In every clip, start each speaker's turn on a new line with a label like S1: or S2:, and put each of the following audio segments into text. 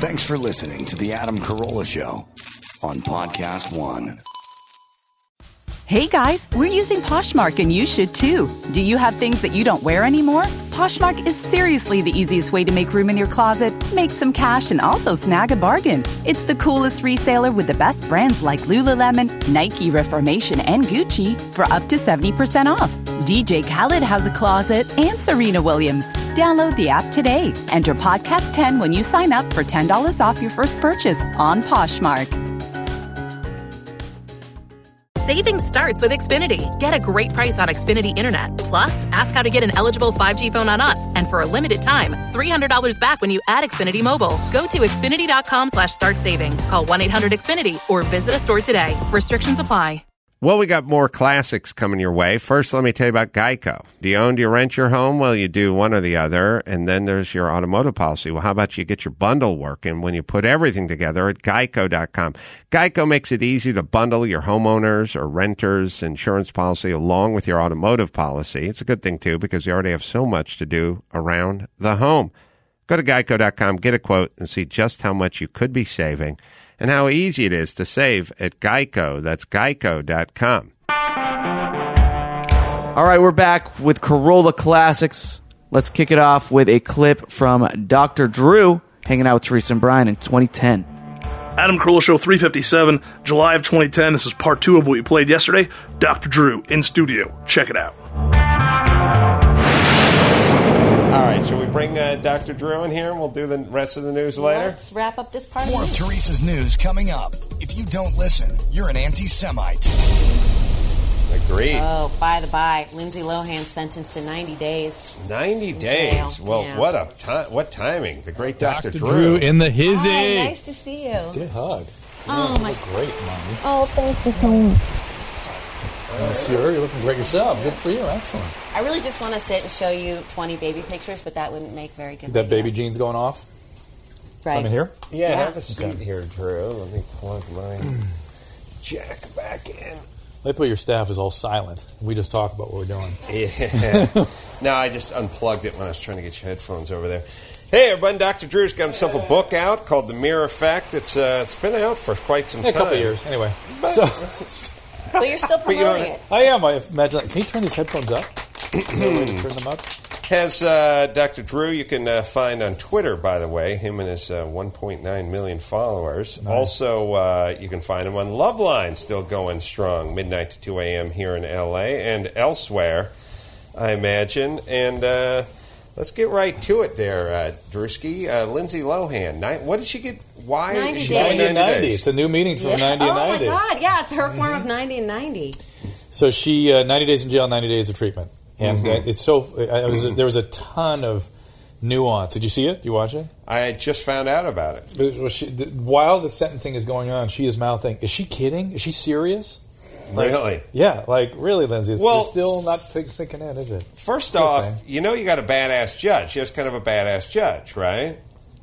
S1: Thanks for listening to The Adam Carolla Show on Podcast One.
S2: Hey guys, we're using Poshmark and you should too. Do you have things that you don't wear anymore? Poshmark is seriously the easiest way to make room in your closet, make some cash, and also snag a bargain. It's the coolest reseller with the best brands like Lululemon, Nike, Reformation, and Gucci for up to 70% off. DJ Khaled has a closet and Serena Williams. Download the app today. Enter Podcast 10 when you sign up for $10 off your first purchase on Poshmark.
S3: Saving starts with Xfinity. Get a great price on Xfinity Internet. Plus, ask how to get an eligible 5G phone on us. And for a limited time, $300 back when you add Xfinity Mobile. Go to xfinity.com slash start saving. Call 1-800-XFINITY or visit a store today. Restrictions apply.
S4: Well, we got more classics coming your way. First, let me tell you about Geico. Do you own, do you rent your home? Well, you do one or the other. And then there's your automotive policy. Well, how about you get your bundle working when you put everything together at geico.com? Geico makes it easy to bundle your homeowners or renters insurance policy along with your automotive policy. It's a good thing too, because you already have so much to do around the home. Go to geico.com, get a quote, and see just how much you could be saving and how easy it is to save at Geico. That's geico.com.
S5: All right, we're back with Corolla Classics. Let's kick it off with a clip from Dr. Drew hanging out with Teresa and Brian in 2010.
S6: Adam Carolla Show 357, July of 2010. This is part two of what you played yesterday. Dr. Drew in studio. Check it out.
S4: All right, should we bring uh, Dr. Drew in here and we'll do the rest of the news later?
S7: Let's wrap up this part.
S8: More of Teresa's news coming up. If you don't listen, you're an anti Semite.
S4: Agreed.
S7: Oh, by the by, Lindsay Lohan sentenced to 90 days.
S4: 90
S7: jail,
S4: days. Well,
S7: yeah.
S4: what a time, what timing. The great Dr.
S9: Dr. Drew in the
S7: Hi,
S9: hizzy.
S7: nice to see you.
S9: Good hug.
S7: Oh my.
S9: Great, mommy.
S7: Oh, thank you so much.
S9: Nice to see her. You're looking great yourself. Good for you. Excellent.
S7: I really just want to sit and show you 20 baby pictures, but that wouldn't make very good.
S9: That
S7: video.
S9: baby jeans going off.
S7: Right.
S9: Something here.
S4: yeah, have a seat here, Drew. Let me plug my jack back in.
S9: They put your staff is all silent. We just talk about what we're doing.
S4: Yeah. no, I just unplugged it when I was trying to get your headphones over there. Hey, everyone, Dr. Drew's got himself a book out called The Mirror Effect. It's uh, It's been out for quite some
S9: Yeah, a
S4: time.
S9: couple years, anyway.
S4: But-
S9: So
S7: But you're still
S4: you don't-
S7: promoting it.
S9: I am. I imagine. Can you turn these headphones up? Is there a way to turn them up.
S4: Has uh, Dr. Drew, you can uh, find on Twitter, by the way, him and his uh, 1.9 million followers. Also, uh, you can find him on Loveline, still going strong, midnight to 2 a.m. here in L.A. and elsewhere, I imagine. And uh, let's get right to it there, uh, Drewski. Uh, Lindsay Lohan, ni- what did she get? Why?
S7: 90
S4: she
S7: days.
S4: got
S9: 90 and 90.
S4: days.
S9: It's a new meaning from 90
S7: oh
S9: and 90.
S7: my god, yeah, it's her form
S9: Mm-hmm.
S7: of 90 and 90.
S9: So she uh, 90 days in jail, 90 days of treatment, and
S4: Mm-hmm.
S9: uh, it's so. I I was, there was a ton of nuance. Did you see it? You watch it?
S4: I just found out about it.
S9: But it was she, the, while the sentencing is going on, she is mouthing, "Is she kidding? Is she serious?"
S4: really?
S9: Yeah, like really, Lindsay. It's,
S4: Well-
S9: it's still not think- sinking in, is it?
S4: First
S9: Good
S4: off,
S9: thing.
S4: you know you got a badass judge. She was kind of a badass judge, right?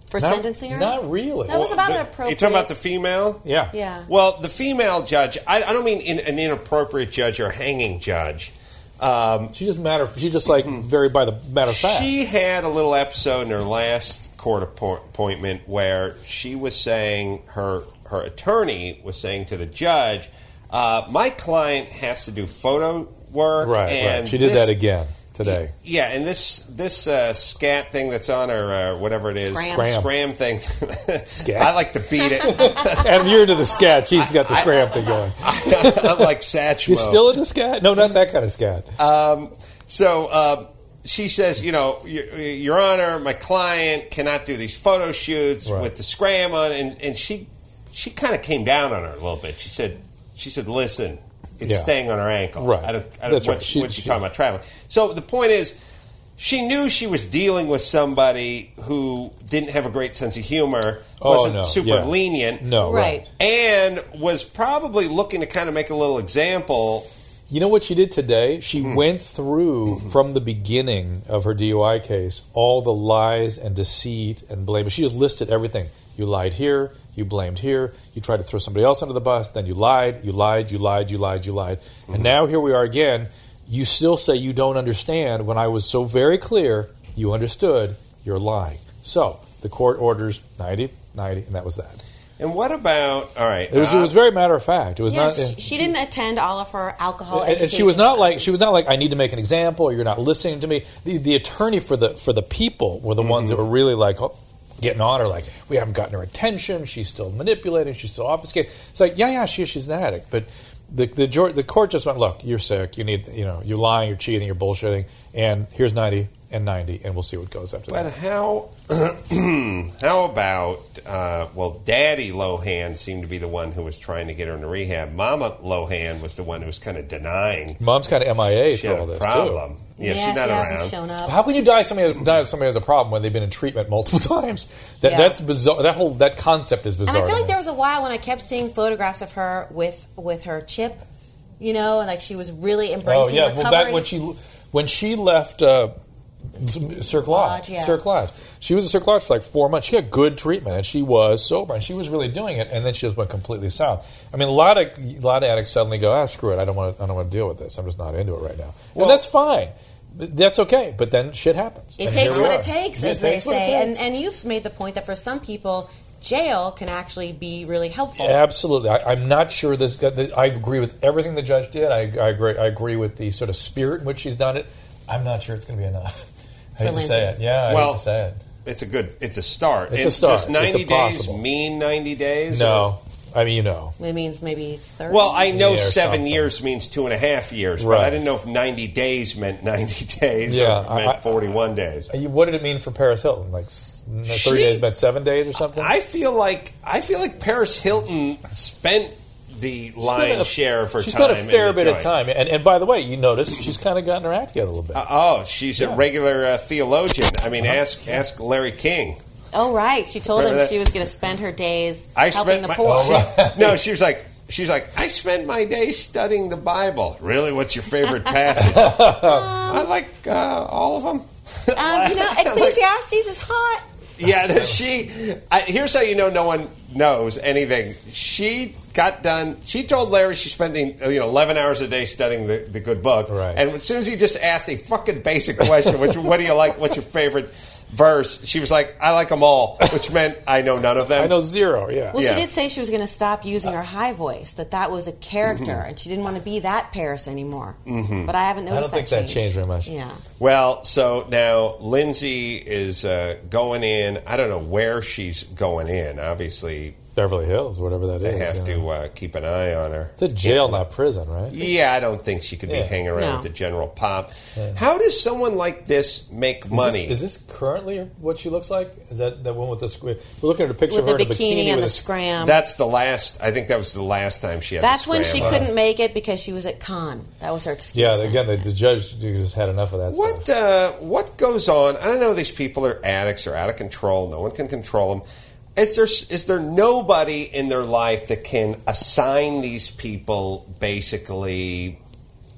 S7: For
S9: Not-
S7: sentencing her?
S9: Not really.
S7: That was about an
S4: The-
S7: appropriate.
S4: You talking about the female?
S9: yeah.
S7: Yeah.
S4: Well, the female judge, I, I don't mean in, an inappropriate judge or hanging judge. Um, Mm-hmm.
S9: She just matter. She just like very by the matter of fact.
S4: she had a little episode in her last court appo- appointment where she was saying her her attorney was saying to the judge, uh, "My client has to do photo work."
S9: right.
S4: and
S9: right. She did
S4: this-
S9: that again today.
S4: Yeah, and this this uh, scat thing that's on her, uh, whatever it is,
S7: Scram.
S4: scram,
S9: Scram.
S4: thing.
S9: Scat.
S4: I like to beat it.
S9: Adam, you're into the scat. She's got the scram thing going.
S4: I like Satchmo.
S9: You're still into scat? No, not that kind of scat.
S4: Um, so uh, she says, you know, Your, Your Honor, my client cannot do these photo shoots
S9: Right.
S4: with the scram on, and, and she she kind of came down on her a little bit. She said, she said, listen, it's
S9: Yeah.
S4: staying on her ankle.
S9: Right.
S4: I don't, I don't
S9: That's
S4: what,
S9: right. She-
S4: what she
S9: she-
S4: talking about traveling. So the point is. She knew she was dealing with somebody who didn't have a great sense of humor,
S9: Oh,
S4: wasn't
S9: no.
S4: super
S9: Yeah.
S4: lenient,
S9: No,
S7: Right.
S9: right.
S4: and was probably looking to kind of make a little example
S9: You know what she did today? She
S4: Hmm.
S9: went through from the beginning of her DUI case all the lies and deceit and blame. She just listed everything. You lied here, you blamed here, you tried to throw somebody else under the bus, then you lied, you lied, you lied, you lied, you lied.
S4: Hmm.
S9: And now here we are again. You still say you don't understand when I was so very clear you understood you're lying. So The court orders 90, 90, and that was that.
S4: And what about all right? uh,
S9: It was, it was very matter of fact. It was
S7: Yeah,
S9: not.
S7: she, she didn't attend all of her alcohol
S9: and, and she was not like she was not like I need to make an example. You're not listening to me. The, the attorney for the for the people were the ones that were really like oh, getting on her. Like we haven't gotten her attention. She's still manipulating. She's still obfuscating. It's like yeah, yeah, she, she's an addict. But the the, jur- the court just went look, you're sick. You need you know you're lying. You're cheating. You're bullshitting. And here's ninety and ninety, and we'll see what goes after
S4: But
S9: that.
S4: how how about uh, well, Daddy Lohan seemed to be the one who was trying to get her into rehab. Mama Lohan was the one who was kind of denying
S9: Mom's kind of MIA
S4: she
S9: for
S4: had
S9: all
S4: a
S9: this
S4: problem.
S9: too.
S4: Yeah,
S7: yeah,
S4: she's not
S7: she
S4: around.
S7: hasn't shown up.
S9: How can you die somebody die if somebody has a problem when they've been in treatment multiple times? That
S7: Yeah.
S9: that's bizarre. That whole that concept is
S7: And
S9: bizarre.
S7: I feel
S9: to me.
S7: like there was a while when I kept seeing photographs of her with with her chip, you know, and like she was really embracing
S9: Oh yeah,
S7: recovery.
S9: well, back when she when she left uh, Cirque Lodge,
S7: Lodge, yeah.
S9: Cirque Lodge, she was at Cirque Lodge for like four months. She got good treatment, and she was sober, and she was really doing it. And then she just went completely south. I mean, a lot of a lot of addicts suddenly go, ah, screw it, I don't want to, I don't want to deal with this. I'm just not into it right now. and that's fine. Th- That's okay, but then shit happens.
S7: It
S9: And
S7: takes
S9: here we
S7: what
S9: are.
S7: it takes,
S9: It
S7: as they
S9: takes what it
S7: say. And
S9: takes.
S7: and you've made the point that for some people, jail can actually be really helpful.
S9: Absolutely, I, I'm not sure this. I agree with everything the judge did. I, I agree. I agree with the sort of spirit in which she's done it. I'm not sure it's going to be enough. I hate
S7: For
S9: to say it.
S7: Lindsay.
S9: Yeah, I
S4: Well,
S9: hate to say it.
S4: It's a good. It's a start.
S9: It's a
S4: And
S9: start.
S4: Does ninety
S9: It's a
S4: days
S9: possible.
S4: mean ninety days? or-
S9: No, I mean you know.
S7: It means maybe thirty.
S4: Well, I know
S9: Yeah, or
S4: seven
S9: something.
S4: years means two and a half years, but I
S9: Right.
S4: didn't know if ninety days meant ninety days
S9: Yeah,
S4: or if it
S9: I-
S4: meant
S9: I-
S4: forty-one days.
S9: You- What did it mean for Paris Hilton? Like s- thirty
S4: She-
S9: days, but seven days or something.
S4: I feel like I feel like Paris Hilton spent the lion's share for
S9: she's
S4: time.
S9: spent a fair
S4: in the
S9: bit of
S4: joint.
S9: time, and, and by the way, you notice she's kind of gotten her act together a little bit. Uh-huh.
S4: Oh, she's a regular uh, theologian. I mean, ask ask Larry King.
S7: oh right, she told
S4: Remember
S7: him
S4: that?
S7: she was going to spend her days
S4: I
S7: helping
S4: spent
S7: the
S4: my Oh,
S7: poor.
S9: Oh,
S4: no. She was like she's like I spent my day studying the Bible. Really, what's your favorite passage? I like uh, all of them.
S7: um, you know, Ecclesiastes is hot.
S4: Yeah, no, she. I, here's how you know no one knows anything. She got done. She told Larry she's spending uh, you know 11 hours a day studying the, the good book.
S9: Right.
S4: And as soon as he just asked a fucking basic question, which what do you like? What's your favorite verse? She was like, I like them all, which meant I know none of them.
S9: I know zero. Yeah.
S7: Well,
S4: Yeah. Uh,
S7: she did say she was going to stop using her high voice. That that was a character,
S4: mm-hmm.
S7: and she didn't want to be that Paris anymore. But I haven't
S9: don't
S7: noticed.
S9: think that
S7: that change.
S9: changed very much.
S7: Yeah.
S4: Well, so now Lindsay is uh, going in. I don't know where she's going in. Obviously,
S9: Beverly Hills, whatever that is.
S4: they have
S9: you know.
S4: to uh, keep an eye on her.
S9: It's a jail, not prison, right?
S4: Yeah, I don't think she could
S9: Yeah.
S4: be hanging around
S7: No.
S4: with the general pop. How does someone like this make money?
S9: Is this, is this currently what she looks like? Is that that one with the squid? We're looking at a picture
S7: With
S9: of
S7: the
S9: her in a
S7: bikini
S9: with
S7: and the
S9: a-
S7: scram.
S4: That's the last. I think that was the last time she had.
S7: That's
S4: the
S7: when she
S9: Uh-huh.
S4: scram.
S7: couldn't make it because she was at con. That was her excuse.
S9: Yeah,
S7: then.
S9: again, the, the judge just had enough of that.
S4: What
S9: stuff.
S4: uh, what goes on? I don't know. These people are addicts. They're out of control. No one can control them. Is there is there nobody in their life that can assign these people basically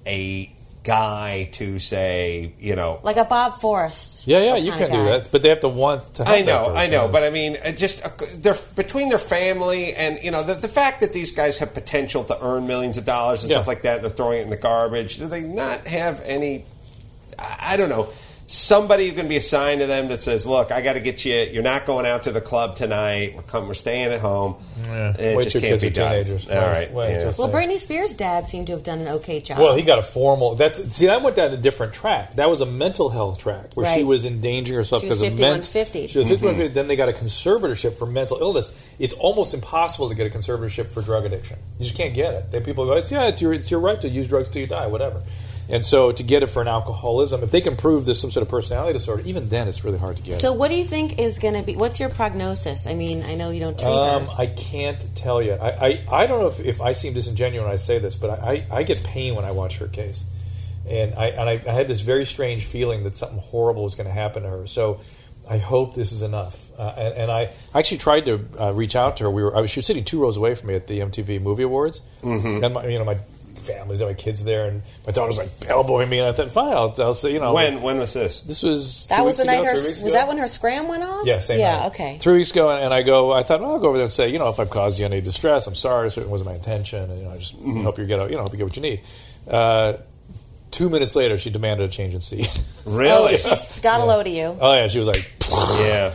S4: a guy to say you know
S7: like a Bob Forrest.
S9: Yeah, yeah,
S7: kinda
S9: you can do
S7: guy.
S9: that, but they have to want to. Help
S4: I know,
S9: that
S4: I
S9: person.
S4: know, but I mean, uh, just uh, they're between their family and you know the, the fact that these guys have potential to earn millions of dollars and
S9: Yeah.
S4: stuff like that, and they're throwing it in the garbage. Do they not have any? I I don't know. Somebody who can be assigned to them that says, "Look, I got to get you. You're not going out to the club tonight. We're come. We're staying at home. It
S9: Wait
S4: just
S9: till
S4: can't
S9: kids
S4: be
S9: are
S4: done.
S9: teenagers.
S4: All right.
S9: Wait,
S4: yeah.
S9: just-
S7: Well, Britney Spears' dad seemed to have done an okay job.
S9: Well, he got a formal. That's see, I went down a different track. That was a mental health track where she
S7: Right.
S9: was endangering herself
S7: She was
S9: because of
S7: 5150.
S9: She was
S4: Mm-hmm.
S9: 5150. Then they got a conservatorship for mental illness. It's almost impossible to get a conservatorship for drug addiction. You just can't get it. Then people go, it's, "Yeah, it's your it's your right to use drugs till you die, whatever." And so to get it for an alcoholism, if they can prove there's some sort of personality disorder, even then it's really hard to get.
S7: so, what do you think is going to be? What's your prognosis? I mean, I know you don't treat
S9: Um,
S7: her.
S9: I can't tell you. I, I, I don't know if, if I seem disingenuous when I say this, but I, I, I get pain when I watch her case. And I, and I, I had this very strange feeling that something horrible was going to happen to her. So I hope this is enough. Uh, and, and I actually tried to uh, reach out to her. We were I was, she was sitting two rows away from me at the MTV Movie Awards. Mm-hmm. And my, you know my family's and my kids there, and my daughter's like elbowing me. And I thought, fine, I'll, I'll say you know
S4: When when was this?
S9: this was two
S7: That
S9: weeks
S7: was the
S9: ago,
S7: night her.
S9: three weeks
S7: Was
S9: ago.
S7: that when her scram went off?
S9: Yeah, same
S7: Yeah,
S9: night.
S7: okay.
S9: Three weeks ago, and, and I go. I thought, well, I'll go over there and say, you know, if I've caused you any distress, I'm sorry. It certainly wasn't my intention, and you know, I just
S4: Mm-hmm.
S9: hope you get, out- you know, hope you get what you need. Uh, two minutes later, she demanded a change in seat.
S7: Oh,
S4: Really?
S7: she's got a load of you.
S9: oh yeah, she was like,
S4: yeah.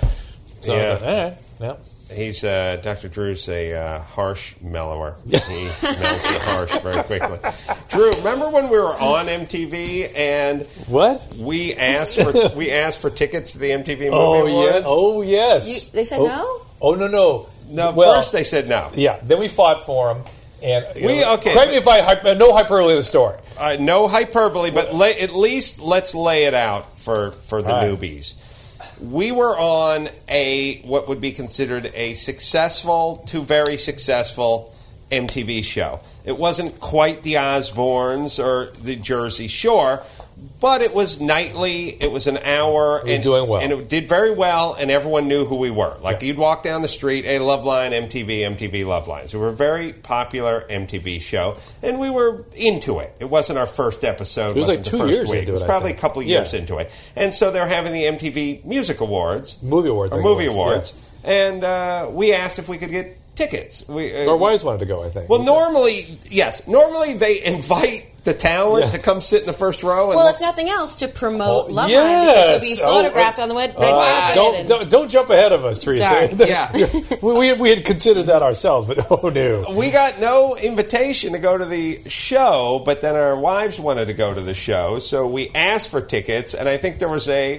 S9: So
S4: Yeah.
S9: I thought, all right, yeah.
S4: He's uh, Dr. Drew's a uh, harsh mellower. He melts the harsh very quickly. Drew, remember when we were on MTV and
S9: What?
S4: we asked for we asked for tickets to the MTV movie
S9: Oh
S4: awards?
S9: yes. Oh
S7: You,
S9: yes.
S7: they said
S9: oh,
S7: no?
S9: Oh no no.
S4: No,
S9: Well,
S4: first they said no.
S9: Yeah. Then we fought for him. And you
S4: We-
S9: know,
S4: okay.
S9: Correct me if I hyper, no hyperbole in the story.
S4: Uh, no hyperbole, but lay, at least let's lay it out for for the
S9: All right.
S4: newbies. We were on a what would be considered a successful to very successful MTV show. It wasn't quite the Osbournes or the Jersey Shore, but it was nightly. It was an hour.
S9: was doing well.
S4: and it did very well, and everyone knew who we were. Like you'd walk down the street, a love line, MTV, MTV love lines. We were a very popular MTV show, and we were into it. It wasn't our first
S9: It
S4: episode.
S9: was
S4: wasn't
S9: like
S4: the
S9: two
S4: first
S9: years
S4: week.
S9: into
S4: It was
S9: it, I
S4: probably a
S9: think.
S4: couple
S9: Yeah.
S4: years into it, and so they're having the MTV Music Awards,
S9: Movie awards,
S4: or
S9: I
S4: movie
S9: guess,
S4: awards, and uh, we asked if we could get tickets. We, uh,
S9: Our wives wanted to go. I think.
S4: Well,
S9: He said-
S4: normally, yes, normally they invite the talent to come sit in the first row. And
S7: Well,
S4: look-
S7: if nothing else, to promote
S9: Oh,
S7: Love Line,
S9: yes.
S7: because
S9: Oh, Uh,
S7: it'll be photographed on the web. red carpet
S9: don't,
S7: and-
S9: don't don't jump ahead of us, Teresa.
S7: Sorry.
S4: yeah.
S9: we, we, we had considered that ourselves, but oh no.
S4: we got no invitation to go to the show, but then our wives wanted to go to the show, so we asked for tickets, and I think there was a eh,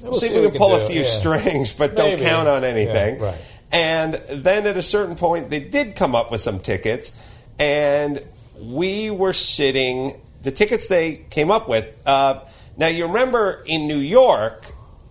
S4: we'll, see if we can, pull a
S9: do,
S4: few
S9: yeah.
S4: strings, but
S9: Maybe.
S4: don't count on anything.
S9: Yeah, right.
S4: And then at a certain point, they did come up with some tickets, and we were sitting. The tickets they came up with. Uh, now you remember in New York,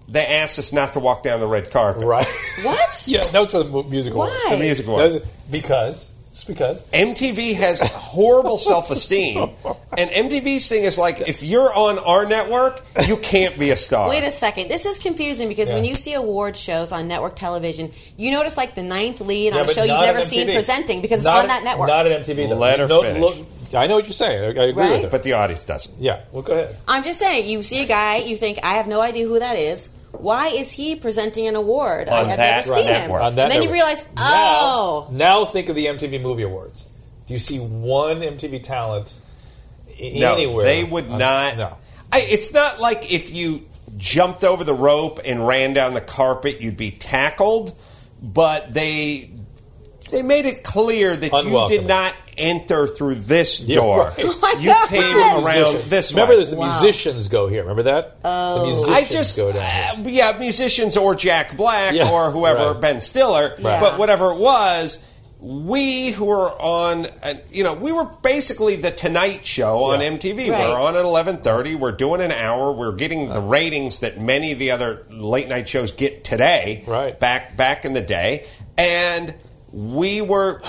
S4: they asked us not to walk down the red carpet.
S9: Right.
S7: What?
S9: Yeah, that was for the mu- music
S7: Why?
S9: awards.
S4: The music
S9: That
S4: awards.
S9: was- because just because. Oh,
S4: MTV has horrible self esteem. And MTV's thing is like, if you're on our network, you can't be a star.
S7: Wait a second. This is confusing because when you see award shows on network television, you notice like the ninth lead
S9: Yeah,
S7: on a
S9: but
S7: show you've
S9: not at
S7: never seen
S9: MTV.
S7: presenting because
S9: Not
S7: it's on
S9: at-
S7: that network.
S9: Not at MTV. Though.
S4: Let her
S9: No,
S4: finish.
S9: look, I know what you're saying. I, I agree
S7: Right?
S9: with her.
S4: But the audience doesn't.
S9: yeah, well, go ahead.
S7: I'm just saying, you see a guy, you think, I have no idea who that is. Why is he presenting an award?
S4: On
S7: I have
S4: that
S7: never seen
S4: network.
S7: him.
S4: On
S7: And
S9: that
S7: then you
S9: network.
S7: realize, oh,
S9: Now, now think of the MTV Movie Awards. Do you see one MTV talent i-
S4: No,
S9: anywhere?
S4: they would
S9: on-
S4: not.
S9: No.
S4: I, it's not like if you jumped over the rope and ran down the carpet, you'd be tackled. But they they made it clear that you did
S9: Unwelcoming.
S4: not enter through this
S9: Yeah,
S4: door.
S9: right. Oh
S7: my
S4: you
S7: God.
S4: came around
S9: Musicians.
S4: this
S9: Remember,
S4: way.
S9: there's the musicians go here. Remember that? Oh, the musicians
S4: I just,
S9: go down here.
S4: uh, yeah, musicians or Jack Black
S9: Yeah,
S4: or whoever,
S9: right.
S4: Ben Stiller,
S7: Right.
S4: but whatever it was, we who were on, uh, you know, we were basically the Tonight Show on MTV. We
S7: Right.
S4: were on at eleven thirty. We're doing an hour. We're getting
S9: Uh.
S4: the ratings that many of the other late night shows get today.
S9: Right.
S4: back back in the day, and we were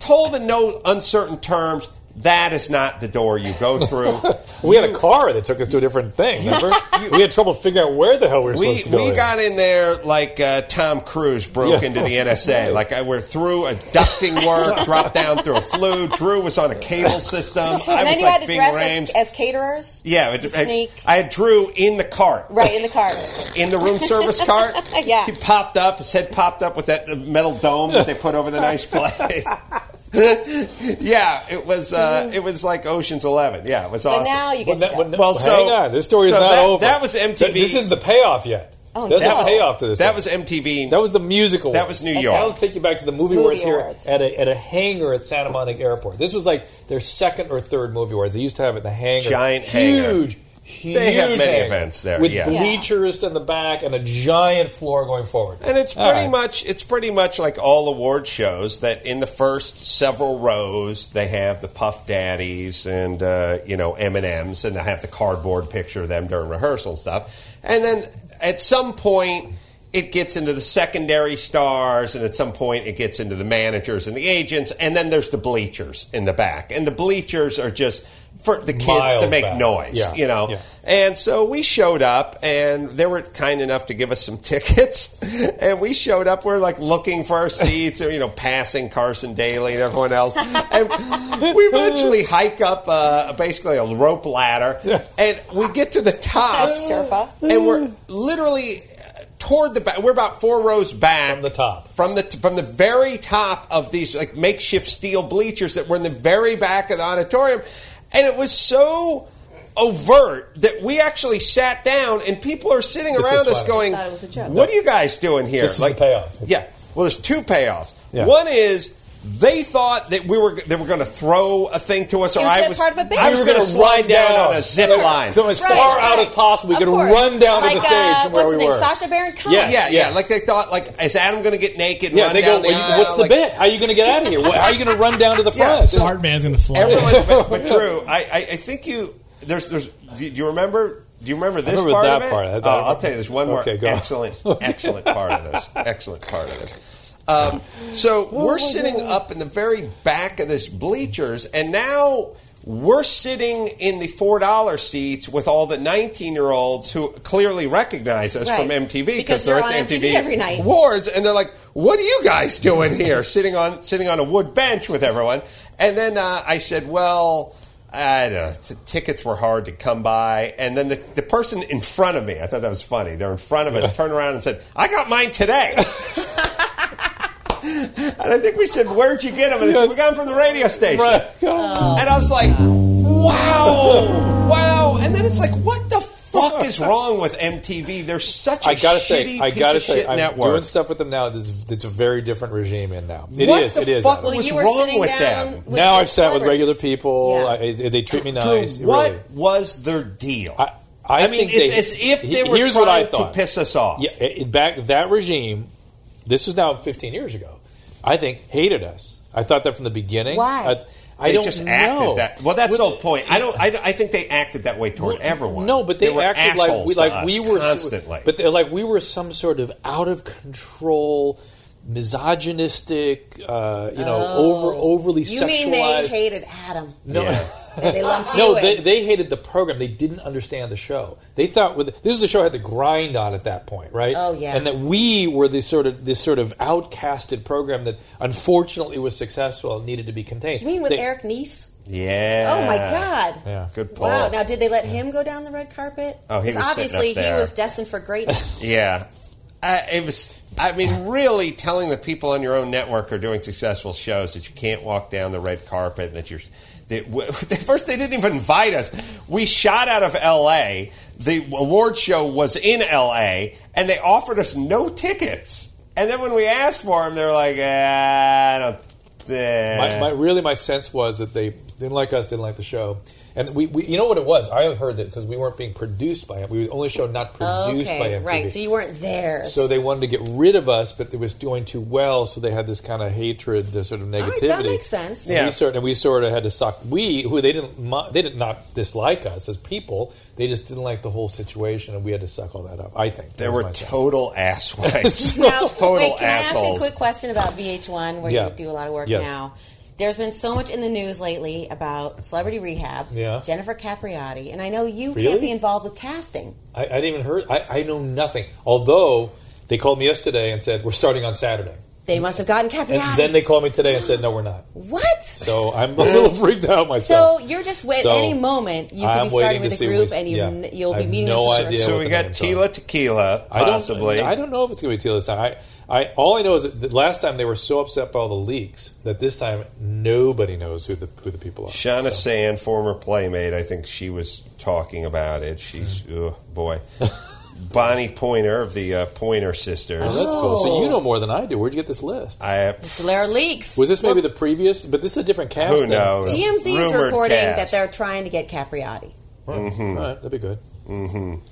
S4: told in no uncertain terms. That is not the door you go through.
S9: We had a car that took us to a different thing. Remember, we had trouble figuring out where the hell we were
S4: We,
S9: supposed to go.
S4: we
S9: in.
S4: got in there like uh, Tom Cruise broke
S9: Yeah.
S4: into the NSA. Like I, we're through a ducting work, dropped down through a flu. Drew was on a cable system. I
S7: and then
S4: was
S7: you
S4: like
S7: had to
S4: being
S7: dress as,
S4: Rames.
S7: as caterers.
S4: yeah,
S7: You
S4: it, I,
S7: sneak
S4: I had Drew in the cart,
S7: right in the car.
S4: in the room service cart.
S7: Yeah.
S4: he popped up. His head popped up with that metal dome that they put over the nice plate. yeah, it was uh, it was like Ocean's Eleven. Yeah, it was
S7: Mm-hmm. But
S4: awesome.
S7: now you get
S9: Well,
S7: to
S9: that-
S7: go.
S9: well, no,
S4: Well,
S9: hang
S4: so-
S9: on. This story
S4: so
S9: is not
S4: that-
S9: over.
S4: that was MTV.
S9: This isn't the payoff yet.
S7: Oh,
S9: That's
S7: that
S9: a
S7: was-
S9: payoff to this.
S4: That
S9: thing.
S4: was MTV.
S9: That was the music awards.
S4: That was New York.
S9: I'll take you back to the movie,
S7: Movie
S9: awards here
S7: awards.
S9: at a, at a hangar at Santa Monica Airport. This was like their second or third movie awards. They used to have it in the hangar.
S4: Giant hangar.
S9: huge, huge.
S4: They have many
S9: hangar
S4: events there,
S9: with
S4: yeah. Yeah.
S9: bleachers in the back and a giant floor going forward.
S4: And it's
S9: All
S4: pretty
S9: right.
S4: much it's pretty much like all award shows that in the first several rows they have the Puff Daddies and uh, you know M and M's and they have the cardboard picture of them during rehearsal and stuff. And then at some point it gets into the secondary stars and at some point it gets into the managers and the agents and then there's the bleachers in the back and the bleachers are just for the kids to
S9: Miles
S4: make
S9: back.
S4: noise
S9: Yeah,
S4: you know
S9: yeah.
S4: and so we showed up, and they were kind enough to give us some tickets. And we showed up, we are like looking for our seats, or, you know, passing Carson Daly and everyone else. And we eventually hike up uh, basically a rope ladder, and we get to the top.
S7: Sherpa.
S4: And we're literally toward the back. We're about four rows back
S9: From the top.
S4: from the from the very top of these like makeshift steel bleachers that were in the very back of the auditorium, and it was so overt that we actually sat down and people are sitting
S9: This
S4: around
S9: was
S4: us
S9: funny.
S4: going,
S7: Thought it was a joke.
S4: "What are you guys doing here?"
S9: This is the payoff.
S4: Yeah. Well, there's two payoffs.
S9: Yeah.
S4: One is. They thought that we were they were going to throw a thing to us, or
S7: was
S4: I
S7: gonna
S4: was
S7: part of a bit.
S4: I
S7: He
S4: was
S7: was
S4: going to
S7: gonna
S4: slide
S9: run
S4: down,
S9: down.
S4: on a zip
S9: Right.
S4: line.
S9: So it's- As far out as possible, we
S7: Of
S9: could
S7: course.
S9: run down to
S7: like,
S9: the stage
S7: uh,
S9: from where
S7: what's
S9: we
S7: his name?
S9: were.
S7: Sasha Baron Cohen.
S9: Yes.
S4: yeah, yeah,
S9: Yeah.
S4: Like they thought, like is Adam going to get naked? And
S9: Yeah,
S4: run
S9: they go.
S4: down the
S9: Well,
S4: aisle?
S9: you, what's the
S4: Like-
S9: bit? How are you going to get out of here? Wh- How are you going to run down to the
S4: Yeah,
S9: front?
S4: so-
S10: Hard man's gonna fly.
S4: Everyone, but, but Drew, I, I, I think you. There's, there's. Do you remember? Do you remember this
S9: remember
S4: part
S9: that
S4: of it?
S9: part. I- I
S4: Oh,
S9: remember-
S4: I'll tell you. There's one more
S9: Okay, go.
S4: excellent, excellent part of this. Excellent part of this. Um, so we're sitting up in the very back of this bleachers, and now we're sitting in the four dollar seats with all the nineteen year olds who clearly recognize us
S7: Right.
S4: from MTV
S7: Because
S4: they're
S7: you're
S4: at
S7: on
S4: the
S7: MTV every night.
S4: awards, and they're like, "What are you guys doing here? sitting on sitting on a wood bench with everyone?" And then uh, I said, "Well." I don't know. T- tickets were hard to come by. And then the, the person in front of me, I thought that was funny. They're in front of us, turned around and said, I got mine today. and I think we said, Where'd you get them? And they said, We got them from the radio station.
S9: Uh,
S7: Uh,
S4: And I was like, Wow, wow. And then it's like, What the fuck is wrong with MTV? They're such a
S9: I gotta
S4: shitty
S9: say, I
S4: piece
S9: gotta
S4: of
S9: say,
S4: shit
S9: I'm
S4: network.
S9: doing stuff with them now. That's, that's a very different regime in now. It is.
S4: What the
S9: it is.
S4: fuck
S9: Adam.
S7: Well,
S4: What's
S7: you were
S4: wrong
S7: sitting
S4: with
S7: down
S4: them?
S7: With
S9: now
S7: the
S9: I've sat with regular
S7: celebrities.
S9: people.
S7: Yeah.
S9: I, I- they treat me
S4: Drew,
S9: nice.
S4: what
S9: really.
S4: was their deal?
S9: I- I
S4: mean,
S9: think
S4: it's
S9: they-
S4: as if they
S9: he-
S4: were
S9: here's
S4: trying
S9: what I
S4: to
S9: thought.
S4: piss us off.
S9: Yeah, it- it- back that regime. This was now 15 years ago. I think hated us. I thought that from the beginning.
S7: Why?
S9: I, I
S4: they
S9: don't
S4: just
S9: know.
S4: acted that. Well, that's
S9: Well,
S4: the whole point. I don't. I, don't- I think they acted that way toward everyone.
S9: No, but they,
S4: were
S9: acted like
S4: assholes
S9: we
S4: to
S9: like
S4: us
S9: we were
S4: constantly.
S9: but they're like we were some sort of out of control, misogynistic, uh, you know, over overly
S7: Oh. You
S9: sexualized.
S7: mean they hated Adam?
S9: no,
S7: And they lumped you
S9: no,
S7: in.
S9: they, they hated the program. They didn't understand the show. They thought with this is a show had to grind on at that point, right?
S7: Oh, yeah.
S9: and that we were this sort of this sort of outcasted program that unfortunately was successful and needed to be contained.
S7: you mean with
S9: They-
S7: Eric Nice?
S4: yeah.
S7: Oh my God!
S9: Yeah.
S4: Good point.
S7: Wow. Now, did they let him go down the red carpet?
S4: Oh, he
S7: 'Cause
S4: was sitting
S7: obviously
S4: up there.
S7: he was destined for greatness.
S4: Yeah. I, it was. I mean, really telling the people on your own network are doing successful shows that you can't walk down the red carpet and that you're. That, w- first, they didn't even invite us. We shot out of L.A. The award show was in L.A. and they offered us no tickets. And then when we asked for them, they're like, ah, I don't. eh."
S9: my, my really my sense was that they didn't like us, didn't like the show, and we, we you know what it was. I heard that because we weren't being produced by it. We were the only show not produced by
S7: Oh, okay,
S9: MTV.
S7: right. So you weren't there.
S9: So they wanted to get rid of us, but it was doing too well, so they had this kind of hatred, this sort of
S7: All right,
S9: negativity.
S7: that makes sense.
S4: Yeah.
S9: We sort and we sort of had to suck. We who they didn't mi- they did not dislike us as people. They just didn't like the whole situation, and we had to suck all that up. I think
S4: They
S9: That was
S4: were
S9: my sense.
S4: total assways.
S7: Now,
S4: total
S7: wait, can I ask you a
S4: assholes.
S7: quick question about VH1, where
S9: Yeah.
S7: you do a lot of work
S9: Yes.
S7: now? There's been so much in the news lately about Celebrity Rehab,
S9: Yeah.
S7: Jennifer Capriati, and I know you
S9: Really?
S7: can't be involved with casting.
S9: I, I didn't even heard. I, I know nothing. Although they called me yesterday and said we're starting on Saturday,
S7: They must have gotten
S9: and
S7: Capriati.
S9: then they called me today and said no, we're not.
S7: what?
S9: So I'm a little freaked out
S7: So
S9: myself.
S7: you're just wait
S9: So
S7: any moment you could
S9: I'm
S7: be
S9: waiting
S7: starting
S9: to
S7: with a
S9: see
S7: group
S9: which-
S7: and you
S9: yeah.
S7: n- you'll
S9: I
S7: be
S9: have
S7: meeting
S9: no
S7: with the
S9: idea
S7: source.
S4: so
S9: what
S4: we
S9: the
S4: got
S9: names
S4: Tila
S9: are.
S4: Tequila,
S9: I don't,
S4: possibly.
S9: I don't know if it's going to be Teal this time. I, I, all I know is that the last time they were so upset by all the leaks that this time nobody knows who the who the people are.
S4: Shauna
S9: So-
S4: Sand, former playmate, I think she was talking about it. She's, oh boy. Bonnie Pointer of the uh, Pointer Sisters.
S9: Oh, That's cool. So you know more than I do. Where'd you get this list?
S4: I,
S7: Blair Oh. leaks.
S9: Was this maybe
S7: Well,
S9: the previous? But this is a different cast.
S4: who
S9: then.
S4: knows?
S7: TMZ is
S4: Rumored
S7: reporting
S4: cast. Mm-hmm.
S7: that they're trying to get Capriati?
S9: All Mm-hmm. right, that'd be good.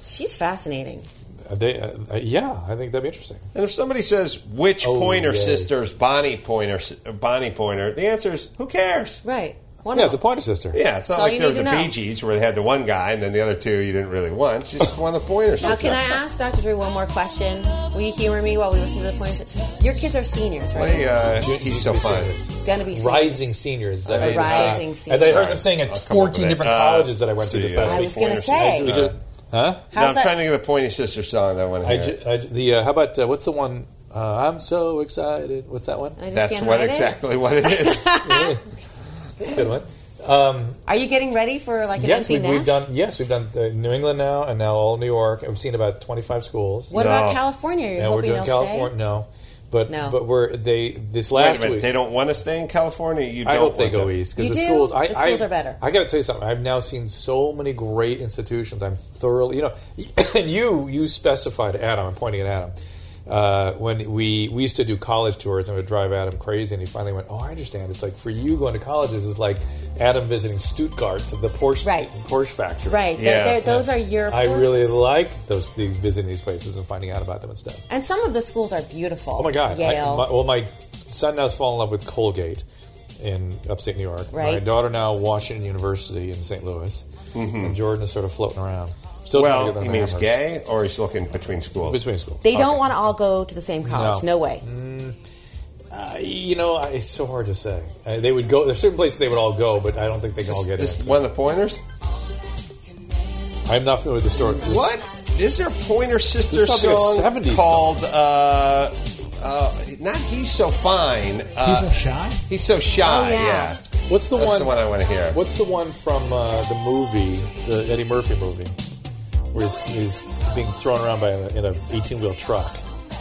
S7: She's fascinating.
S9: Uh, they, uh, uh, yeah, I think that'd be interesting.
S4: And if somebody says which
S9: Oh,
S4: Pointer
S9: yay.
S4: Sisters, Bonnie Pointer, uh, Bonnie Pointer, the answer is who cares?
S7: Right.
S9: Yeah,
S7: Wonderful.
S9: it's a Pointer Sister.
S4: Yeah, it's not
S7: all
S4: like
S7: you
S4: there were
S7: need
S4: the
S7: to know.
S4: Bee Gees where they had the one guy and then the other two you didn't really want. She's just one of the Pointer
S7: Now,
S4: Sisters.
S7: can I ask Dr. Drew one more question? Will you humor me while we listen to the points? Your kids are seniors, right?
S4: Hey, uh,
S9: You- you
S4: he's so
S9: can be
S4: funny.
S9: serious.
S7: Gonna be seniors.
S9: Rising seniors. is that what
S7: A
S9: you mean?
S7: rising
S9: As I
S7: senior.
S9: heard them saying at
S4: come up with
S9: 14
S4: it.
S9: different
S4: Uh,
S9: colleges that I went to
S4: see,
S9: this
S4: uh,
S9: last
S7: I
S9: week.
S7: was gonna
S4: Pointer
S7: say.
S4: Sisters.
S9: We just- huh?
S4: No,
S7: How's
S4: I'm
S7: that-
S4: trying to think of the Pointer Sisters song that I want to
S9: I
S4: hear.
S9: ju- I ju- the uh, how about uh, what's the one? Uh, I'm so excited. What's that one?
S7: I just
S4: That's
S7: can't
S4: what
S7: hide it?
S4: exactly what it is.
S9: That's a good one. Um,
S7: Are you getting ready for like an
S9: Yes,
S7: empty
S9: we've, we've
S7: nest?
S9: done. Yes, we've done uh, New England now, and now all New York. I've seen about twenty-five schools.
S7: what about
S4: No.
S7: California? You're
S9: and we're
S7: hoping
S9: doing
S7: they'll
S9: California. No, But
S4: No.
S9: but we're they this
S4: Wait a
S9: last
S4: minute,
S9: week
S4: they don't want to stay in California. You don't
S9: I hope they
S4: want
S9: go
S4: them.
S9: east
S4: You
S9: because the
S4: do.
S9: schools. I,
S4: The schools
S9: I-
S4: are better.
S9: I got to tell you something. I've now seen so many great institutions. I'm thoroughly, you know, and you you specified Adam. I'm pointing at Adam. Uh, when we we used to do college tours and it would drive Adam crazy, and he finally went, "Oh, I understand. It's like for you going to colleges is like Adam visiting Stuttgart to the Porsche Porsche factory.
S7: Right. They're- they're- those are your
S9: I
S7: Porsches.
S9: really like those the, visiting these places and finding out about them and stuff.
S7: And some of the schools are beautiful.
S9: Oh my god! I-
S7: Yale.
S9: my- well, my son now's fallen in love with Colgate in upstate New York. My
S7: Right.
S9: daughter now Washington University in St. Louis. And Jordan is sort of floating around.
S4: Mm-hmm. Well,
S9: trying to get
S4: he
S9: them
S4: means
S9: hammered.
S4: gay, or he's looking between schools.
S9: Between schools.
S7: they don't want to all go to the same college.
S9: No.
S7: No, way.
S4: Mm.
S9: Uh, you know, I- it's so hard to say. Uh, they would go. There's certain places they would all go, but I don't think they can all get
S4: This is
S9: in.
S4: one of the pointers.
S9: I'm not familiar with the story. This-
S4: What is there? a Pointer Sister
S9: There's something, a
S4: song
S9: 70s
S4: called uh, uh, "Not He's So Fine." Uh,
S9: He's So Shy?
S4: He's so shy.
S9: Oh, yeah.
S4: yeah.
S9: What's the
S4: That's
S9: one?
S4: The one I want to hear.
S9: What's the one from uh, the movie, the Eddie Murphy movie, where he's, he's being thrown around by a, in an eighteen-wheel truck?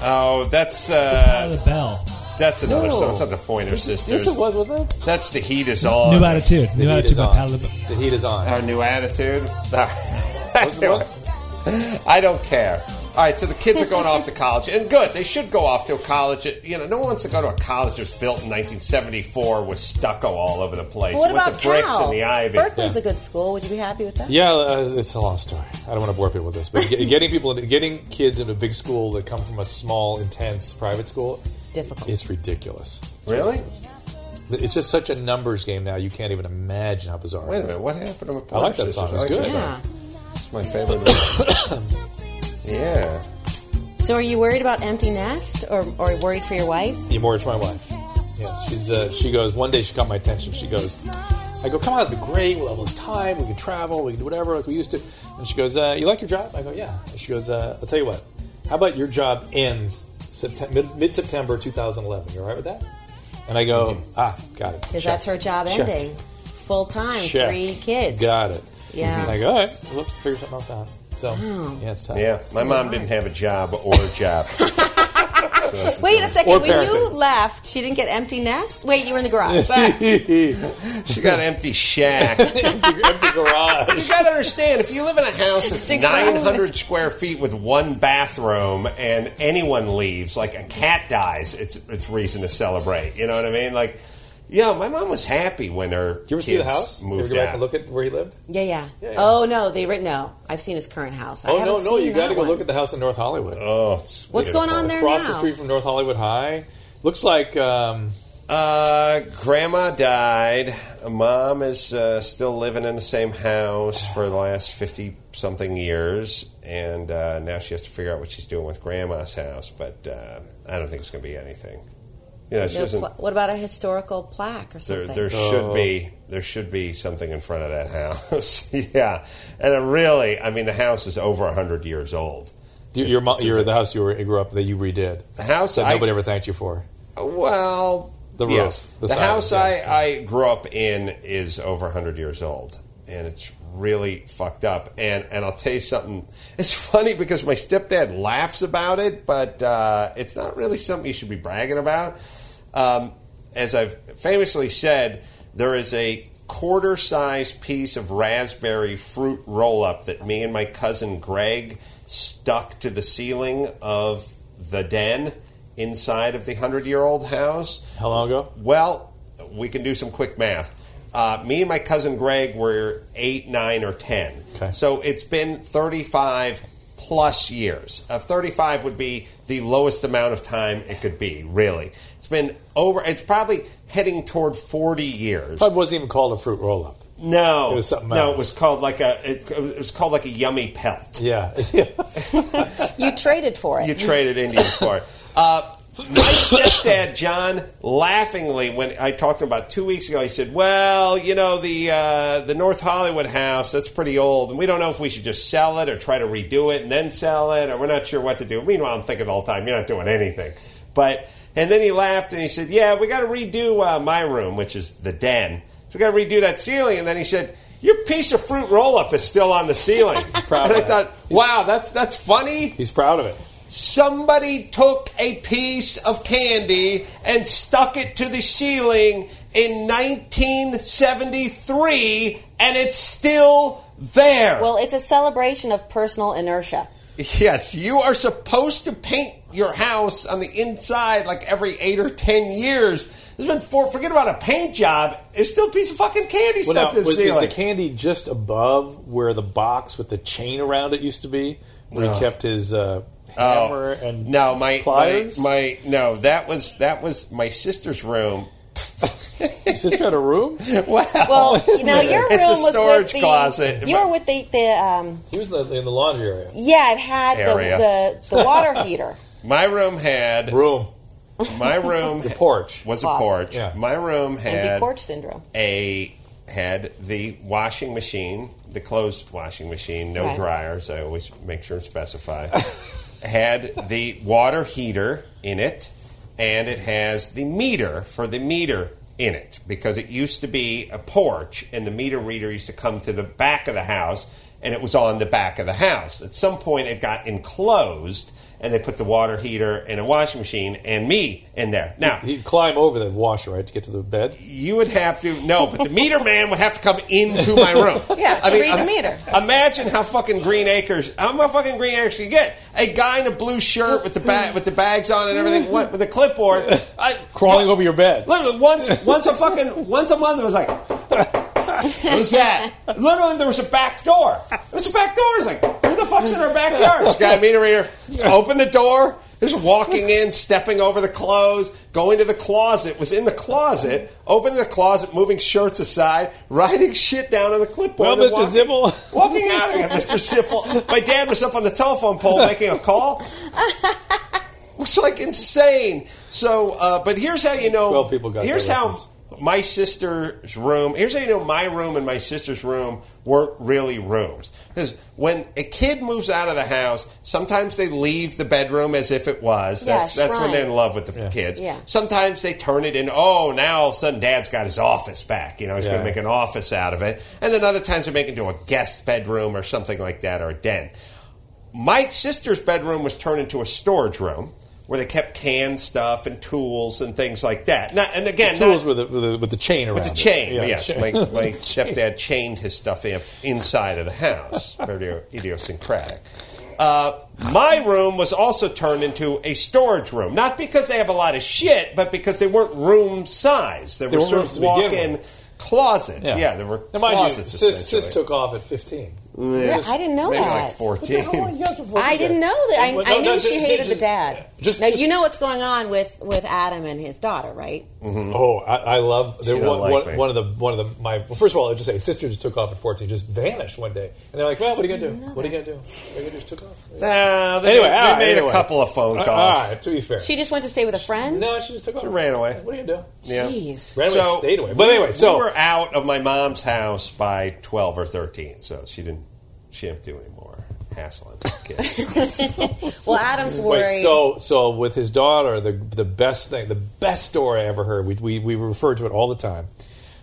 S4: Oh, that's uh,
S10: the bell.
S4: That's another
S9: No.
S4: song. It's not the Pointer Sisters.
S9: Yes, it was, wasn't it?
S4: That's the heat is on.
S10: New Attitude.
S4: The
S10: New
S4: heat
S10: Attitude
S4: is
S10: by
S4: on.
S10: Pat LaBelle.
S9: The heat is on.
S4: Our new attitude. I don't care. All right, so the kids are going off to college, and good. They should go off to a college. You know, no one wants to go to a college that was built in 1974 with stucco all over the place,
S7: But what
S4: with
S7: about
S4: the bricks
S7: Cal?
S4: and the ivy.
S7: Berkeley's a good school. Would you be happy with that?
S9: Yeah, uh, it's a long story. I don't want to bore people with this, but get- getting people, into, getting kids into a big school that come from a small, intense private school, it's
S7: difficult.
S9: It's ridiculous.
S4: Really?
S9: It's just such a numbers game now. You can't even imagine how bizarre. it
S4: Wait a
S9: is.
S4: minute, what happened to my
S9: I like
S4: Pointer
S9: that song.
S4: Sisters?
S9: It's
S4: I
S9: good.
S4: like that It's my favorite. one. yeah.
S7: So are you worried about empty nest or, or worried for your wife?
S9: You mortgage my wife. Yes, she's. Uh, she goes. One day she caught my attention. She goes. I go. Come on, it'd be great. We'll have all this time. We can travel. We can do whatever like we used to. And she goes. Uh, you like your job? I go. Yeah. And she goes. Uh, I'll tell you what. How about your job ends September, mid September 2011? You all right with that? And I go. Ah, got it.
S7: Because
S9: Check.
S7: that's her job
S9: Check.
S7: ending. Full time,
S9: Check.
S7: three kids.
S9: Got it.
S7: Yeah.
S9: And I go. All right. We'll have to figure something else out. So yeah, it's tough.
S4: Yeah, my mom didn't have a job or a job.
S7: Wait a second.
S4: Or
S7: When you
S4: parenting.
S7: left, she didn't get empty nest? Wait, you were in the garage.
S4: she got an empty shack.
S9: empty garage.
S4: You gotta understand, if you live in a house that's
S7: Stick around.
S4: 900 square feet with one bathroom and anyone leaves, like a cat dies, it's it's reason to celebrate. You know what I mean? Like, yeah, my mom was happy when her
S9: You ever
S4: kids
S9: see the house? You ever
S4: moved
S9: go back
S4: out.
S9: and look at where he lived?
S7: yeah, yeah,
S9: Yeah, yeah.
S7: Oh, no. They were, no. I've seen his current house. I
S9: oh no,
S7: haven't
S9: no!
S7: seen
S9: You got to
S7: that
S9: go
S7: one.
S9: look at the house in North Hollywood.
S4: Oh, it's
S7: What's going on there
S9: Across the
S7: now?
S9: street from North Hollywood High, looks like um,
S4: Uh, grandma died. Mom is uh, still living in the same house for the last 50 something years. And uh, now she has to figure out what she's doing with grandma's house. But uh, I don't think it's going to be anything. You know, she
S7: No
S4: doesn't.
S7: pla- what about a historical plaque or
S4: There,
S7: something?
S4: there should be there should be something in front of that house. yeah, and it really, I mean, the house is over hundred years old.
S9: your, your, mo- your the house you were, grew up that you redid. The
S4: house
S9: that
S4: I-
S9: nobody ever thanked you for.
S4: Well,
S9: The roof,
S4: yes.
S9: the
S4: the,
S9: siding,
S4: house I, I grew up in is over hundred years old, and it's really fucked up. And and I'll tell you something. It's funny because my stepdad laughs about it, but uh, it's not really something you should be bragging about. Um, as I've famously said, there is a quarter size piece of raspberry fruit roll up that me and my cousin Greg stuck to the ceiling of the den inside of the 100 year old house.
S9: How long ago?
S4: Well, we can do some quick math. Uh, me and my cousin Greg were eight, nine, or ten. Okay. So it's been thirty-five plus years. Uh, thirty-five would be the lowest amount of time it could be. Really, it's been over. It's probably heading toward forty years.
S9: Probably wasn't even called a fruit roll up.
S4: No,
S9: It was something
S4: no,
S9: else.
S4: it was called like a it, it was called like a yummy pelt.
S9: Yeah,
S7: you traded for it.
S4: You traded Indians for it. Uh, my stepdad John laughingly when I talked to him about two weeks ago, he said, "Well, you know the uh, the North Hollywood house that's pretty old, and we don't know if we should just sell it or try to redo it and then sell it, or we're not sure what to do." Meanwhile, I'm thinking the whole time, "You're not doing anything," but and then he laughed and he said, "Yeah, we got to redo uh, my room, which is the den. So we got to redo that ceiling." And then he said. Your piece of fruit roll up is still on the ceiling. and I thought, wow, that's that's funny.
S9: He's proud of it.
S4: somebody took a piece of candy and stuck it to the ceiling in 1973 and it's still there.
S7: Well, it's a celebration of personal inertia.
S4: Yes, you are supposed to paint your house on the inside like every eight or ten years. There's been four. Forget about a paint job. It's still a piece of fucking candy
S9: Well,
S4: stuck
S9: now,
S4: to the
S9: was, is
S4: ceiling.
S9: the candy just above where the box with the chain around it used to be, where
S4: Ugh.
S9: he kept his uh,
S4: Oh,
S9: hammer and
S4: no, my, my
S9: pliers?
S4: my no, that was that was my sister's room.
S9: sister had a room.
S7: Well, now your room
S4: It's a
S7: was
S4: storage
S7: with the
S4: closet.
S7: You were with the, the um,
S9: He was in the, in the laundry area.
S7: yeah, it had
S4: Area.
S7: the, the the water heater.
S4: My room had
S9: Room.
S4: my room
S9: The porch.
S4: was a
S7: Closet.
S4: porch.
S9: Yeah.
S4: My room had
S7: Empty porch syndrome.
S4: a had the washing machine, the clothes washing machine, no
S7: Right.
S4: dryers. I always make sure and specify. had the water heater in it, and it has the meter for the meter in it because it used to be a porch, and the meter reader used to come to the back of the house, and it was on the back of the house. At some point, it got enclosed. And they put the water heater and a washing machine and me in there. Now
S9: He'd climb over the washer right to get to the bed.
S4: you would have to no, but the meter man would have to come into my room.
S7: Yeah, to read the
S4: im-
S7: meter.
S4: Imagine how fucking Green Acres, how much fucking Green Acres you get. A guy in a blue shirt with the ba- with the bags on and everything, what with a clipboard, I,
S9: Crawling over your bed.
S4: Literally, once once a fucking once a month, it was like, what was that? Literally, there was a back door. There was a back door. It's like, who the fuck's in our backyard? This guy, meter reader, open the door. Just walking in, stepping over the clothes, going to the closet. Was in the closet, opening the closet, moving shirts aside, writing shit down on the clipboard.
S9: Well,
S4: and
S9: Mr. Zippel.
S4: walking out of here, Mr. Zippel. My dad was up on the telephone pole making a call. It's like insane. So, uh, but here's how you know.
S9: Twelve people got
S4: Here's
S9: that
S4: how
S9: reference.
S4: my sister's room. Here's how you know my room and my sister's room weren't really rooms. Because when a kid moves out of the house, sometimes they leave the bedroom as if it was.
S7: Yeah,
S4: That's that's when
S7: shrine.
S4: they're in love with the kids.
S7: Yeah.
S4: Sometimes they turn it in. Oh, now all of a sudden, Dad's got his office back. You know, he's
S9: Yeah.
S4: going to make an office out of it. And then other times they make it into a guest bedroom or something like that or a den. My sister's bedroom was turned into a storage room where they kept canned stuff and tools and things like that. Now, and again,
S9: Tools
S4: not-
S9: with the, with the with the chain around.
S4: with the
S9: it.
S4: chain.
S9: Yeah, the
S4: yes,
S9: chain.
S4: my, my stepdad chained his stuff in, inside of the house. Very idiosyncratic. Uh, my room was also turned into a storage room, not because they have a lot of shit, but because they weren't room size. They,
S9: They
S4: were
S9: weren't
S4: sort
S9: rooms to
S4: of
S9: begin
S4: walk-in
S9: with.
S4: closets. Yeah. there were
S9: Now, mind
S4: closets.
S9: You, sis,
S4: essentially.
S9: sis took off at fifteen.
S7: Yeah, I didn't know
S4: Maybe
S7: that.
S4: like fourteen.
S7: I didn't know that. I,
S9: Well,
S7: I
S9: no,
S7: knew
S9: no,
S7: she
S9: just-
S7: hated
S9: just-
S7: the dad.
S9: just-
S7: now
S9: just-
S7: you know what's going on with with Adam and his daughter, right?
S9: Oh, I, I love there,
S4: Mm-hmm. don't
S9: one,
S4: like
S9: one-
S4: me.
S9: one of the one of the my. Well, first of all, I just say sister just took off at fourteen, just vanished one day, and they're like, "Well, what are you gonna do? What are you gonna do? What are you gonna do?" Just took off.
S4: Nah, they,
S9: Anyway,
S4: they
S9: all right,
S4: made
S9: anyway. Uh,
S4: a couple of phone calls.
S9: All right, to be fair,
S7: She just went to stay with a friend.
S9: no, she just took off. She
S4: ran away.
S9: What are you gonna do?
S4: Yeah.
S7: Jeez.
S9: Ran away,
S4: So,
S9: stayed away. But anyway, so
S4: we were out of my mom's house by twelve or thirteen, so she didn't she didn't do any more hassling kids.
S7: Well, Adam's worried.
S9: Wait, so so with his daughter, the the best thing, the best story I ever heard. We we, we refer to it all the time.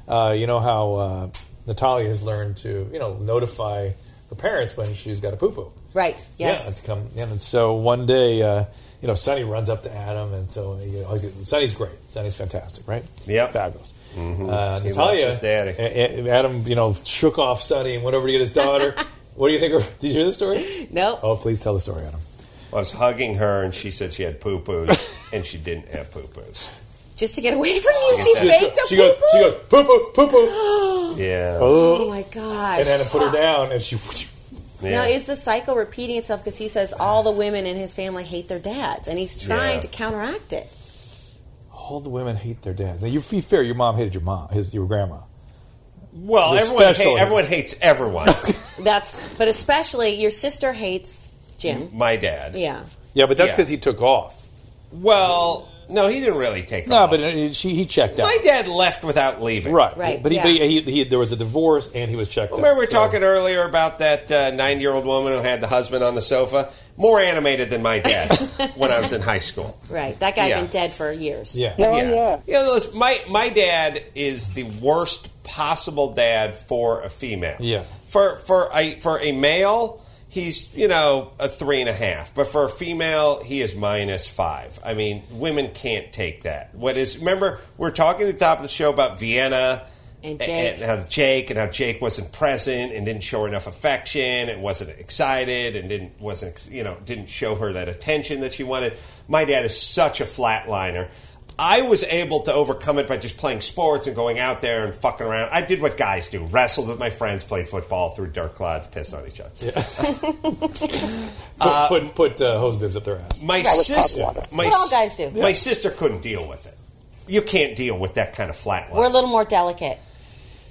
S9: Uh, you know how uh, Natalia has learned to you know notify her parents when she's got a poo poo.
S7: right?
S9: Yeah, it's
S7: Yes.
S9: come in. And so one day, uh, you know, Sonny runs up to Adam, and so you know, always- Sonny's great. Sonny's fantastic, right?
S4: Yep. Mm-hmm.
S9: fabulous. Uh,
S4: He
S9: Natalia,
S4: loves his daddy.
S9: A- A- Adam, you know, shook off Sonny and went over to get his daughter. what do you think? Of, did you hear the story?
S7: Nope.
S9: Oh, please tell the story, Adam.
S4: I was hugging her, and she said she had poo poos, and she didn't have poo poos.
S7: Just to get away from you, she faked a
S9: she goes,
S7: poo-poo?
S9: she goes, poo poo, poo poo,
S4: Yeah,
S7: Oh my gosh!
S9: and Adam put her down, and she.
S4: yeah.
S7: Now, is the cycle repeating itself? Because he says all the women in his family hate their dads, and he's trying
S4: Yeah.
S7: to counteract it.
S9: All the women hate their dads. Now, you be fair. Your mom hated your mom, his your grandma.
S4: well,
S9: the
S4: everyone
S9: special-
S4: hate, everyone hates everyone.
S7: That's, but especially your sister hates Jim.
S4: my dad.
S7: Yeah.
S9: Yeah, but that's
S4: Yeah.
S9: because he took off.
S4: Well, no, he didn't really take
S9: No,
S4: off.
S9: but uh, she, he checked out.
S4: my dad left without leaving.
S9: Right,
S7: Right,
S9: But, he,
S7: yeah.
S9: but he, he, he- there was a divorce, and he was checked out.
S4: Remember, we were
S9: so-
S4: talking earlier about that uh, nine-year-old woman who had the husband on the sofa. More animated than my dad when I was in high school.
S7: Right. That guy
S4: Yeah.
S7: had been dead for years.
S9: Yeah.
S4: yeah. You know, listen, my my dad is the worst possible dad for a female.
S9: Yeah.
S4: For for a for a male, he's you know a three and a half, but for a female, he is minus five. I mean, women can't take that. What is? Remember, we we're talking at the top of the show about Vienna
S7: And Jake.
S4: and how Jake and how Jake wasn't present and didn't show her enough affection and wasn't excited and didn't wasn't ex- you know didn't show her that attention that she wanted. My dad is such a flatliner. I was able to overcome it by just playing sports and going out there and fucking around. I did what guys do: wrestled with my friends, played football, threw dirt clods, pissed on each other.
S9: Put put, put uh, hose bibs up their ass.
S4: My
S7: Yeah, with hot
S4: sister,
S7: water.
S4: my
S7: What all
S4: s-
S7: guys do.
S4: My sister couldn't deal with it. You can't deal with that kind of flatline.
S7: We're a little more delicate.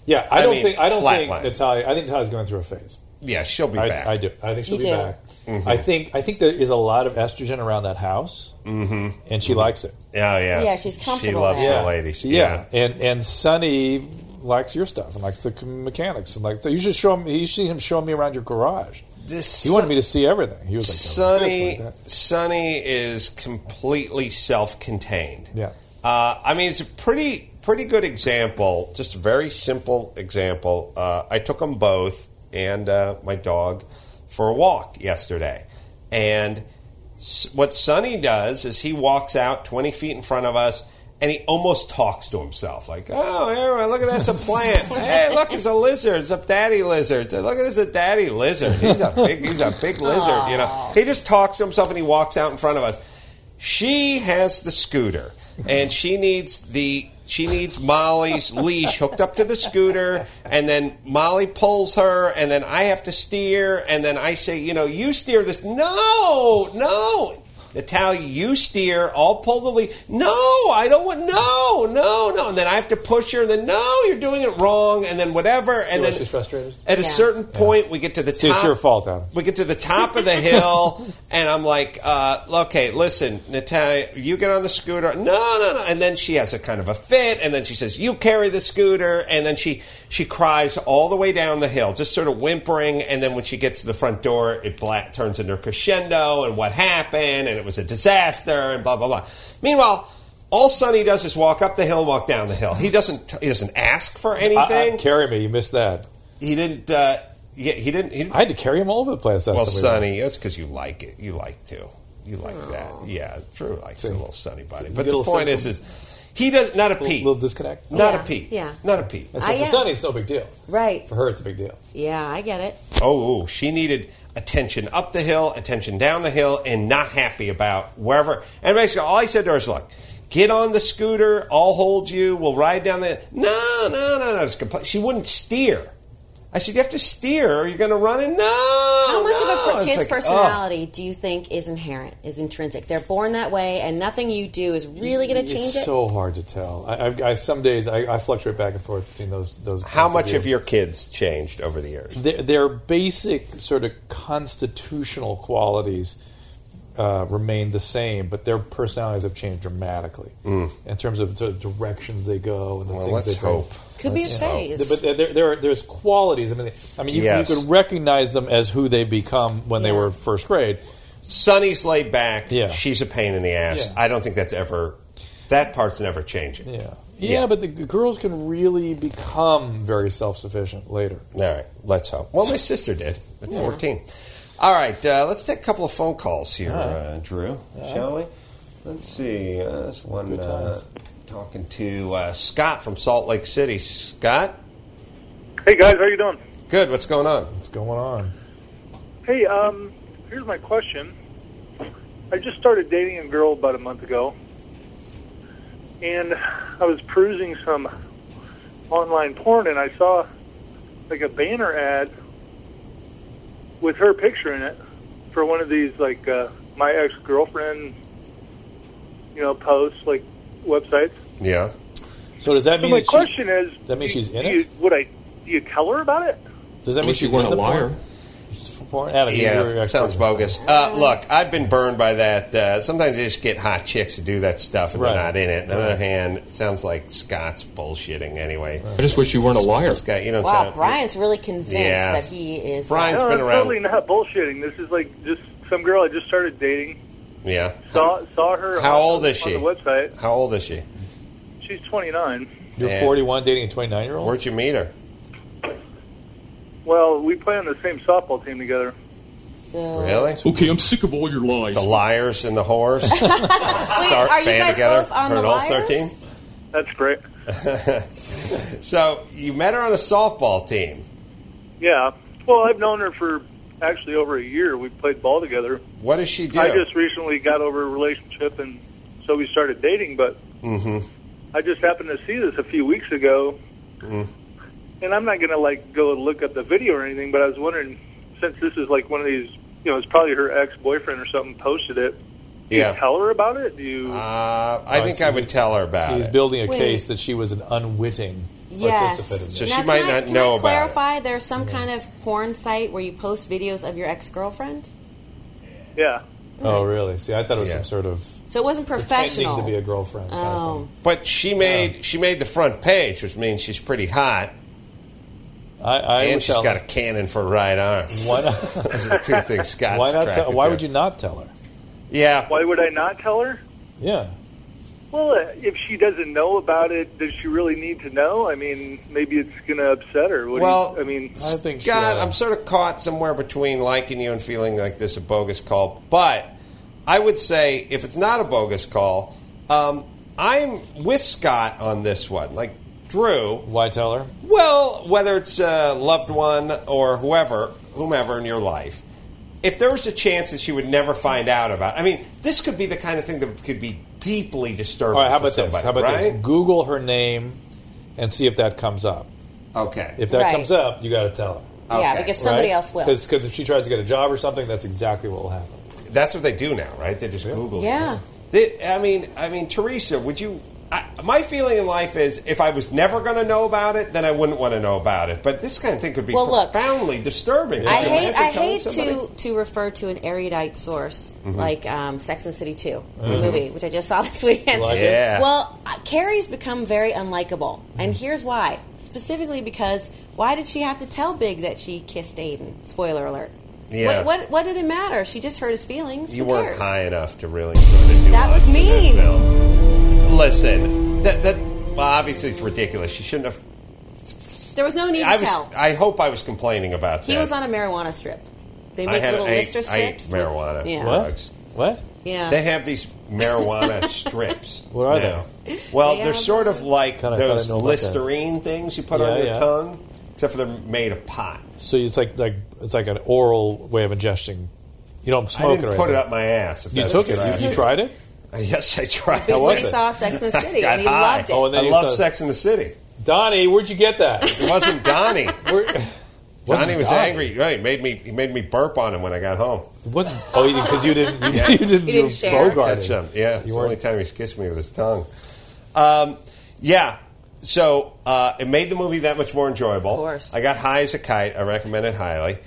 S9: Yeah, I,
S4: I
S9: don't
S4: mean,
S9: think I don't
S4: flat
S9: think
S4: line.
S9: Natalia. I think Natalia's going through a phase.
S4: yeah, she'll be back. Mm-hmm.
S9: I, I do. I think she'll
S7: You
S9: be
S7: do.
S9: back. I think I think there is a lot of estrogen around that house, mm-hmm. and she likes it.
S4: Oh yeah,
S7: Yeah, she's
S4: She
S7: comfortable
S4: loves
S7: now.
S4: the lady. She-
S9: Yeah. and and Sonny likes your stuff and likes the mechanics and like so you should show him. You should see him showing me around your garage.
S4: This
S9: He wanted me to see everything. He was like
S4: Sonny,
S9: "Oh, this, like that."
S4: Sonny is completely self-contained.
S9: Yeah.
S4: Uh, I mean, it's a pretty pretty good example. Just a very simple example. Uh, I took them both and uh, my dog for a walk yesterday, and s- what Sonny does is he walks out twenty feet in front of us. And he almost talks to himself, like, "Oh, Aaron, look at that's a plant. hey, look, it's a lizard. It's a daddy lizard. Look at this, a daddy lizard. He's a big, he's a big lizard. You know, he just talks to himself and he walks out in front of us she has the scooter and she needs the she needs Molly's leash hooked up to the scooter and then Molly pulls her and then I have to steer and then I say, you know, you steer this. No, no. Natalia, you steer. I'll pull the leash. No, I don't want. No, no, no. And then I have to push her. And then no, you're doing it wrong. And then whatever. And
S9: why
S4: then
S9: she's frustrated?
S4: At a
S7: Yeah.
S4: certain point, we get to the
S9: See,
S4: top.
S9: it's your fault, Adam.
S4: We get to the top of the hill, and I'm like, uh, okay, listen, Natalia, you get on the scooter. No, no, no. And then she has a kind of a fit, and then she says, you carry the scooter. And then she, she cries all the way down the hill, just sort of whimpering. And then when she gets to the front door, it bla- turns into a crescendo and what happened, and it was a disaster, and blah, blah, blah. Meanwhile, all Sonny does is walk up the hill and walk down the hill. He doesn't, he doesn't ask for
S9: I, I,
S4: anything.
S9: carry me. You missed that.
S4: he didn't, uh, yeah, he didn't, he didn't
S9: I had to carry him all over the place. That's
S4: well,
S9: the way we-
S4: Sonny, that's because you like it. You like to. You like
S7: Oh.
S4: that. Yeah, Drew likes a little Sunny body. But the
S9: little
S4: point is,
S9: sense
S4: is he does not a peep.
S9: little disconnect.
S4: Not
S7: Yeah,
S4: a peep.
S7: yeah.
S4: Not a peep.
S9: And
S7: I
S9: so
S7: uh,
S9: for
S7: am.
S9: Sonny, it's no big deal.
S7: Right.
S9: For her, it's a big deal.
S7: Yeah, I get it.
S4: Oh, ooh, she needed attention up the hill, attention down the hill, and not happy about wherever. And basically, all I said to her is, look, get on the scooter. I'll hold you. We'll ride down the. No, no, no, no. It's compl- she wouldn't steer. I said, you have to steer or you're going to run in. No.
S7: How much
S4: no."
S7: of a
S4: It's
S7: kid's
S4: like, oh.
S7: personality do you think is inherent, is intrinsic? They're born that way, and nothing you do is really going to change
S9: It's
S7: it.
S9: so hard to tell. I, I, I some days I, I fluctuate back and forth between those those.
S4: How
S9: points
S4: much
S9: view.
S4: have your kids changed over the years?
S9: their, their basic sort of constitutional qualities uh, remain the same, but their personalities have changed dramatically in terms of the directions they go and the
S4: Mm. Well,
S9: things
S4: let's
S9: they bring.
S4: hope.
S7: Could be a phase.
S9: But there, there, there are, there's qualities. I mean, I mean, you,
S4: Yes.
S9: you could recognize them as who they become when they
S7: Yeah.
S9: were first grade.
S4: Sonny's laid back.
S9: Yeah.
S4: She's a pain in the ass.
S9: Yeah.
S4: I don't think that's ever. That part's never changing.
S9: Yeah, yeah, but the g- girls can really become very self-sufficient later.
S4: All right. Let's hope. Well, my sister did at 14. All right. Uh, let's take a couple of phone calls here, uh, Drew, shall we? Let's see. Uh, this one uh, talking to uh, Scott from Salt Lake City. Scott?
S10: Hey guys, how you doing?
S4: Good. What's going on?
S9: What's going on?
S10: Hey, um, here's my question. I just started dating a girl about a month ago, and I was perusing some online porn, and I saw like a banner ad with her picture in it for one of these like uh, my ex girlfriend, you know, posts like websites.
S4: Yeah.
S9: So does that
S10: So
S9: mean
S10: my
S9: that she-
S10: question is,
S9: that means
S10: do-
S9: she's in
S10: do
S9: it?
S10: You, would I? Do you tell her about it?
S9: does that mean she's in the porn? She's from porn? Adam, you- you're
S4: Yeah,
S9: expert
S4: sounds
S9: in this.
S4: bogus. Uh, look, I've been burned by that. Uh, sometimes they just get hot chicks to do that stuff and
S9: Right.
S4: they're not in it. On the other hand, it sounds like Scott's bullshitting anyway.
S11: I just wish you weren't a liar.
S4: This guy, you know,
S7: wow,
S4: sound,
S7: Brian's really convinced
S4: Yeah.
S7: that he is.
S4: Brian's
S10: no,
S4: been
S10: that's
S4: around.
S10: "Oh, totally not bullshitting. This is like just some girl I just started dating.
S4: Yeah.
S10: Saw saw her.
S4: How
S10: on,
S4: old is
S10: on
S4: she?
S10: the website.
S4: How old is she?
S10: She's 29.
S9: You're
S4: Yeah.
S9: 41 dating a 29 year old?
S4: Where'd you meet her?
S10: Well, we play on the same softball team together.
S7: So
S4: Really?
S11: Okay, I'm sick of all your lies.
S4: The liars and the whores. Start
S7: are you
S4: band
S7: guys
S4: together
S7: both on
S4: for
S7: the
S4: an all
S7: liars?
S4: star team.
S10: That's great.
S4: so you met her on a softball team.
S10: Yeah. Well, I've known her for actually over a year. We played ball together.
S4: What does she do?
S10: I just recently got over a relationship, and so we started dating. But
S4: Mm-hmm.
S10: I just happened to see this a few weeks ago,
S4: Mm.
S10: and I'm not gonna like go look up the video or anything. But I was wondering, since this is like one of these, you know, it's probably her ex boyfriend or something posted it. Do
S4: Yeah.
S10: you tell her about it? Do you?
S9: Oh,
S4: Uh, I think I would tell her about
S9: He's
S4: it.
S9: building a
S7: Wait.
S9: case that she was an unwitting participant. in
S7: Yes.
S9: this.
S7: Now, can I- can I clarify? There's some kind of porn site where you post videos of your ex girlfriend.
S10: Yeah.
S9: Oh, really? See, I thought it was some sort of
S7: So it wasn't
S9: pretending
S7: professional.
S9: to be a girlfriend.
S7: oh,
S4: But she made she made the front page, which means she's pretty hot.
S9: I, I
S4: and
S9: would
S4: she's
S9: tell-
S4: got a cannon for a right arm.
S9: Why not?
S4: Those are the two things Scott's
S9: why not?
S4: attracted
S9: Tell, why
S4: to.
S9: would you not tell her?
S4: Yeah.
S10: Why would I not tell her?
S9: Yeah.
S10: Well, uh, if she doesn't know about it, does she really need to know? I mean, maybe it's going to upset her. What do you-
S4: Well,
S10: I mean,
S4: God, I'm sort of caught somewhere between liking you and feeling like this a bogus call. But I would say if it's not a bogus call, um, I'm with Scott on this one. Like Drew,
S9: why tell her?
S4: Well, whether it's a loved one or whoever, whomever in your life, if there was a chance that she would never find out about, I mean, this could be the kind of thing that could be deeply disturbing.
S9: All right. How
S4: to
S9: about
S4: somebody,
S9: this? How about
S4: right?
S9: this? Google her name and see if that comes up.
S4: Okay.
S9: If that
S7: Right.
S9: comes up, you got to tell her.
S7: Yeah, Okay. because somebody else will.
S9: Because if she tries to get a job or something, that's exactly what will happen.
S4: That's what they do now, right? They just Google.
S7: yeah.
S4: They- I mean, I mean, Teresa, would you? I, my feeling in life is if I was never going to know about it, then I wouldn't want to know about it. But this kind of thing could be
S7: Well, look.
S4: profoundly disturbing.
S7: I
S4: Could you
S7: hate
S4: imagine
S7: I
S4: telling
S7: hate
S4: somebody?
S7: to to refer to an erudite source
S4: Mhm.
S7: like um, Sex and the City 2 the
S4: Mhm.
S7: movie, which I just saw this weekend.
S4: You like it? Yeah.
S7: Well, uh, Carrie's become very unlikable,
S4: Mm.
S7: and here's why. Specifically because why did she have to tell Big that she kissed Aiden? Spoiler alert.
S4: Yeah.
S7: What, what what did it matter? She just hurt his feelings.
S4: You
S7: Who
S4: weren't
S7: cares?
S4: high enough to really. Sort of
S7: That was
S4: nuance
S7: mean.
S4: in film. Listen, that that well, obviously it's ridiculous. She shouldn't have.
S7: There was no need
S4: I
S7: to
S4: was.
S7: tell.
S4: I hope I was complaining about
S7: He
S4: that.
S7: was on a marijuana strip. They
S4: I
S7: make
S4: had-
S7: little
S4: I ate-
S7: lister
S4: I ate
S7: strips. with-
S4: marijuana
S7: yeah.
S4: drugs.
S9: What?
S7: Yeah.
S4: They have these marijuana strips.
S9: What are
S4: now. Well,
S7: They
S4: they're
S7: are-
S4: sort of like
S9: Kinda- kinda
S4: those
S9: know about that.
S4: Listerine things you put
S9: Yeah,
S4: on your
S9: yeah.
S4: tongue, except for they're made of pot.
S9: So it's like like it's like an oral way of ingesting. You don't
S4: I
S9: smoke
S4: didn't
S9: it. Or
S4: put it
S9: anything.
S4: up my ass. If
S9: You
S4: that's
S9: took
S4: what
S9: it.
S4: you're
S9: You- You,
S4: asking.
S9: tried it.
S4: Yes, I tried.
S9: How
S7: When
S9: was
S7: he
S9: it?
S7: saw Sex and the City,
S4: Got
S7: and he
S4: high.
S7: loved it.
S9: Oh, and then
S4: I
S9: you
S4: love
S9: saw-
S4: Sex in the City.
S9: Donnie, where'd you get that?
S4: It wasn't Donnie.
S9: Where- Wasn't
S4: Donnie was
S9: Donnie.
S4: angry. Right, he made me. He made me burp on him when I got home.
S9: It wasn't. Oh, because you didn't. You, you didn't.
S7: You didn't
S9: do
S7: share.
S9: Bogarting.
S4: Catch him. Yeah, it's the only time he's kissed me with his tongue. Um, yeah. So uh, it made the movie that much more enjoyable. Of course. I got high as a kite. I recommend it highly.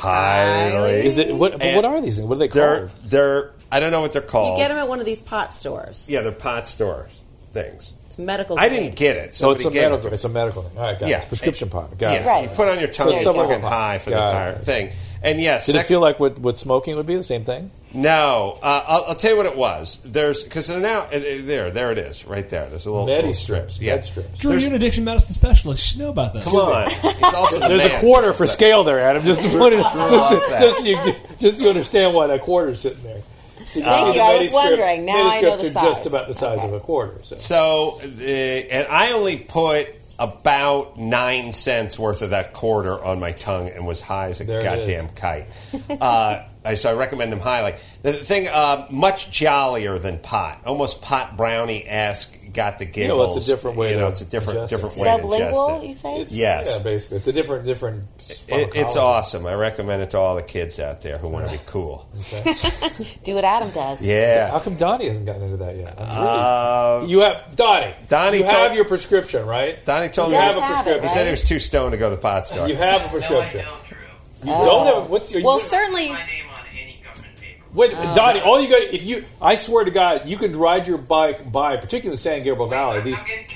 S4: Highly.
S9: Is it- what- but what are these things? What are they
S4: They're,
S9: called?
S4: they're. I don't know what they're
S7: You
S4: called.
S7: get them at one of these pot stores.
S4: yeah, they're pot store things.
S7: It's medical.
S4: I
S7: grade.
S4: didn't get it.
S9: So it's
S4: Somebody
S9: a
S4: gave it to
S9: medical. It's a medical thing. All right, got it.
S4: Yeah.
S9: It's prescription pot. Got
S4: yeah,
S9: it.
S4: you put on your tongue,
S9: So
S4: you
S9: it's something
S4: fucking
S9: like-
S4: high for the
S9: Got it.
S4: entire thing. And yes,
S9: Did it
S4: sex-
S9: feel like what, what smoking would be? The same thing?
S4: No, uh, I'll, I'll tell you what it was. There's because now uh, uh, there, there it is, right there. There's a little
S9: Medi
S4: little
S9: strips,
S4: Yeah,
S9: med strips.
S12: Drew,
S4: There's-
S12: you're an addiction medicine specialist. You should know about this.
S4: come on. It's also the
S9: There's a
S4: man's
S9: quarter
S4: or
S9: for
S4: something.
S9: scale there, Adam. Just to put it, just,
S4: loves
S9: to,
S4: that.
S9: just, so you, get- just so you understand why that quarter's sitting there. So can
S4: Thank
S9: see
S4: you,
S9: the
S4: I was
S9: many
S4: wondering. Now
S9: many
S4: I know the
S9: scripts are
S4: size.
S9: Just about the size of a quarter. So.
S4: So, uh, and I only put about nine cents worth of that quarter on my tongue and was high as a
S9: There it
S4: goddamn kite. Uh, I- so I recommend them highly. The thing, uh, much jollier than pot, almost pot brownie esque. Got the
S9: You know,
S4: giggles.
S9: it's a different way
S4: You know,
S9: to
S4: it's a different
S9: ingest it.
S4: different way to ingest it.
S7: you say?
S9: It's-
S4: Yes.
S9: Yeah, basically. It's a different, different.
S4: It, it's
S9: pharmacology.
S4: awesome. I recommend it to all the kids out there who want to be cool.
S7: Do what Adam does.
S4: Yeah.
S9: How come Donnie hasn't gotten into that yet? I'm
S4: Uh,
S9: you have Donnie.
S4: Donnie
S9: you
S4: told-
S9: have your prescription, right?
S4: Donnie told
S9: you
S4: me
S9: have a prescription.
S4: He said he was too stoned to go to the pot store.
S9: You have a prescription. You
S7: Oh.
S9: don't have. What's your?
S7: well,
S9: you-
S7: certainly.
S9: Wait,
S7: Uh,
S9: Donnie. All you got. If you, I swear to God, you can ride your bike by, particularly the San Gabriel Valley. These. I'm getting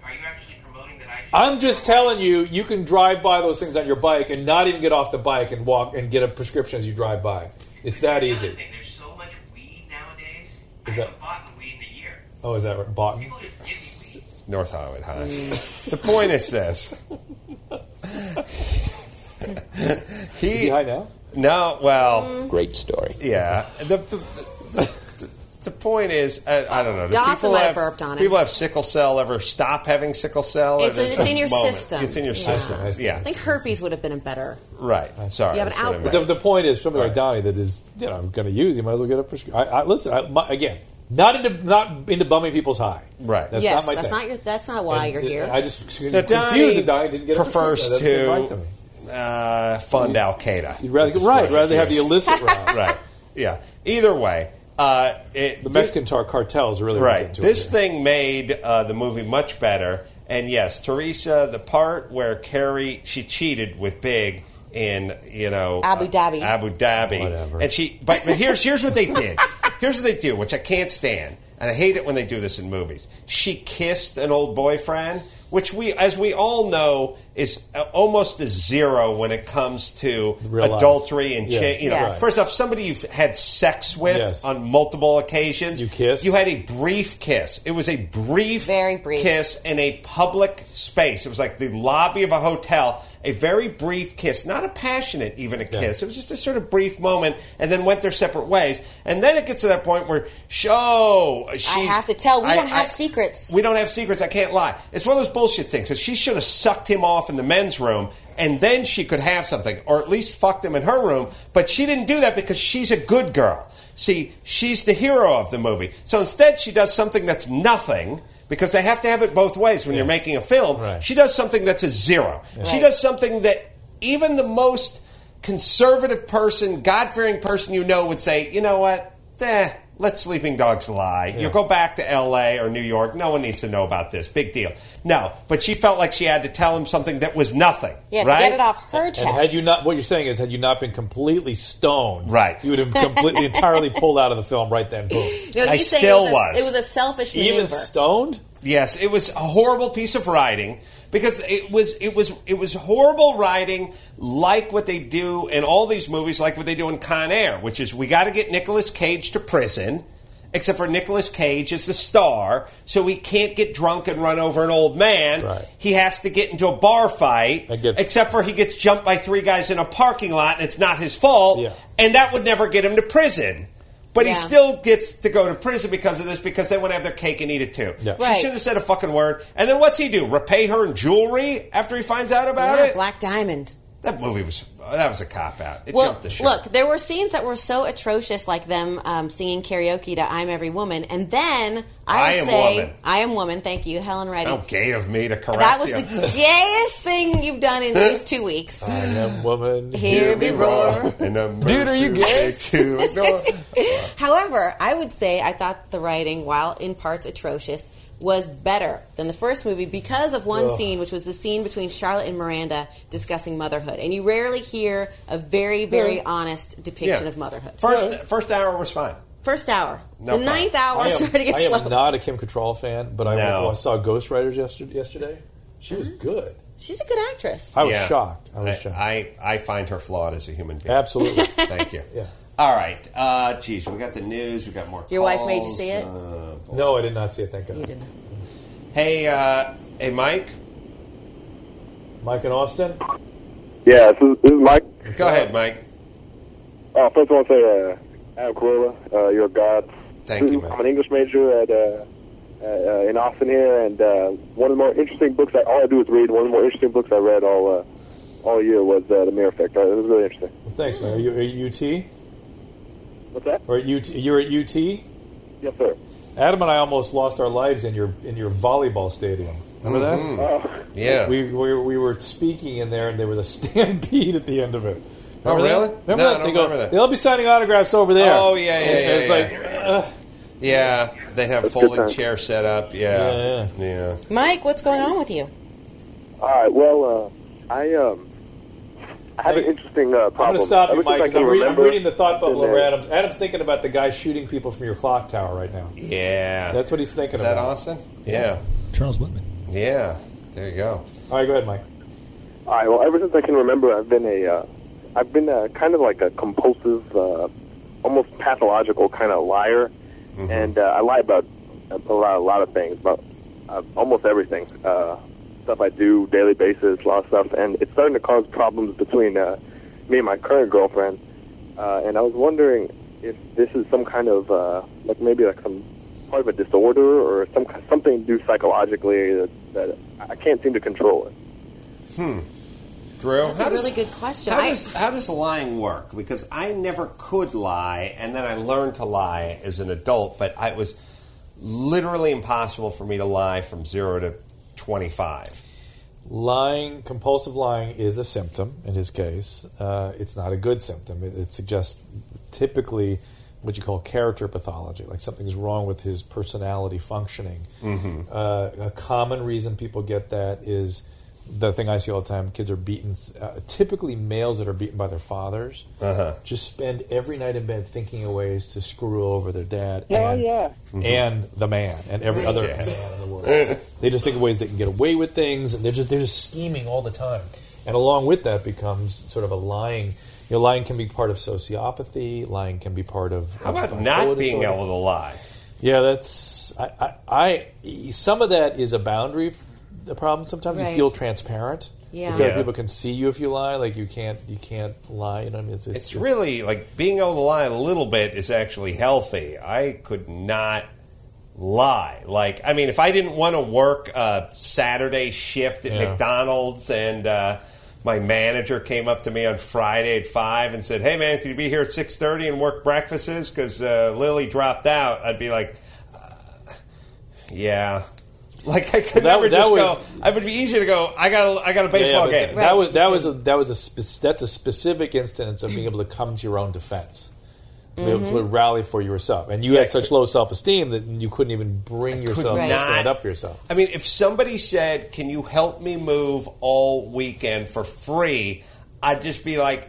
S9: confused right now, Drew. Are you actually promoting that? I? I'm just telling you, you can drive by those things on your bike and not even get off the bike and walk and get a prescription as you drive by. It's that easy. There's so much weed nowadays. Is that Oh, is that right? Bought.
S4: It's North Hollywood High. the point is this. he,
S9: Is he high now?
S4: No, well,
S7: Mm.
S11: Great story.
S4: Yeah. The, the, the, the point is, I, I don't know. do
S7: Dawson
S4: people
S7: might have
S4: have
S7: burped on it.
S4: People have sickle cell. Ever stop having sickle cell?
S7: It's,
S4: Or
S7: it's
S4: does it
S7: in your
S4: moment?
S7: system.
S4: It's in your
S7: Yeah.
S4: system. Yeah.
S7: I think herpes would have been a better.
S4: Right. Sorry.
S7: You have an
S4: that's what I
S7: outbreak.
S4: meant.
S9: But the, the point is, something like Donnie that is, you know, I'm going to use. You might as well get a prescription. I, I, listen, I, my, again, not into not into bumming people's high. Right. That's
S7: yes,
S9: not my
S7: that's
S9: thing.
S7: not your. That's not why
S9: And
S7: you're
S9: it-
S7: here.
S9: I just
S4: Now,
S9: confused
S4: Donnie
S9: that Donnie didn't get a
S4: prefers
S9: prescription. That doesn't
S4: to-
S9: right me.
S4: uh, fund Al Qaeda.
S9: You'd rather-
S4: Just
S9: right,
S4: what it
S9: rather have
S4: is.
S9: the illicit route.
S4: right. Yeah. Either way, uh, it,
S9: the Mexican tar cartels really
S4: right.
S9: Into
S4: this thing made uh, the movie much better. And yes, Teresa, the part where Carrie she cheated with Big in you know
S7: Abu Dhabi.
S4: Abu Dhabi, and she. But, but here's here's what they did. Here's what they do, which I can't stand, and I hate it when they do this in movies. She kissed an old boyfriend, which we, as we all know, is uh, almost a zero when it comes to
S9: Real life.
S4: adultery and
S9: Yeah.
S4: cha- you know.
S9: Yes.
S4: First off, somebody you've had sex with
S9: Yes.
S4: on multiple occasions. You kiss. You had a brief kiss. It was a brief, very brief kiss in a public space. It was like the lobby of a hotel. A very brief kiss, not a passionate even a kiss. It was just a sort of brief moment, and then went their separate ways. And then it gets to that point where, show she,
S7: I have to tell. We
S4: I-
S7: don't have
S4: I-
S7: secrets.
S4: we don't have secrets. I can't lie. It's one of those bullshit things. Because she should have sucked him off in the men's room, and then she could have something, or at least fucked him in her room. But she didn't do that because she's a good girl. See, she's the hero of the movie. So instead, she does something that's nothing. Because they have to have it both ways when you're making a film. She does something that's a zero.
S9: Yeah.
S4: She
S9: Right.
S4: does something that even the most conservative person, God fearing person you know would say, you know what? Eh, let sleeping dogs lie. You'll go back to LA or New York. No one needs to know about this. Big deal. No, but she felt like she had to tell him something that was nothing.
S7: Yeah,
S4: right?
S7: to get it off her
S9: And
S7: chest.
S9: had you not, what you're saying is, had you not been completely stoned, right, you would have completely, entirely pulled out of the film right then. Boom.
S7: no, you
S4: I
S7: say
S4: still
S7: it was,
S4: was.
S7: A, it was a selfish
S4: Even
S7: maneuver.
S9: stoned?
S4: Yes, it was a horrible piece of writing because it was it was it was horrible writing like what they do in all these movies like what they do in Con Air, which is we got to get Nicolas Cage to prison. Except for Nicolas Cage is the star, so he can't get drunk and run over an old man. He has to get into a bar fight. except for he gets jumped by three guys in a parking lot, and it's not his fault. And that would never get him to prison. But he
S9: Yeah.
S4: still gets to go to prison because of this, because they want to have their cake and eat it too.
S9: Yeah.
S4: She
S9: Right.
S4: shouldn't have said a fucking word. And then what's he do? Repay her in jewelry after he finds out about
S7: Yeah,
S4: it?
S7: Black Diamond.
S4: That movie was that was a cop out. It
S7: well,
S4: jumped the ship.
S7: look, there were scenes that were so atrocious, like them um, singing karaoke to "I'm Every Woman," and then
S4: I
S7: I would
S4: Am
S7: say,
S4: Woman.
S7: "I Am Woman." Thank you, Helen Reddy.
S4: How gay of me to correct
S7: That was
S4: you.
S7: the gayest thing you've done in these two weeks.
S4: I
S9: am woman.
S7: Hear me roar.
S4: Dude, are you gay? To ignore.
S7: However, I would say I thought the writing, while in parts atrocious, was better than the first movie because of one
S13: Ugh.
S7: scene, which was the scene between Charlotte and Miranda discussing motherhood. And you rarely hear a very, very
S4: Yeah.
S7: honest depiction
S4: Yeah.
S7: of motherhood.
S4: First first hour was fine.
S7: First hour.
S4: No
S7: the
S4: problem.
S7: ninth hour
S9: I am,
S7: started to get
S9: I am
S7: slow.
S9: not a Kim Cattrall fan, but I,
S4: No.
S9: I saw Ghost Riders yesterday. yesterday. She was good.
S7: She's a good actress.
S9: I was shocked. I was
S4: shocked. I, I find her flawed as a human being.
S9: Absolutely.
S4: Thank you. All right. Uh, geez, we got the news. We got more.
S7: Your wife made you
S4: calls.
S7: see it?
S4: Uh,
S9: No, I did not see it. Thank God. You
S7: didn't.
S4: hey, uh, hey, Mike.
S9: Mike and Austin.
S14: Yeah, this is, this is Mike.
S4: Go ahead, Mike.
S14: Uh, first, I want to say, uh, Adam Carolla, uh, you're a god.
S4: Thank you,
S14: I'm an English major at, uh, uh, uh, in Austin here, and uh, one of the more interesting books I all I do is read. One of the more interesting books I read all uh, all year was uh, The Mirror Effect. Uh, it was really interesting.
S9: Well, thanks, man. Are you, are you UT?
S14: What's that?
S9: Or you you're at UT?
S14: Yes, sir.
S9: Adam and I almost lost our lives in your in your volleyball stadium. Remember
S14: Mhm.
S4: Mm-hmm.
S9: that?
S14: Oh. Yeah.
S9: We, we were- we were speaking in there, and there was a stampede at the end of it.
S4: Oh,
S9: Remember
S4: really?
S9: That? Remember
S4: No,
S9: that?
S4: I don't
S9: they go,
S4: remember that.
S9: They'll be signing autographs over there.
S4: Oh yeah, yeah, yeah.
S9: And it's
S4: yeah.
S9: like Uh,
S4: yeah, they have folding chair set up. Yeah,
S9: Yeah,
S4: yeah.
S7: Mike, what's going on with you?
S14: All right. Well, uh, I um, I have an interesting uh, problem.
S9: I'm going to stop you,
S14: Ever since
S9: Mike.
S14: I
S9: 'cause
S14: can
S9: I'm, reading- I'm
S14: remember- uh,
S9: reading the thought bubble over
S14: Yeah.
S9: Adams. Adam's thinking about the guy shooting people from your clock tower right now.
S4: Yeah,
S9: that's what he's thinking
S4: Is that
S9: about.
S4: Austin? Yeah,
S12: Charles Whitman.
S4: yeah. There you go.
S9: All right, go ahead, Mike.
S14: All right. Well, ever since I can remember, I've been a, uh, I've been a, kind of like a compulsive, uh, almost pathological kind of liar, and uh, I lie about a lot, a lot of things, about uh, almost everything, uh, stuff I do daily basis, a lot of stuff, and it's starting to cause problems between uh, me and my current girlfriend, uh, and I was wondering if this is some kind of uh, like maybe like some part of a disorder or some something to do psychologically that, that I can't seem to control it.
S4: Hmm. Drew,
S7: That's
S4: how
S7: a
S4: does-
S7: really good question.
S4: How
S7: I-
S4: does, how does lying work? Because I never could lie, and then I learned to lie as an adult, but I, it was literally impossible for me to lie from zero to 25.
S9: Lying, compulsive lying, is a symptom in his case. Uh, it's not a good symptom. It, it suggests typically what you call character pathology, like something's wrong with his personality functioning.
S11: Mhm.
S9: Uh, a common reason people get that is the thing I see all the time: kids are beaten. Uh, typically, males that are beaten by their fathers
S11: Uh-huh.
S9: just spend every night in bed thinking of ways to screw over their dad.
S11: Oh,
S9: and,
S11: yeah. Mhm.
S9: and the man and every other
S11: Yeah.
S9: man in the world. they just think of ways they can get away with things, and they're just they're just scheming all the time. And along with that becomes sort of a lying. You know, lying can be part of sociopathy. Lying can be part of
S4: How
S9: of
S4: about not
S9: bipolar
S4: being
S9: disorder.
S4: able to lie?
S9: Yeah, that's I, I, I. Some of that is a boundary f- the problem. Sometimes
S11: Right.
S9: you feel transparent.
S11: Yeah.
S9: You feel like
S4: Yeah.
S9: people can see you if you lie. Like you can't. You can't lie. You know, what I mean? it's, it's,
S4: It's really like being able to lie a little bit is actually healthy. I could not lie. Like, I mean, if I didn't want to work a Saturday shift at
S11: Yeah.
S4: McDonald's and uh, my manager came up to me on Friday at five and said, "Hey, man, could you be here at six thirty and work breakfasts? Because uh, Lily dropped out," I'd be like, uh, "Yeah." Like I
S9: That-
S4: could never
S9: that
S4: just
S9: was-
S4: go. It would be easy to go. I got. a- I got a baseball
S9: Yeah, yeah, but
S4: game.
S9: That, was that was a, that was a spec- that's a specific instance of being able to come to your own defense, to be able
S7: Mm-hmm.
S9: to
S4: Mhm.
S9: rally for yourself, and you
S4: Yeah,
S9: had such low self esteem that you couldn't even bring yourself to
S4: not-
S9: stand up for yourself.
S4: I mean, if somebody said, "Can you help me move all weekend for free?" I'd just be like,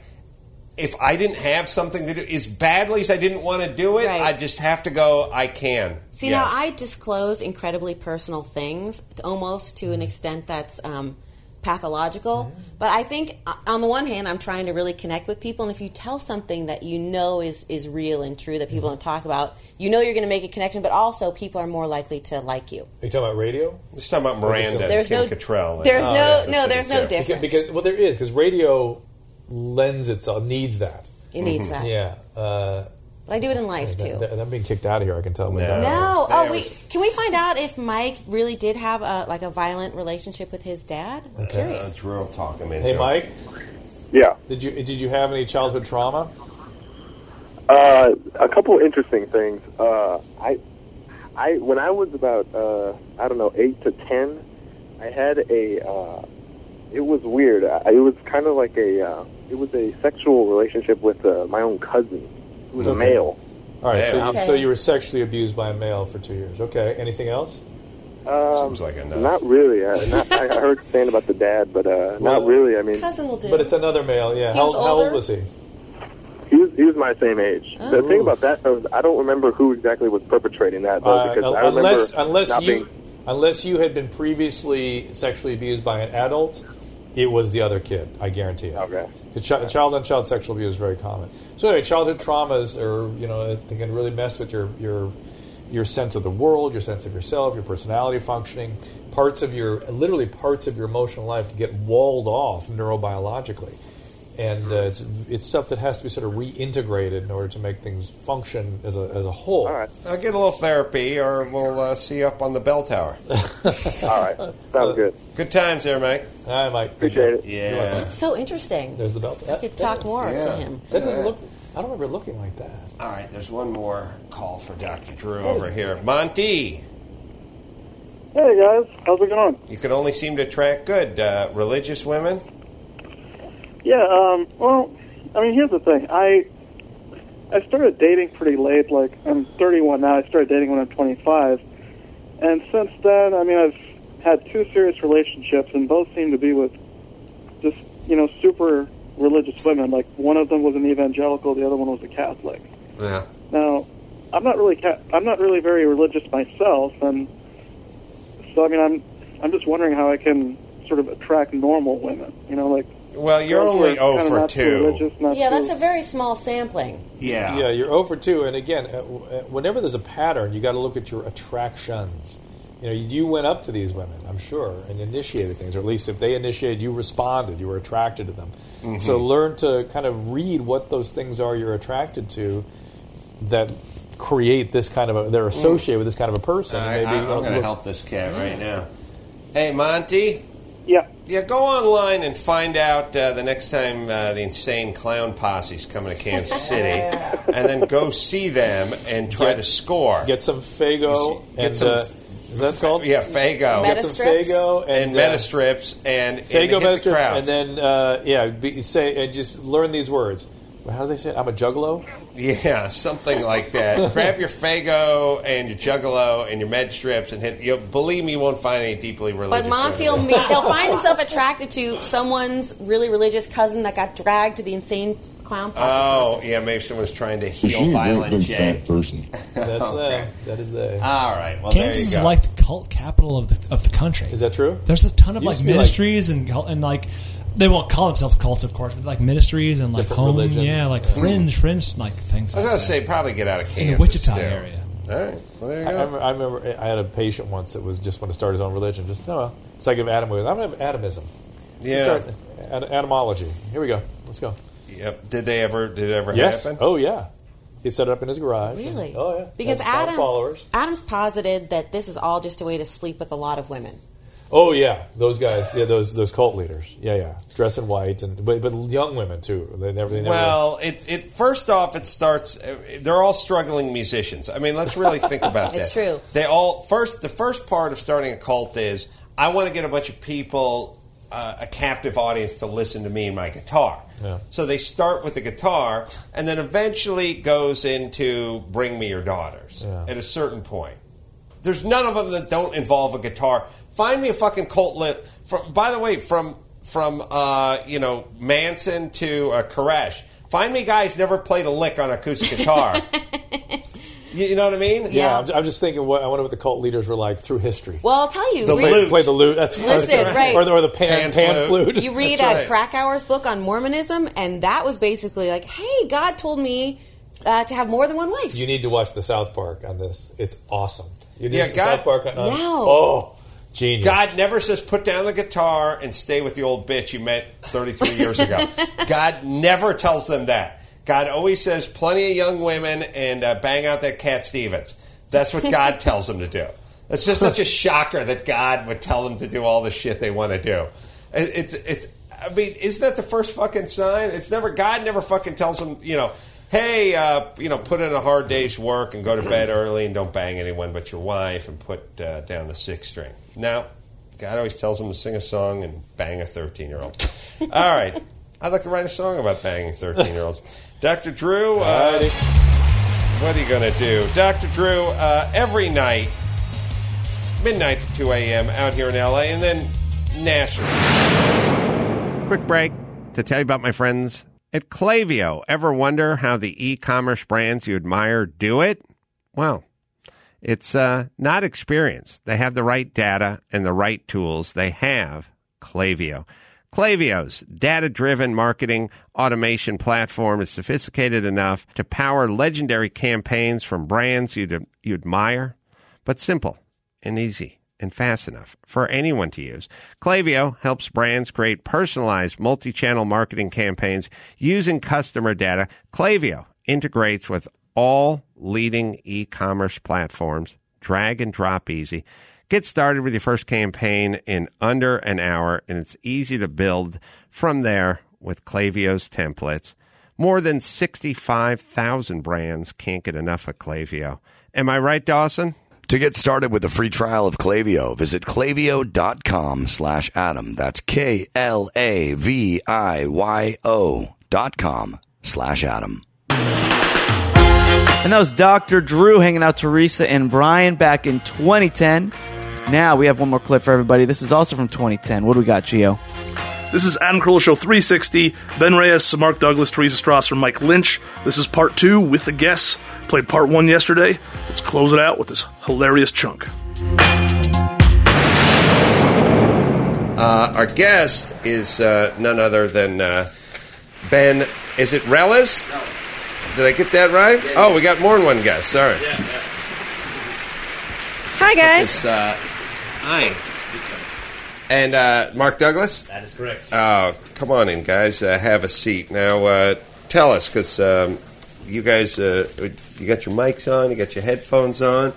S4: if I didn't have something to do, as badly as I didn't want to do it,
S7: Right.
S4: I'd just have to go. I can.
S7: See,
S4: Yes.
S7: now I disclose incredibly personal things, almost to an extent that's um, pathological.
S4: Mm-hmm.
S7: But I think, uh, on the one hand, I'm trying to really connect with people, and if you tell something that you know is is real and true that people
S4: Mm-hmm.
S7: don't talk about, you know you're going to make a connection. But also, people are more likely to like you.
S9: Are you talking about radio?
S4: We're just talking about Miranda,
S7: There's Kim no-
S4: Cattrall, and-
S7: there's no-
S9: Oh, that's the
S7: no,
S9: same
S7: there's no
S9: too. Because-
S7: difference.
S9: Because, well, there is because radio lends itself needs that.
S7: It needs Mhm.
S4: Mm-hmm.
S7: that.
S9: Yeah. Uh,
S7: But I do it in life
S9: that-
S7: too.
S9: that- I'm being kicked out of here. I can tell. No.
S7: No. Oh, we can we find out if Mike really did have a like a violent relationship with his dad? I'm curious.
S4: That's real talk. I'm into
S9: Hey,
S4: it.
S9: Mike.
S14: Yeah.
S9: Did you did you have any childhood trauma?
S14: Uh, a couple interesting things. Uh, I, I when I was about uh, I don't know eight to ten, I had a. Uh, it was weird. I, it was kind of like a. Uh, it was a sexual relationship with uh, my own cousin, who was a
S9: Okay.
S14: male.
S9: All right. So,
S14: Yeah.
S9: you, so you were sexually abused by a male for two years. Okay. Anything else?
S14: Um,
S9: Seems like enough.
S14: Not really. I, not, I heard saying about the dad, but uh, not really. I mean,
S7: Cousin will do.
S9: But it's another male. Yeah.
S14: He
S9: how,
S14: was
S9: how old
S14: older?
S9: was he?
S14: he was, he was my same age. The thing about that, was I don't remember who exactly was perpetrating that, though,
S9: Uh,
S14: because I remember
S9: unless unless
S14: not
S9: you
S14: being
S9: unless you had been previously sexually abused by an adult, it was the other kid. I guarantee it. Okay. Child on child sexual abuse is very common. So anyway, childhood traumas are you know they can really mess with your your your sense of the world, your sense of yourself, your personality functioning, parts of your literally parts of your emotional life get walled off neurobiologically, and uh, it's it's stuff that has to be sort of reintegrated in order to make things function as a as a whole. All right.
S4: I'll get a little therapy, or we'll uh, see you up on the bell tower.
S14: All right, sounds good.
S4: Good times there, Mike.
S9: Hi, Mike.
S14: Appreciate it.
S4: Yeah.
S7: That's so interesting.
S9: There's the belt.
S7: I could talk more to
S4: Yeah.
S7: him.
S4: That doesn't look-
S9: I don't remember looking like that.
S4: All right, there's one more call for Dr. Drew
S10: What is
S4: over
S10: it?
S4: here. Monty,
S10: Hey guys, how's it going?
S4: you can only seem to attract good uh, religious women.
S10: Yeah, um, well, I mean, here's the thing. I I started dating pretty late. Like I'm 31 now. I started dating when I'm 25, and since then, I mean, I've had two serious relationships, and both seem to be with just you know super religious women. Like one of them was an evangelical, the other one was a Catholic.
S4: Yeah.
S10: Now, I'm not really ca- I'm not really very religious myself, and so I mean, I'm I'm just wondering how I can sort of attract normal women. You know, like
S4: Well, you're
S10: girls who
S4: only
S10: are
S4: 0
S10: kinda
S4: for
S10: not too
S4: 2.
S10: religious, not
S7: yeah,
S10: too-
S7: that's a very small sampling.
S4: Yeah.
S9: Yeah, you're over two. And again, uh, w- uh, whenever there's a pattern, you got to look at your attractions. You know, you went up to these women, I'm sure, and initiated things, or at least if they initiated, you responded, you were attracted to them.
S4: Mm-hmm.
S11: Mhm.
S9: So learn to kind of read what those things are you're attracted to that create this kind of a, they're associated with this kind of a person.
S4: Mm. I,
S9: Maybe,
S4: am
S9: uh,
S4: going to
S9: look-
S4: help this cat right now. Hey, Monty.
S10: Yeah.
S4: Yeah, go online and find out uh, the next time uh, the insane clown posse's coming to Kansas City, and then go see them and try to score.
S9: Get some Fago.
S4: Get
S9: and,
S4: some.
S9: uh, is that called?
S4: yeah, Fago.
S9: Get some Fago and,
S4: and
S9: uh,
S4: Metastrips and, and
S9: Fago
S4: hit the
S9: Metastrips,
S4: crowds.
S9: and then uh, yeah, be, say and just learn these words. Well, How do they say it? I'm a juggalo.
S4: Yeah, something like that. Grab your Fago and your Juggalo and your med strips and hit. You'll, believe me, you won't find any deeply religious.
S7: But Monty will meet. He'll find himself attracted to someone's really religious cousin that got dragged to the insane clown
S11: Uh,
S7: posse.
S4: Oh, yeah, maybe someone's trying to heal violent J.
S13: person.
S9: That's
S4: Okay.
S9: they. That is they.
S4: All right. Well,
S12: Kansas is
S4: there you go.
S12: like the cult capital of the of the country. Is
S9: that true?
S12: There's a ton of
S9: Used
S12: like
S9: to be, like-
S12: ministries and cult- and like they won't call themselves cults, of course, but like ministries and like
S4: Different
S12: home,
S4: religions.
S12: yeah, like
S4: Yeah.
S12: fringe, fringe like things.
S4: I was going to say probably get out of Kansas.
S12: In the Wichita
S4: too.
S12: area.
S4: All right. Well, there you
S9: I, I
S4: go.
S9: remember, I remember I had a patient once that was just want to start his own religion. Just no, it's like if Adam was. I'm gonna have atomism. Just
S4: Yeah.
S9: Start, ad, atomology. Here we go. Let's go.
S4: Yep. Did they ever? Did it ever
S9: yes.
S4: happen?
S9: Oh yeah. He set it up in his garage.
S7: Really?
S9: Oh yeah.
S7: Because
S9: Had a lot of
S7: Adam
S9: followers.
S7: Adam's posited that this is all just a way to sleep with a lot of women.
S9: Oh yeah, those guys. Yeah, those those cult leaders. Yeah, yeah. Dress in white and but, but young women too. They never. They never
S4: Well, it, it first off, it starts. uh, They're all struggling musicians. I mean, let's really think about that.
S7: It's true.
S4: They all first. The first part of starting a cult is I want to get a bunch of people, uh, a captive audience, to listen to me and my guitar.
S9: Yeah.
S4: So they start with the guitar, and then eventually goes into "Bring Me Your Daughters." At a certain point, there's none of them that don't involve a guitar. Find me a fucking cult lit. From, by the way, from from uh, you know Manson to uh, Koresh, find me guys never played a lick on acoustic guitar. you, you know what I mean?
S9: yeah. I'm, ju- I'm just thinking. What I wonder what the cult leaders were like through history.
S7: Well, I'll tell you.
S9: The
S7: read-
S9: lute. Play the lute. That's
S7: Listen,
S9: that's
S7: right.
S9: Or, the- or the pan, pan,
S4: Pan
S9: flute.
S4: flute.
S7: You read
S9: That's
S7: uh, Krakauer's book on Mormonism, and that was basically like, "Hey, God told me uh, to have more than one wife."
S9: You need to watch the South Park on this. It's awesome. You need
S4: Yeah,
S9: the
S4: God-
S9: South Park on. on-
S4: No.
S9: Oh, genius.
S4: God never says put down the guitar and stay with the old bitch you met 33 years ago. God never tells them that. God always says plenty of young women and uh, bang out that Cat Stevens. That's what God tells them to do. It's just such a shocker that God would tell them to do all the shit they want to do. It- It's it's. I mean, isn't that the first fucking sign? It's never God never fucking tells them you know. Hey, uh, you know, put in a hard day's work and go to bed early and don't bang anyone but your wife and put uh, down the sixth string. No, God always tells them to sing a song and bang a 13 year old. All right. I'd like to write a song about banging 13 year olds. Dr. Drew, uh, what are you going to do? Dr. Drew, uh, every night, midnight to 2 a.m. out here in LA and then nationally.
S15: Quick break to tell you about my friends at Clavio. Ever wonder how the e commerce brands you admire do it? Well, it's uh, not experience. They have the right data and the right tools. They have Clavio. Clavio's data driven marketing automation platform is sophisticated enough to power legendary campaigns from brands you you admire, but simple and easy and fast enough for anyone to use. Clavio helps brands create personalized multi channel marketing campaigns using customer data. Clavio integrates with all leading e commerce platforms, drag and drop easy. Get started with your first campaign in under an hour, and it's easy to build from there with Clavio's templates. More than 65,000 brands can't get enough of Clavio. Am I right, Dawson?
S8: To get started with the free trial of Clavio, visit clavio.com slash Adam. That's K L A V I Y O dot com slash Adam.
S5: And that was Dr. Drew hanging out Teresa and Brian back in 2010. Now we have one more clip for everybody. This is also from 2010. What do we got, Gio?
S6: This is Adam Carolla Show 360. Ben Reyes, Mark Douglas, Teresa Strasser, Mike Lynch. This is part two with the guests. Played part one yesterday. Let's close it out with this hilarious chunk.
S4: Uh, our guest is uh, none other than uh, Ben. Is it Rellis? Did I get that right? oh, we got more than one guest. Sorry.
S16: Hi guys.
S4: This, uh, Hi. And uh, Mark Douglas?
S11: That is correct.
S4: Uh, come on in, guys. Uh, have a seat. Now, uh, tell us, because um, you guys, uh, you got your mics on, you got your headphones on.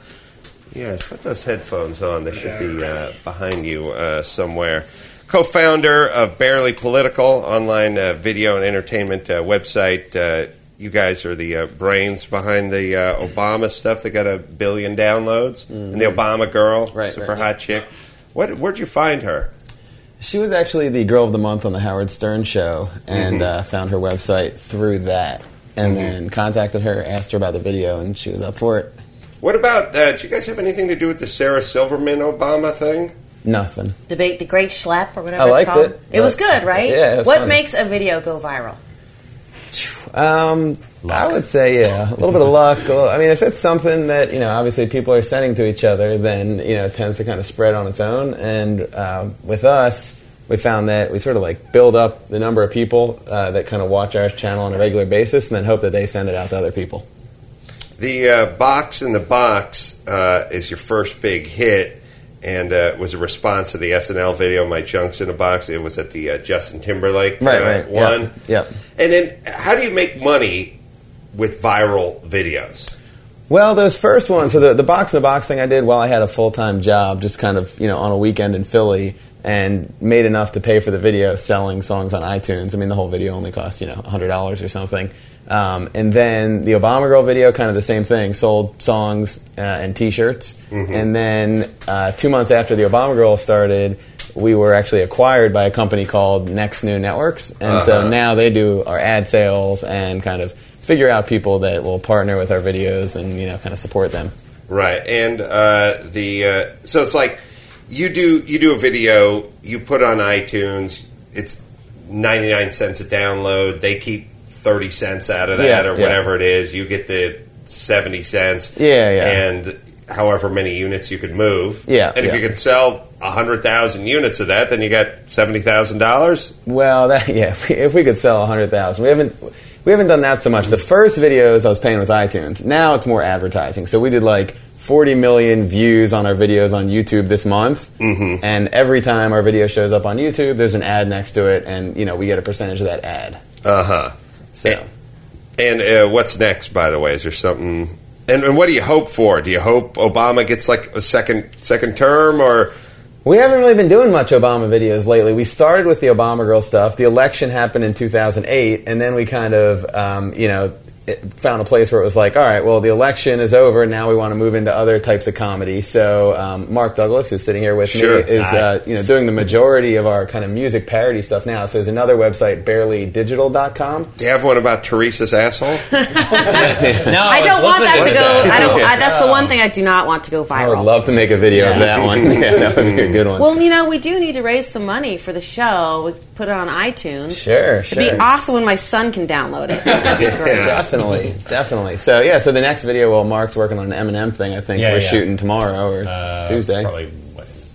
S4: Yeah, put those headphones on. They should be uh, behind you uh, somewhere. Co founder of Barely Political, online uh, video and entertainment uh, website. Uh, you guys are the uh, brains behind the uh, Obama stuff that got a billion downloads. And the
S11: Mhm.
S4: Obama girl,
S11: Right,
S4: super
S11: right.
S4: hot chick. What, where'd you find her?
S11: She was actually the girl of the month on the Howard Stern show, and
S4: Mhm.
S11: uh, found her website through that, and
S4: Mhm.
S11: then contacted her, asked her about the video, and she was up for it.
S4: What about, uh, do you guys have anything to do with the Sarah Silverman Obama thing?
S11: Nothing.
S7: Debate the Great Schlep or whatever
S11: I liked
S7: it's called.
S11: it.
S7: It was good, right?
S11: Yeah, it was
S7: what
S11: fun.
S7: makes a video go viral?
S11: Um, I would say yeah, a little bit of luck. a little- I mean, if it's something that you know, obviously people are sending to each other, then you know, it tends to kind of spread on its own. And um, with us, we found that we sort of like build up the number of people uh, that kind of watch our channel on a regular basis, and then hope that they send it out to other people.
S4: The uh, Box in the Box uh, is your first big hit and uh, was a response to the SNL video, My Junk's in a Box. It was at the uh, Justin Timberlake
S11: Right,
S4: uh,
S11: right, yeah,
S4: one.
S11: yep.
S4: And then how do you make money with viral videos?
S11: Well, those first ones, so the, the box in the box thing I did while I had a full time job, just kind of, you know, on a weekend in Philly and made enough to pay for the video selling songs on iTunes. I mean, the whole video only cost, you know, $100 or something. Um, and then the Obama Girl video, kind of the same thing, sold songs uh, and t shirts.
S4: Mhm.
S11: And then uh, two months after the Obama Girl started, we were actually acquired by a company called Next New Networks. And
S4: Uh-huh.
S11: so now they do our ad sales and kind of figure out people that will partner with our videos and you know kind of support them.
S4: Right, and uh, the uh, so it's like you do you do a video, you put it on iTunes, it's ninety nine cents a download. They keep thirty cents out of that
S11: Yeah,
S4: or
S11: yeah.
S4: whatever it is. You get the seventy cents.
S11: Yeah, yeah.
S4: and however many units you could move.
S11: Yeah,
S4: and if
S11: yeah.
S4: you could sell hundred thousand units of that, then you got seventy thousand dollars.
S11: Well, that yeah, if we, if we could sell 100,000. We haven't we haven't done that so much. The first videos I was paying with iTunes. Now it's more advertising. So we did like 40 million views on our videos on YouTube this month. Mm-hmm. And every time our video shows up on YouTube, there's an ad next to it and you know, we get a percentage of that ad.
S4: Uh huh.
S11: So.
S4: And, uh, what's next, by the way? Is there something? And, and what do you hope for? Do you hope Obama gets like a second second term, or
S11: We haven't really been doing much Obama videos lately. We started with the Obama girl stuff. The election happened in 2008, and then we kind of, um, you know, it found a place where it was like, all right, well, the election is over. Now we want to move into other types of comedy. So um, Mark Douglas, who's sitting here with
S4: Sure.
S11: me, is uh, you know doing the majority of our kind of music parody stuff now. So there's another website, barelydigital.com.
S4: do you have one about Teresa's asshole?
S7: I don't want that to go. I don't. I, that's the
S11: Oh.
S7: one thing I do not want to go
S11: I
S7: viral.
S11: would love to make a video of that one. yeah, that would be a good one.
S7: Well, you know, we do need to raise some money for the show. We could put it on iTunes.
S11: Sure,
S7: It'd be
S11: sure.
S7: awesome when my son can download it.
S11: definitely, definitely. So yeah, so the next video, well, Mark's working on an Eminem thing. I think
S4: Yeah,
S11: we're
S4: yeah.
S11: shooting tomorrow or Tuesday.
S4: probably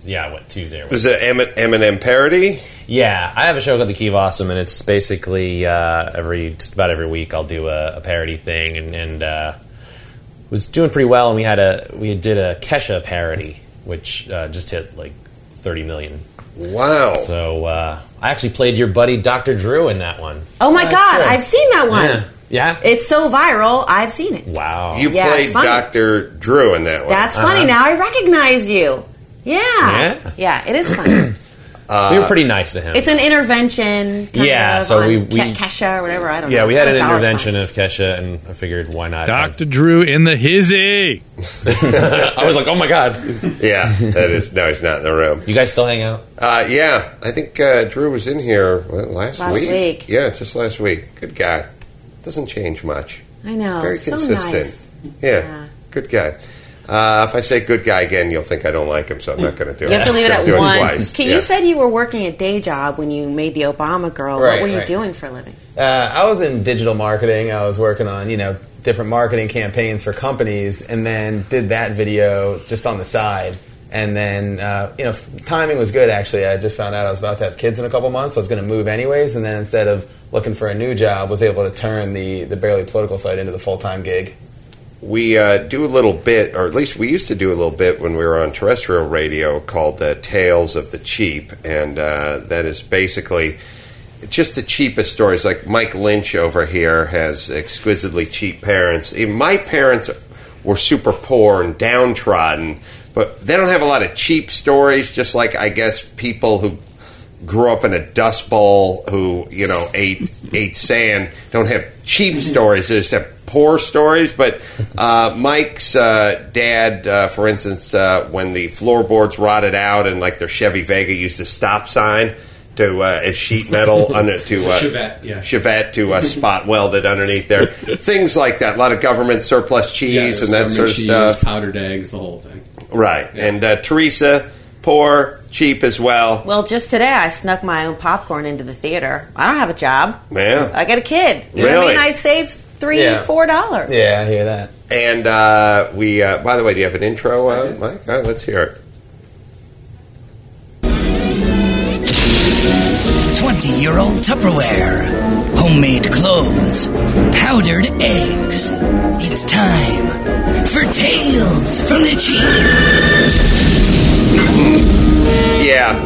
S13: Yeah, what Tuesday? Or
S4: Is it Emin- Eminem parody?
S13: Yeah, I have a show called The Key of Awesome, and it's basically uh, every just about every week I'll do a, a parody thing, and, and uh, was doing pretty well. And we had a we did a Kesha parody, which uh, just hit like thirty million.
S4: Wow!
S13: So uh, I actually played your buddy Dr. Drew in that one.
S7: Oh my god, I've seen that one.
S13: Yeah. Yeah.
S7: It's so viral. I've seen it.
S13: Wow.
S4: You
S7: Yeah, it's
S4: played
S7: funny.
S4: Doctor Drew in that one.
S7: That's funny.
S13: Uh-huh.
S7: Now I recognize you. Yeah.
S4: Yeah?
S7: Yeah, it is funny.
S13: we
S4: Uh,
S13: were pretty nice to him.
S7: it's an intervention. Kind
S13: Yeah,
S7: Of
S13: so
S7: on
S13: we-
S7: Ke-
S13: we-
S7: Kesha or whatever. I don't know.
S13: yeah, we
S7: It's
S13: had
S7: got
S13: an
S7: a dollar sign.
S13: intervention of Kesha, and I figured why not?
S16: Dr. Drew in the hizzy.
S13: I was like, oh my god.
S4: yeah, that is. No, he's not in the room.
S13: You guys still hang out?
S4: Uh, yeah, I think uh, Drew was in here well, last,
S7: Last week.
S4: Yeah, just last week. Good guy. Doesn't change much.
S7: I know.
S4: Very
S7: so
S4: consistent.
S7: nice.
S4: Yeah, good guy. Uh, if I say good guy again, you'll think I don't like him, so I'm not going to do
S7: You
S4: it.
S7: have to leave it
S4: Just
S7: at
S4: do
S7: one.
S4: twice.
S7: Okay,
S4: Yeah.
S7: You said you were working a day job when you made the Obama girl. what
S11: Right,
S7: were you
S11: right.
S7: doing for a living?
S11: Uh, I was in digital marketing. I was working on you know different marketing campaigns for companies, and then did that video just on the side. And then uh, you know f- timing was good actually. I just found out I was about to have kids in a couple months. I was going to move anyways, and then instead of looking for a new job, was able to turn the the barely political site into the full time gig.
S4: we uh, do a little bit, or at least we used to do a little bit when we were on terrestrial radio called uh, Tales of the Cheap. And uh, that is basically just the cheapest stories. Like Mike Lynch over here has exquisitely cheap parents. Even my parents were super poor and downtrodden, but they don't have a lot of cheap stories, just like I guess people who grew up in a dust bowl who you know ate ate sand don't have cheap stories they just have poor stories but uh, mike's uh, dad uh, for instance uh, when the floorboards rotted out and like their chevy vega used a stop sign to uh, as sheet metal under to
S13: So
S4: uh,
S13: Chevette, yeah.
S4: Chevette to uh, spot welded underneath there things like that a lot of government surplus cheese and that
S17: government
S4: sort of
S17: cheese,
S4: stuff
S17: powdered eggs, the whole thing.
S4: right and uh, teresa poor cheap as well
S7: Well, just today I snuck my own popcorn into the theater. I don't have a job.
S4: yeah
S7: I got a kid. You know what I
S4: Really?
S7: mean? I saved three,
S4: Yeah.
S7: four dollars.
S4: I hear that. And uh, we, uh, by the way, do you have an intro, uh, Mike? All right, let's hear it.
S18: 20 year old Tupperware, homemade clothes, powdered eggs. It's time for Tales from the Cheap.
S4: Yeah,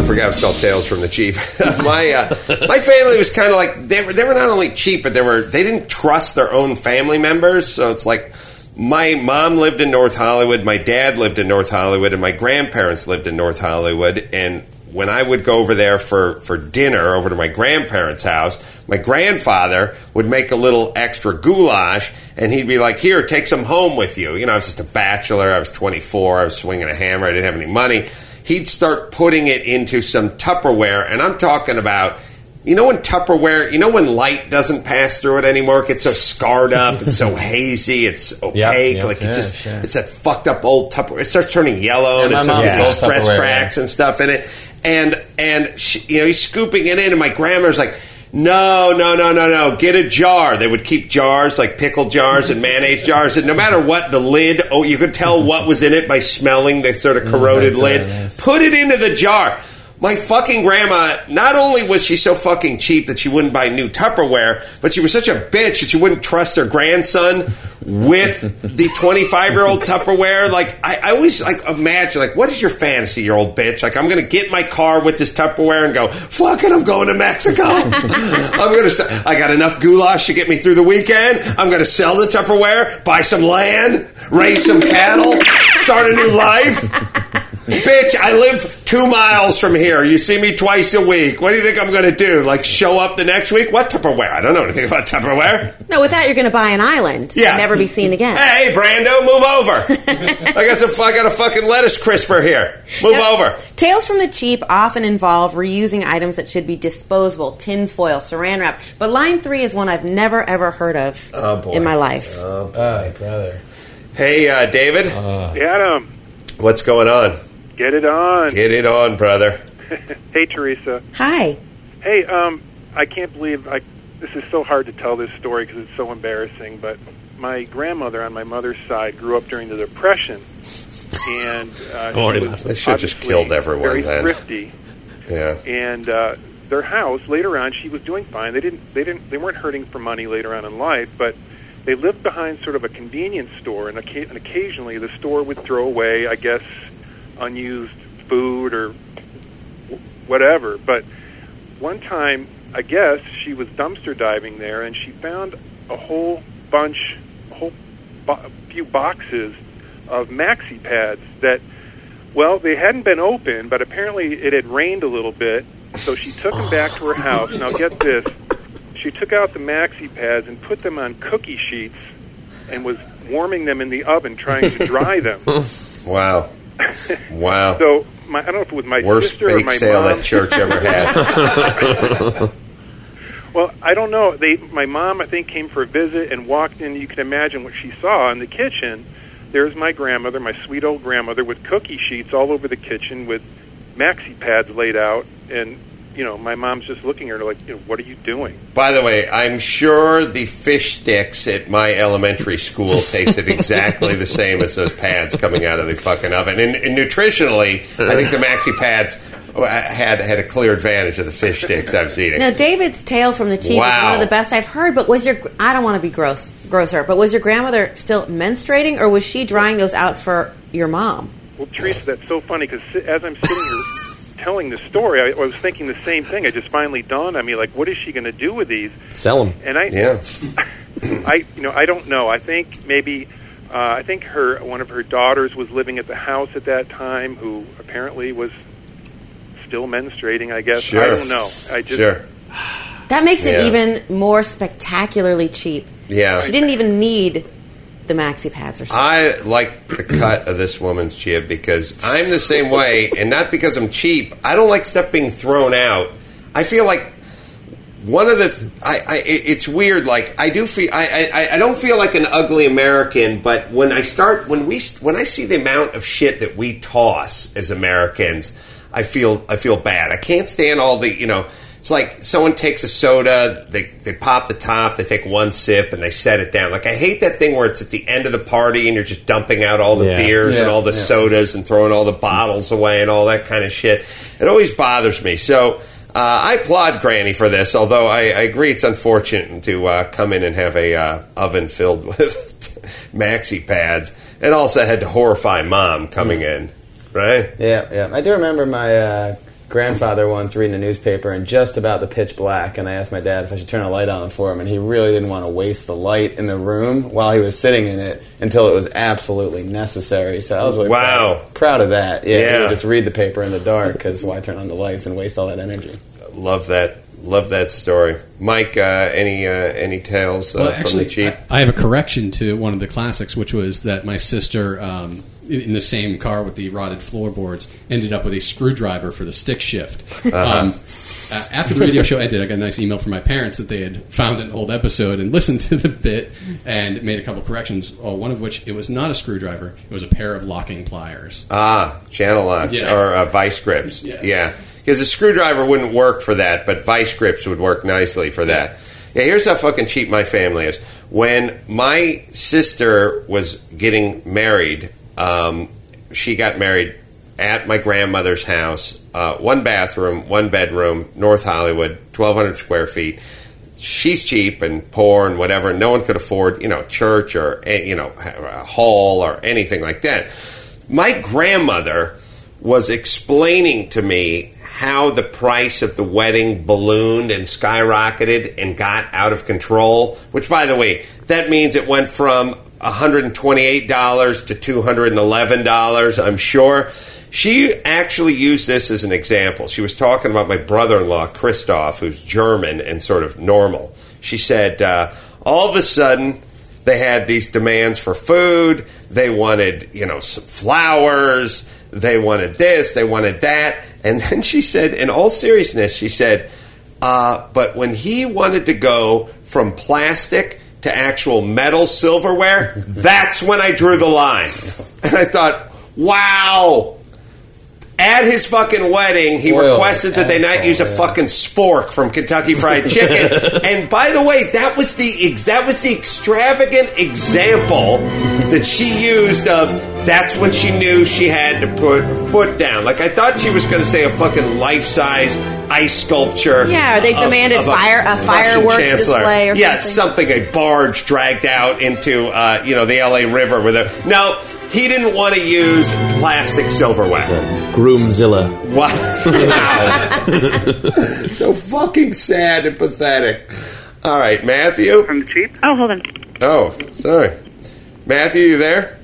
S4: I forgot it's called Tales from the Cheap. my uh, my family was kind of like they were, they were not only cheap, but they were they didn't trust their own family members. So it's like my mom lived in North Hollywood, my dad lived in North Hollywood, and my grandparents lived in North Hollywood. And when I would go over there for for dinner over to my grandparents' house, my grandfather would make a little extra goulash, and he'd be like, "Here, take some home with you." You know, I was just a bachelor. I was 24. I was swinging a hammer. I didn't have any money he'd start putting it into some Tupperware, and I'm talking about. You know when Tupperware, you know when light doesn't pass through it anymore, it gets so scarred up, it's so hazy, it's opaque,
S13: yeah,
S4: like it's
S13: yeah,
S4: just
S13: sure.
S4: it's that fucked up old Tupperware. It starts turning yellow and
S13: Yeah, my
S4: it's got
S13: mom's
S4: these
S13: old
S4: stress
S13: Tupperware,
S4: cracks and stuff in it. And and she, you know he's scooping it in, and my grandma's like, no, no, no, no, no, get a jar. They would keep jars like pickle jars and mayonnaise jars, and no matter what the lid, oh, you could tell what was in it by smelling the sort of
S13: Mm,
S4: corroded lid. Put it into the jar. My fucking grandma, not only was she so fucking cheap that she wouldn't buy new Tupperware, but she was such a bitch that she wouldn't trust her grandson with the 25 year old Tupperware. Like, I, I always like imagine, like, what is your fantasy, you old bitch? Like, I'm going to get in my car with this Tupperware and go, fuck it, I'm going to Mexico. I'm going to, I got enough goulash to get me through the weekend. I'm going to sell the Tupperware, buy some land, raise some cattle, start a new life. Bitch, I live two miles from here. You see me twice a week. What do you think I'm going to do? Like, show up the next week? What Tupperware? I don't know anything about Tupperware.
S7: No, with that you're going to buy an island.
S4: Yeah.
S7: And never be seen again.
S4: Hey, Brando, move over. I got some. I got a fucking lettuce crisper here. Move over.
S7: Tales from the cheap often involve reusing items that should be disposable, tin foil, saran wrap. But line three is one I've never ever heard of
S4: Oh boy.
S7: in my life.
S4: Oh boy, brother. Hey, uh, David.
S10: Adam,
S4: What's going on?
S10: get it on.
S4: Get it on, brother.
S10: hey, Teresa.
S7: Hi.
S10: Hey, um, I can't believe I. This is so hard to tell this story because it's so embarrassing. But my grandmother on my mother's side grew up during the Depression, and uh,
S4: Don't worry
S10: she
S4: about
S10: was
S4: it. They should've just
S10: obviously
S4: killed everyone
S10: Very
S4: then.
S10: thrifty,
S4: Yeah.
S10: and uh, their house later on, she was doing fine. They didn't, they didn't, they weren't hurting for money later on in life, but they lived behind sort of a convenience store, and, occa- and occasionally the store would throw away, I guess, unused food or wh- whatever. But one time, I guess she was dumpster diving there, and she found a whole bunch, a whole bo- few boxes of maxi pads that, well, they hadn't been open, but apparently it had rained a little bit, so she took them back to her house. Now get this, she took out the maxi pads and put them on cookie sheets, and was warming them in the oven trying to dry them.
S4: Wow. Wow.
S10: So my, I don't know if it was my
S4: Worst
S10: sister or
S4: bake
S10: my
S4: sale
S10: mom.
S4: that church ever had.
S10: Well, I don't know. They, my mom, I think, came for a visit and walked in. You can imagine what she saw in the kitchen. There's my grandmother, my sweet old grandmother, with cookie sheets all over the kitchen with maxi pads laid out, and you know, my mom's just looking at her like, you know, "What are you doing?"
S4: By the way, I'm sure the fish sticks at my elementary school tasted exactly the same as those pads coming out of the fucking oven. And, and nutritionally, I think the maxi pads uh, had had a clear advantage of the fish sticks I was eating.
S7: Now, Dave's tale from the cheap is
S4: Wow.
S7: one of the best I've heard. But was your? I don't want to be gross, grocer, but was your grandmother still menstruating, or was she drying those out for your mom?
S10: Well, Teresa, that's so funny because as I'm sitting here telling the story, I, I was thinking the same thing. It just finally dawned on me, like, what is she going to do with these?
S13: Sell them.
S10: And I, I, you know, I don't know. I think maybe, uh, I think her one of her daughters was living at the house at that time, who apparently was still menstruating. I guess
S4: Sure.
S10: I don't know. I just
S4: Sure.
S7: That makes
S4: Yeah.
S7: it even more spectacularly cheap.
S4: Yeah.
S7: She didn't even need the maxi pads or something.
S4: I like the cut of this woman's jib because I'm the same way, and not because I'm cheap. I don't like stuff being thrown out. I feel like one of the I, I it- it's weird. Like I do feel I, I I don't feel like an ugly American, but when I start when we when I see the amount of shit that we toss as Americans, I feel I feel bad. I can't stand all the you know. It's like someone takes a soda, they, they pop the top, they take one sip, and they set it down. Like, I hate that thing where it's at the end of the party and you're just dumping out all the
S13: Yeah.
S4: beers and
S13: Yeah.
S4: all the
S13: Yeah.
S4: sodas and throwing all the bottles away and all that kind of shit. It always bothers me. So uh, I applaud Granny for this, although I, I agree it's unfortunate to uh, come in and have a uh, oven filled with maxi pads, and also had to horrify mom coming in, right?
S11: Yeah, yeah. I do remember my uh, grandfather once reading a newspaper and just about the pitch black, and I asked my dad if I should turn a light on for him, and he really didn't want to waste the light in the room while he was sitting in it until it was absolutely necessary. So I was really
S4: Wow.
S11: proud, proud of that. Yeah, he would
S4: Yeah.
S11: just read the paper in the dark because why turn on the lights and waste all that energy?
S4: Love that. Love that story, Mike. Uh, any uh, any tales uh,
S17: Well,
S4: from
S17: actually,
S4: the Jeep?
S17: I have a correction to one of the classics, which was that my sister, um, in the same car with the rotted floorboards, ended up with a screwdriver for the stick shift.
S4: Uh-huh.
S17: Um, a- after the radio show ended, I got a nice email from my parents that they had found an old episode and listened to the bit and made a couple corrections. uh, One of which it was not a screwdriver; it was a pair of locking pliers.
S4: Ah, channel locks
S17: Yeah.
S4: or uh, vice grips.
S17: Yeah.
S4: Yeah. Because a screwdriver wouldn't work for that, but vice grips would work nicely for that. Yeah, here's how fucking cheap my family is. When my sister was getting married, um, she got married at my grandmother's house, uh, one bathroom, one bedroom, North Hollywood, 1,200 square feet she's cheap and poor and whatever. and No one could afford, you know, church or eh, you know, a hall or anything like that. My grandmother was explaining to me how the price of the wedding ballooned and skyrocketed and got out of control. Which, by the way, that means it went from $128 to $211, I'm sure. She actually used this as an example. She was talking about my brother in law, Christoph, who's German and sort of normal. She said, uh, all of a sudden, they had these demands for food. They wanted, you know, some flowers. They wanted this. They wanted that. And then she said, in all seriousness, she said, uh, but when he wanted to go from plastic to actual metal silverware, that's when I drew the line. And I thought, wow. At his fucking wedding, he
S13: Spoiled
S4: requested that they not
S13: asshole,
S4: use a
S13: yeah.
S4: fucking spork from Kentucky Fried Chicken. and by the way, that was the ex- that was the extravagant example that she used of that's when she knew she had to put her foot down. Like I thought she was going to say a fucking life size ice sculpture.
S7: Yeah, or they
S4: of-
S7: demanded
S4: of
S7: fire- a
S4: Russian
S7: fireworks
S4: chancellor.
S7: display or
S4: yeah,
S7: something.
S4: something a barge dragged out into uh, you know the L.A. River with a no. He didn't want to use plastic silverware.
S13: Groomzilla.
S4: Wow. so fucking sad and pathetic. All right, Matthew.
S19: From the cheap? Oh, hold on.
S4: Oh, sorry. Matthew, you there?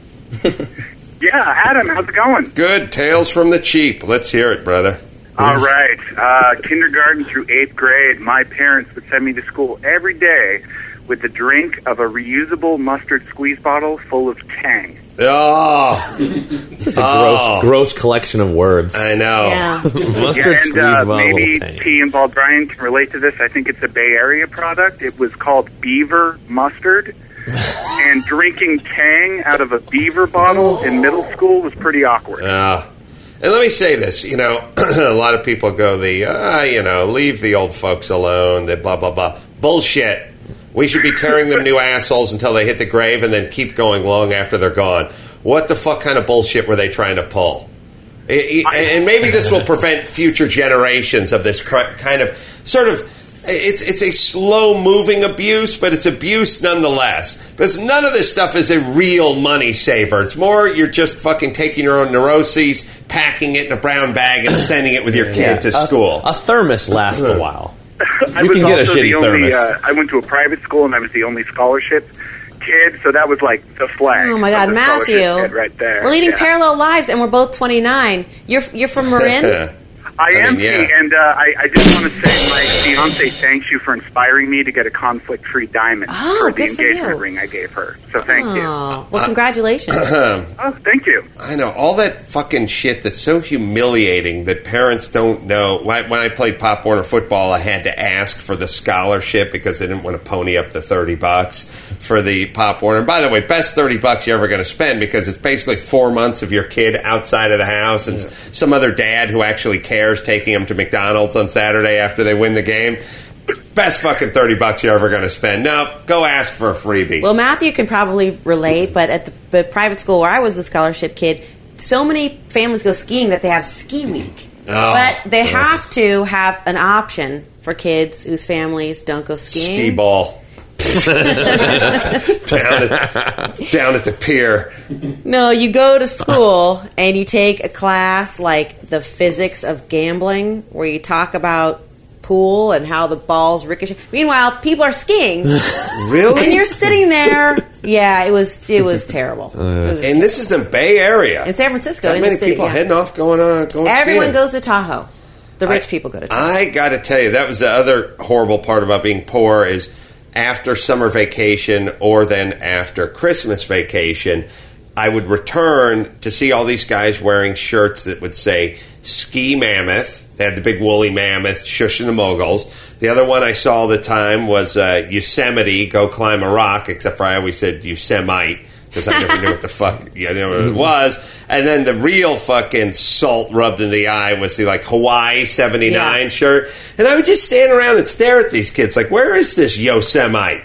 S19: Yeah, Adam, how's it going?
S4: Good. Tales from the cheap. Let's hear it, brother.
S19: All right. Uh, kindergarten through eighth grade, my parents would send me to school every day with the drink of a reusable mustard squeeze bottle full of Tang.
S4: Oh,
S13: just a gross, gross collection of words. I
S4: Ah. know.
S13: Mustard
S19: and,
S13: squeeze
S19: uh,
S13: bottle.
S19: Maybe T and Bald Brian can relate to this. I think it's a Bay Area product. It was called Beaver Mustard. and drinking Tang out of a beaver bottle in middle school was pretty awkward.
S4: Uh, and let me say this, you know, a lot of people go the, uh, you know, leave the old folks alone, the blah, blah, blah. Bullshit. We should be tearing them new assholes until they hit the grave and then keep going long after they're gone. What the fuck kind of bullshit were they trying to pull? I- I- and maybe this will prevent future generations of this cr- kind of sort of It's it's a slow moving abuse, but it's abuse nonetheless. Because none of this stuff is a real money saver. It's more you're just fucking taking your own neuroses, packing it in a brown bag, and sending it with your kid
S13: Yeah.
S4: to
S13: A-
S4: school.
S13: A thermos lasts a while.
S19: I
S13: You
S19: was
S13: can get a
S19: also
S13: shitty
S19: the only,
S13: thermos.
S19: uh, I went to a private school and I was the only scholarship kid, so that was like the flag.
S7: Oh my God,
S19: of the scholarship
S7: Matthew.
S19: kid right there.
S7: We're leading
S19: Yeah.
S7: parallel lives, and we're both 29. You're you're from Marin.
S19: I am,
S7: mean, yeah.
S19: T, and uh, I, I just want to say my fiance thanks you for inspiring me to get a conflict-free diamond
S7: Oh,
S19: for the
S7: good for
S19: engagement
S7: you.
S19: ring I gave her. So thank Uh,
S7: oh, well, congratulations.
S4: Ahem.
S19: Oh, thank you.
S4: I know all that fucking shit that's so humiliating that parents don't know. When I, when I played Pop Warner football, I had to ask for the scholarship because they didn't want to pony up the thirty bucks for the Pop Warner. And by the way, best thirty bucks you're ever going to spend because it's basically four months of your kid outside of the house and s some other dad who actually cares taking him to McDonald's on Saturday after they win the game. Best fucking thirty bucks you're ever going to spend. No, go ask for a freebie.
S7: Well, Matthew can probably relate, but at the but private school where I was a scholarship kid, so many families go skiing that they have ski week.
S4: Oh.
S7: but they have to have an option for kids whose families don't go skiing.
S4: ski ball. down, at, down at the pier.
S7: No, you go to school and you take a class like the physics of gambling, where you talk about pool and how the balls ricochet. Meanwhile, people are skiing, and you're sitting there. Yeah, it was it was terrible.
S4: and this is the Bay Area.
S7: In San Francisco,
S4: That
S7: in
S4: many
S7: the city,
S4: people
S7: yeah.
S4: heading off, going on, going.
S7: Everyone
S4: skiing.
S7: goes to Tahoe. The rich people go to Tahoe.
S4: I got to tell you, that was the other horrible part about being poor is after summer vacation or then after Christmas vacation, I would return to see all these guys wearing shirts that would say Ski Mammoth. They had the big woolly mammoth shushing the moguls. The other one I saw all the time was uh, Yosemite, go climb a rock, except for I always said Yosemite because I never knew what the fuck yeah, I didn't know what it was. And then the real fucking salt rubbed in the eye was the like Hawaii seventy nine shirt. And I would just stand around and stare at these kids like, where is this Yosemite?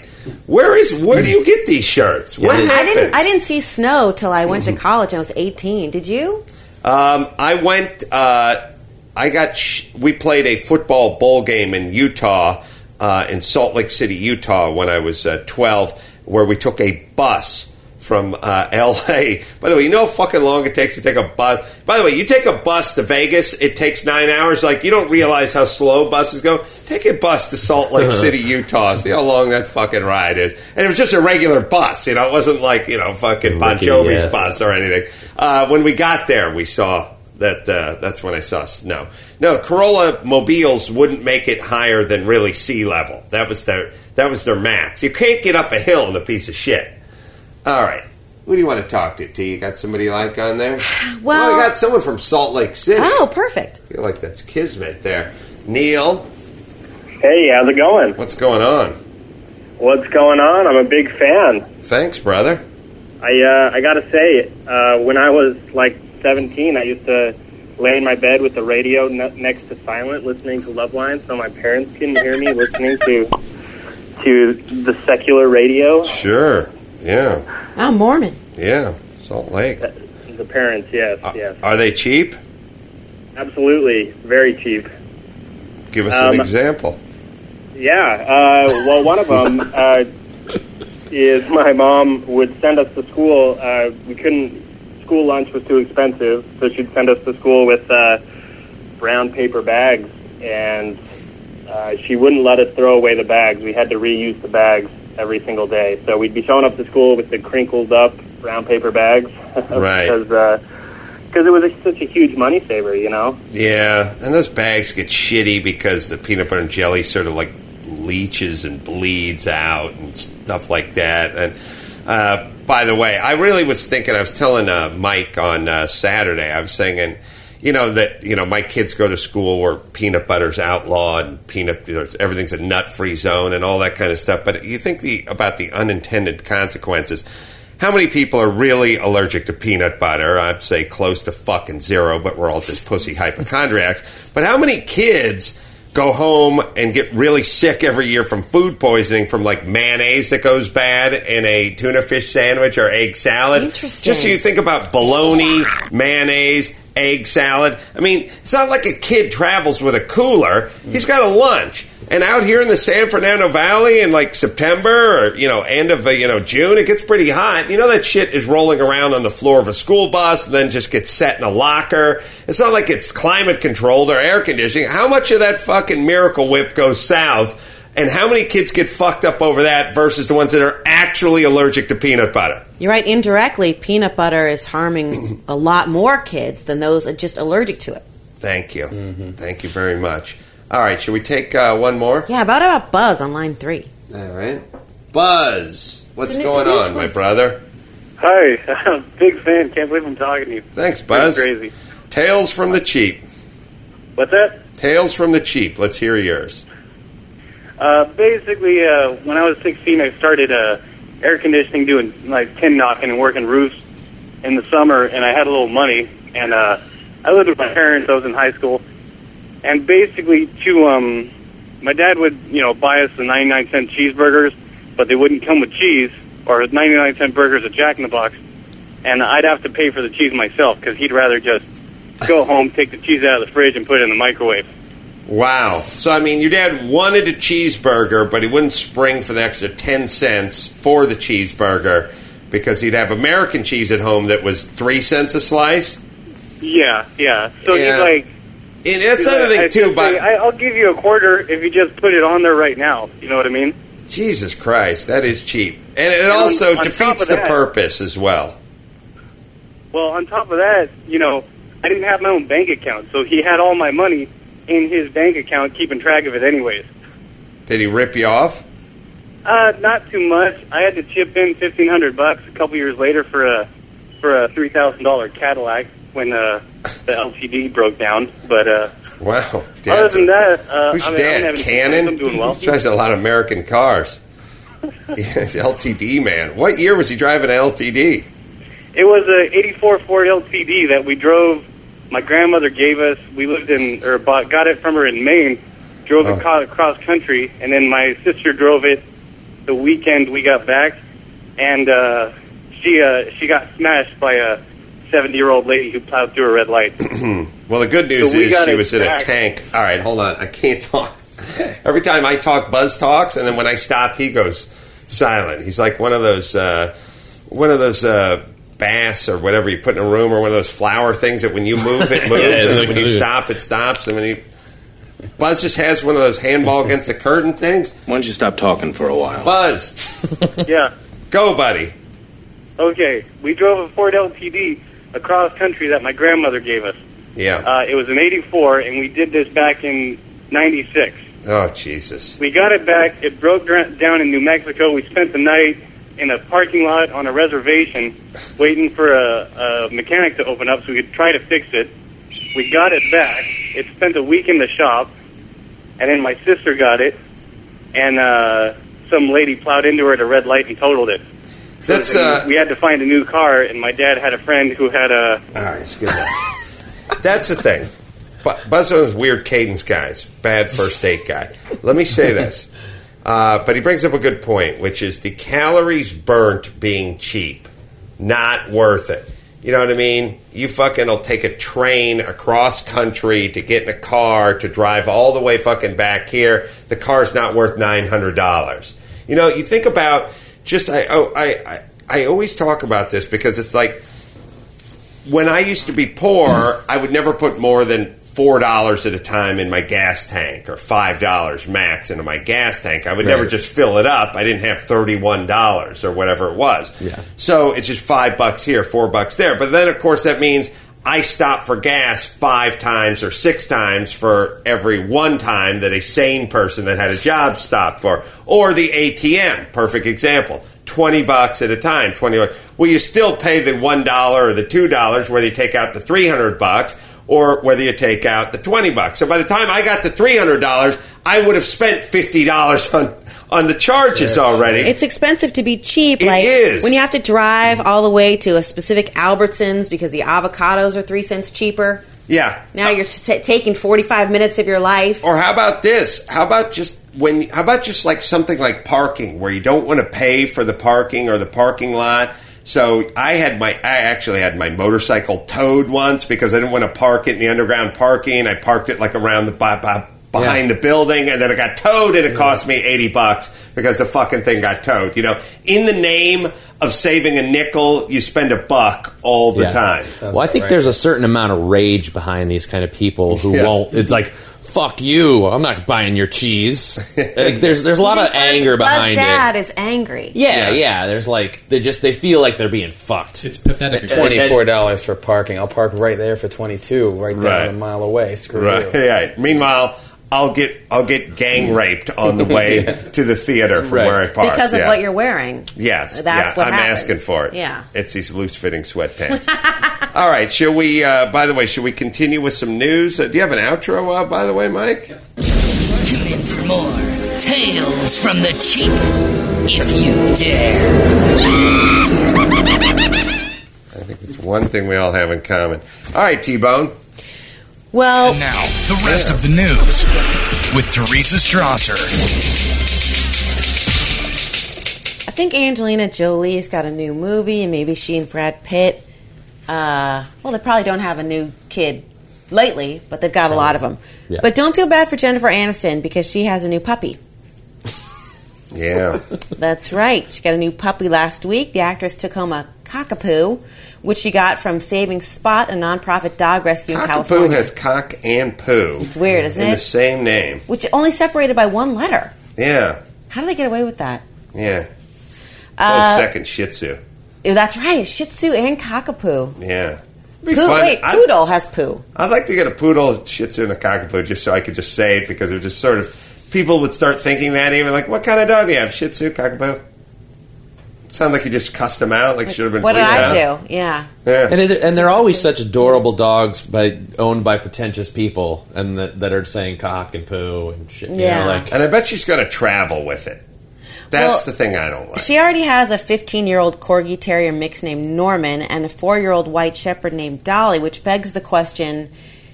S4: Where is where do you get these shirts? What
S7: I, I
S4: happened?
S7: didn't. I didn't see snow till I went to college. and I was 18. Did you?
S4: Um, I went. Uh, I got. Sh- we played a football bowl game in Utah, uh, in Salt Lake City, Utah, when I was uh, twelve, where we took a bus from uh, L.A. By the way, you know how fucking long it takes to take a bus. By the way, you take a bus to Vegas, it takes nine hours. Like you don't realize how slow buses go. Take a bus to Salt Lake City, Utah. See how long that fucking ride is. And it was just a regular bus. You know, it wasn't like you know fucking Bon
S13: Ricky,
S4: Jovi's
S13: yes.
S4: bus or anything. Uh, when we got there, we saw that. Uh, that's when I saw snow. No, Corolla mobiles wouldn't make it higher than really sea level. That was their that was their max. You can't get up a hill in a piece of shit. All right. Who do you want to talk to? T, you got somebody like on there?
S7: Well-
S4: I got someone from Salt Lake City.
S7: Oh, perfect.
S4: I feel like that's kismet there. Neil,
S20: Hey, how's it going?
S4: what's going on?
S20: What's going on? I'm a big fan.
S4: Thanks, brother.
S20: I uh, I gotta say, uh, when I was like 17, I used to lay in my bed with the radio ne- next to silent, listening to Love Line, so my parents couldn't hear me listening to to the secular radio.
S4: Sure. Yeah.
S7: I'm Mormon.
S4: Yeah. Salt Lake.
S20: The parents, yes, yes,
S4: Are they cheap?
S20: absolutely, very cheap.
S4: Give us an
S20: Um,
S4: example.
S20: Yeah. Uh, well, one of them uh, is my mom would send us to school. Uh, we couldn't. School lunch was too expensive, so she'd send us to school with uh, brown paper bags, and uh, she wouldn't let us throw away the bags. We had to reuse the bags every single day. So we'd be showing up to school with the crinkled up brown paper bags,
S4: Right.
S20: Because uh, it was a, such a huge money saver, you know.
S4: Yeah, and those bags get shitty because the peanut butter and jelly sort of like leaches and bleeds out and stuff like that. And uh, by the way, I really was thinking. I was telling uh, Mike on uh, Saturday. I was saying, you know that you know my kids go to school where peanut butter's outlawed and peanut you know, it's- everything's a nut free zone and all that kind of stuff. But you think the, about the unintended consequences. How many people are really allergic to peanut butter? I'd say close to fucking zero, but we're all just pussy hypochondriacs. But how many kids go home and get really sick every year from food poisoning from like mayonnaise that goes bad in a tuna fish sandwich or egg salad? Interesting. Just so you think about bologna, mayonnaise, egg salad. I mean, it's not like a kid travels with a cooler, he's got a lunch. And out here in the San Fernando Valley in like September or you know end of uh, you know June, it gets pretty hot. You know that shit is rolling around on the floor of a school bus, and then just gets set in a locker. It's not like it's climate controlled or air conditioning. How much of that fucking miracle whip goes south? And how many kids get fucked up over that versus the ones that are actually allergic to peanut butter?
S7: You're right. Indirectly, peanut butter is harming a lot more kids than those that just allergic to it.
S4: Thank you.
S21: Mm-hmm.
S4: Thank you very much. All right, should we take uh, one more?
S7: Yeah, about about Buzz on line three.
S4: All right. Buzz, what's
S7: Didn't it-
S4: going
S7: which
S4: on, my brother?
S21: Hi, big fan. Can't believe I'm talking to you.
S4: Thanks, Buzz.
S21: Pretty crazy.
S4: Tales from the cheap.
S21: What's that?
S4: Tales from the cheap. Let's hear yours.
S21: Uh, basically, uh, when I was 16, I started uh, air conditioning, doing like tin knocking and working roofs in the summer, and I had a little money, and uh, I lived with my parents. I was in high school, and basically, to um, my dad would you know buy us the 99 cent cheeseburgers, but they wouldn't come with cheese or 99 cent burgers at Jack in the Box, and I'd have to pay for the cheese myself because he'd rather just go home, take the cheese out of the fridge, and put it in the microwave.
S4: Wow. So, I mean, your dad wanted a cheeseburger, but he wouldn't spring for the extra 10 cents for the cheeseburger because he'd have American cheese at home that was 3 cents a slice.
S21: Yeah, yeah. So
S4: Yeah.
S21: he's like,
S4: and that's
S21: he's
S4: another
S21: like,
S4: thing,
S21: I
S4: too,
S21: just
S4: but-
S21: say, I, I'll give you a quarter if you just put it on there right now. You know what I mean?
S4: Jesus Christ, that is cheap. And it
S21: And on-
S4: also
S21: on top
S4: defeats
S21: of
S4: the
S21: that-
S4: purpose as well.
S21: Well, on top of that, you know, I didn't have my own bank account, so he had all my money in his bank account, keeping track of it, anyways.
S4: Did he rip you off?
S21: Uh, not too much. I had to chip in fifteen hundred bucks a couple years later for a for a three thousand dollar Cadillac when uh, the LCD broke down. But uh,
S4: Wow.
S21: other
S4: Dad's
S21: than that, uh,
S4: Who's
S21: I mean, I don't
S4: dad?
S21: have any
S4: Cannon?
S21: I'm doing well.
S4: He drives a lot of American cars. Yes, LTD man. What year was he driving an LTD?
S21: It was a 84 Ford LTD that we drove. My grandmother gave us. We lived in or bought got it from her in Maine. Drove
S4: Oh.
S21: it across, across country, and then my sister drove it the weekend we got back, and uh, she uh, she got smashed by a 70 year old lady who plowed through a red light.
S4: well, the good news
S21: So we
S4: is
S21: got
S4: she
S21: it
S4: was in a
S21: back.
S4: tank. All right, hold on. I can't talk. Every time I talk, Buzz talks, and then when I stop, he goes silent. He's like one of those, uh, one of those uh, bass or whatever you put in a room, or one of those flower things that when you move, it moves,
S3: Yeah, it's
S4: and then
S3: like-
S4: when you stop, it stops, and when you. Buzz just has one of those handball against the curtain things. Why don't you stop talking for a while? Buzz,
S21: yeah.
S4: go, buddy.
S21: Okay, we drove a Ford LTD across country that my grandmother gave us.
S4: Yeah.
S21: Uh, it was an 84, and we did this back in 96.
S4: Oh, Jesus.
S21: We got it back. It broke dra- down in New Mexico. We spent the night in a parking lot on a reservation waiting for a, a mechanic to open up so we could try to fix it. We got it back. It spent a week in the shop, and then my sister got it, and uh, some lady plowed into her at a red light and totaled it. So
S4: That's,
S21: then
S4: uh,
S21: we had to find a new car, and my dad had a friend who had a.
S4: All right, it's good. That's the thing. Bu- Buzz is one of those weird cadence guys, bad first date guy. Let me say this, uh, but he brings up a good point, which is the calories burnt being cheap, not worth it. You know what I mean? You fucking will take a train across country to get in a car to drive all the way fucking back here. The car's not worth nine hundred dollars. You know, you think about just I oh I, I I always talk about this because it's like when I used to be poor, I would never put more than four dollars at a time in my gas tank or five dollars max into my gas tank. I would never
S3: Right.
S4: just fill it up. I didn't have thirty-one dollars or whatever it was.
S3: Yeah.
S4: So it's just five bucks here, four bucks there. But then, of course, that means I stop for gas five times or six times for every one time that a sane person that had a job stopped for. Or the ATM, perfect example. 20 bucks at a time, 20 bucks. Well, you still pay the $1 or the $2, whether you take out the 300 bucks or whether you take out the 20 bucks. So by the time I got the $300, I would have spent $50 on, on the charges already.
S7: It's expensive to be cheap.
S4: It
S7: like
S4: is.
S7: when you have to drive all the way to a specific Albertsons because the avocados are three cents cheaper.
S4: yeah.
S7: Now you're t- taking forty-five minutes of your life.
S4: Or how about this? How about just when? How about just like something like parking, where you don't want to pay for the parking or the parking lot. So I had my, I actually had my motorcycle towed once because I didn't want to park it in the underground parking. I parked it like around the by, by, behind the building, and then it got towed, and it cost me eighty bucks because the fucking thing got towed. You know, in the name of saving a nickel, you spend a buck all the
S13: Yeah.
S4: time.
S13: Well, I think there's a certain amount of rage behind these kind of people who
S4: Yeah.
S13: won't. It's like, fuck you, I'm not buying your cheese. like, there's there's a lot of anger
S7: Buzz
S13: behind it.
S7: Dad is angry.
S13: Yeah, yeah, There's like they just they feel like they're being fucked. It's pathetic.
S11: Twenty four dollars for parking. I'll park right there for twenty two, right down
S4: Right.
S11: a mile away. Screw
S4: Right.
S11: you.
S4: right. Meanwhile, I'll get I'll get gang raped on the way to the theater from
S11: Right.
S4: where I park
S7: Because of what you're wearing.
S4: Yes,
S7: That's
S4: yeah,
S7: what
S4: I'm
S7: happens.
S4: asking for it.
S7: Yeah.
S4: it's these loose-fitting sweatpants. All right, shall we? Uh, by the way, shall we continue with some news? Uh, do you have an outro? Uh, by the way, Mike.
S18: Tune in for more Tales from the Cheap, if you dare.
S4: I think it's one thing we all have in common. All right, T Bone.
S7: Well,
S4: now
S22: The rest of the news with Teresa Strasser.
S7: I think Angelina Jolie's got a new movie, and maybe she and Brad Pitt. Uh, well, they probably don't have a new kid lately, but they've got a lot of them.
S4: Yeah.
S7: But don't feel bad for Jennifer Aniston because she has a new puppy.
S4: Yeah.
S7: That's right. She got a new puppy last week. The actress took home a cockapoo, which she got from Saving Spot, a nonprofit dog rescue in
S4: Cockapoo
S7: California.
S4: has cock and poo. It's
S7: weird, isn't
S4: in
S7: it?
S4: the same name.
S7: Which only separated by one letter.
S4: Yeah,
S7: How do they get away with that?
S4: yeah. Close Oh,
S7: Uh,
S4: second, Shih Tzu.
S7: ew, That's right. Shih Tzu and cockapoo.
S4: Yeah.
S7: Poo,
S4: It'd be fun.
S7: wait,
S4: I'd-
S7: poodle has poo.
S4: I'd like to get a poodle, Shih Tzu, and a cockapoo just so I could just say it because it just sort of people would start thinking that even like, what kind of dog do you have? Shih Tzu, cockapoo. Sound like you just cussed them out. Like should have been.
S7: What did
S4: bleeped out.
S7: I do? Yeah.
S13: And it, and they're always such adorable dogs by owned by pretentious people and that, that are saying cock and poo and shit. you know,
S7: Yeah.
S13: like
S4: and I bet she's gonna travel with it. That's the thing I don't like.
S7: She already has a 15 year old Corgi Terrier mix named Norman and a 4 year old White Shepherd named Dolly, which begs the question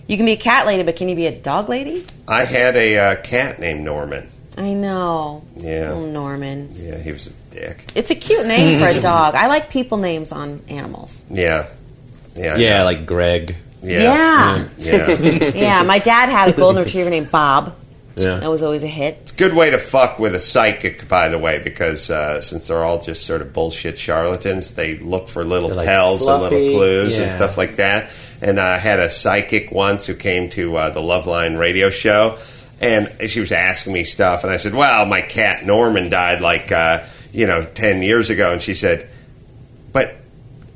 S7: you can be a cat lady, but can you be a dog lady?
S4: I had a uh, cat named Norman.
S7: I know.
S4: Yeah.
S7: Little Norman.
S4: Yeah, he was a dick.
S7: It's a cute name for a dog. I like people names on animals.
S4: Yeah. Yeah. I
S13: yeah, like Greg.
S7: Yeah.
S4: Yeah. Yeah.
S7: yeah, my dad had a golden retriever named Bob.
S4: Yeah.
S7: That was always a hit.
S4: It's a good way to fuck with a psychic, by the way, because uh, since they're all just sort of bullshit charlatans, they look for little
S13: like
S4: tells and
S13: fluffy,
S4: little clues and
S13: yeah.
S4: stuff like that. And I had a psychic once who came to uh, the Loveline radio show, and she was asking me stuff, and I said, "Well, my cat Norman died like uh, you know ten years ago," and she said, "But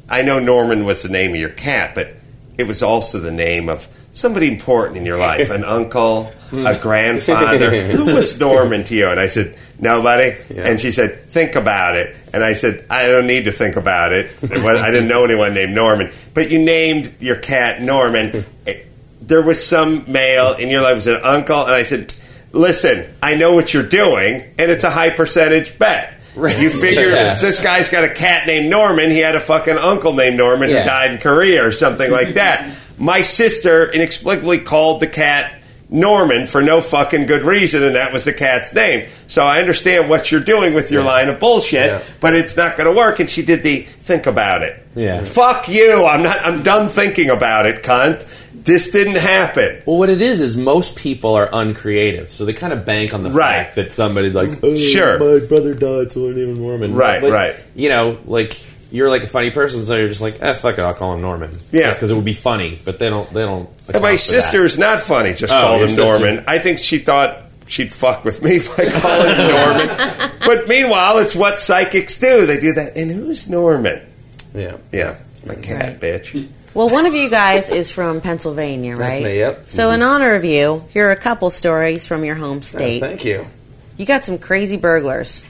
S4: I know Norman was the name of your cat, but it was also the name of somebody important in your life an uncle,
S13: Hmm.
S4: a grandfather. Who was Norman to you? And I said, Nobody. And she said, Think about it. And I said, I don't need to think about it. It was- I didn't know anyone named Norman. But you named your cat Norman. It- There was some male in your life, it was an uncle. And I said, Listen, I know what you're doing, and it's a high percentage bet. You figure
S13: Yeah.
S4: this guy's got a cat named Norman. He had a fucking uncle named Norman
S13: Yeah.
S4: who died in Korea or something like that. My sister inexplicably called the cat Norman for no fucking good reason, and that was the cat's name. So I understand what you're doing with your line of bullshit, but it's not going to work. And she did the think about it.
S13: Yeah.
S4: Fuck you. I'm not. I'm done thinking about it, cunt. This didn't happen.
S13: Well, what it is is most people are uncreative, so they kind of bank on the fact that somebody's like, oh,
S4: Sure.
S13: my brother died, so I'm even Norman."
S4: Right,
S13: But,
S4: right.
S13: You know, like you're like a funny person, so you're just like, "Ah, fuck it, I'll call him Norman."
S4: Yeah.
S13: because it would be funny, but they don't. They don't.
S4: And my
S13: account for that.
S4: sister is not funny. Just
S13: Oh,
S4: called
S13: your
S4: him
S13: sister-
S4: Norman. I think she thought she'd fuck with me by calling him Norman. but meanwhile, it's what psychics do. They do that. And who's Norman?
S11: Yeah,
S4: yeah, my cat, bitch.
S7: Well, one of you guys is from Pennsylvania, right?
S11: me, yep. Mm-hmm. Oh,
S7: So, in honor of you, here are a couple stories from your home state.
S11: Thank you.
S7: You got some crazy burglars.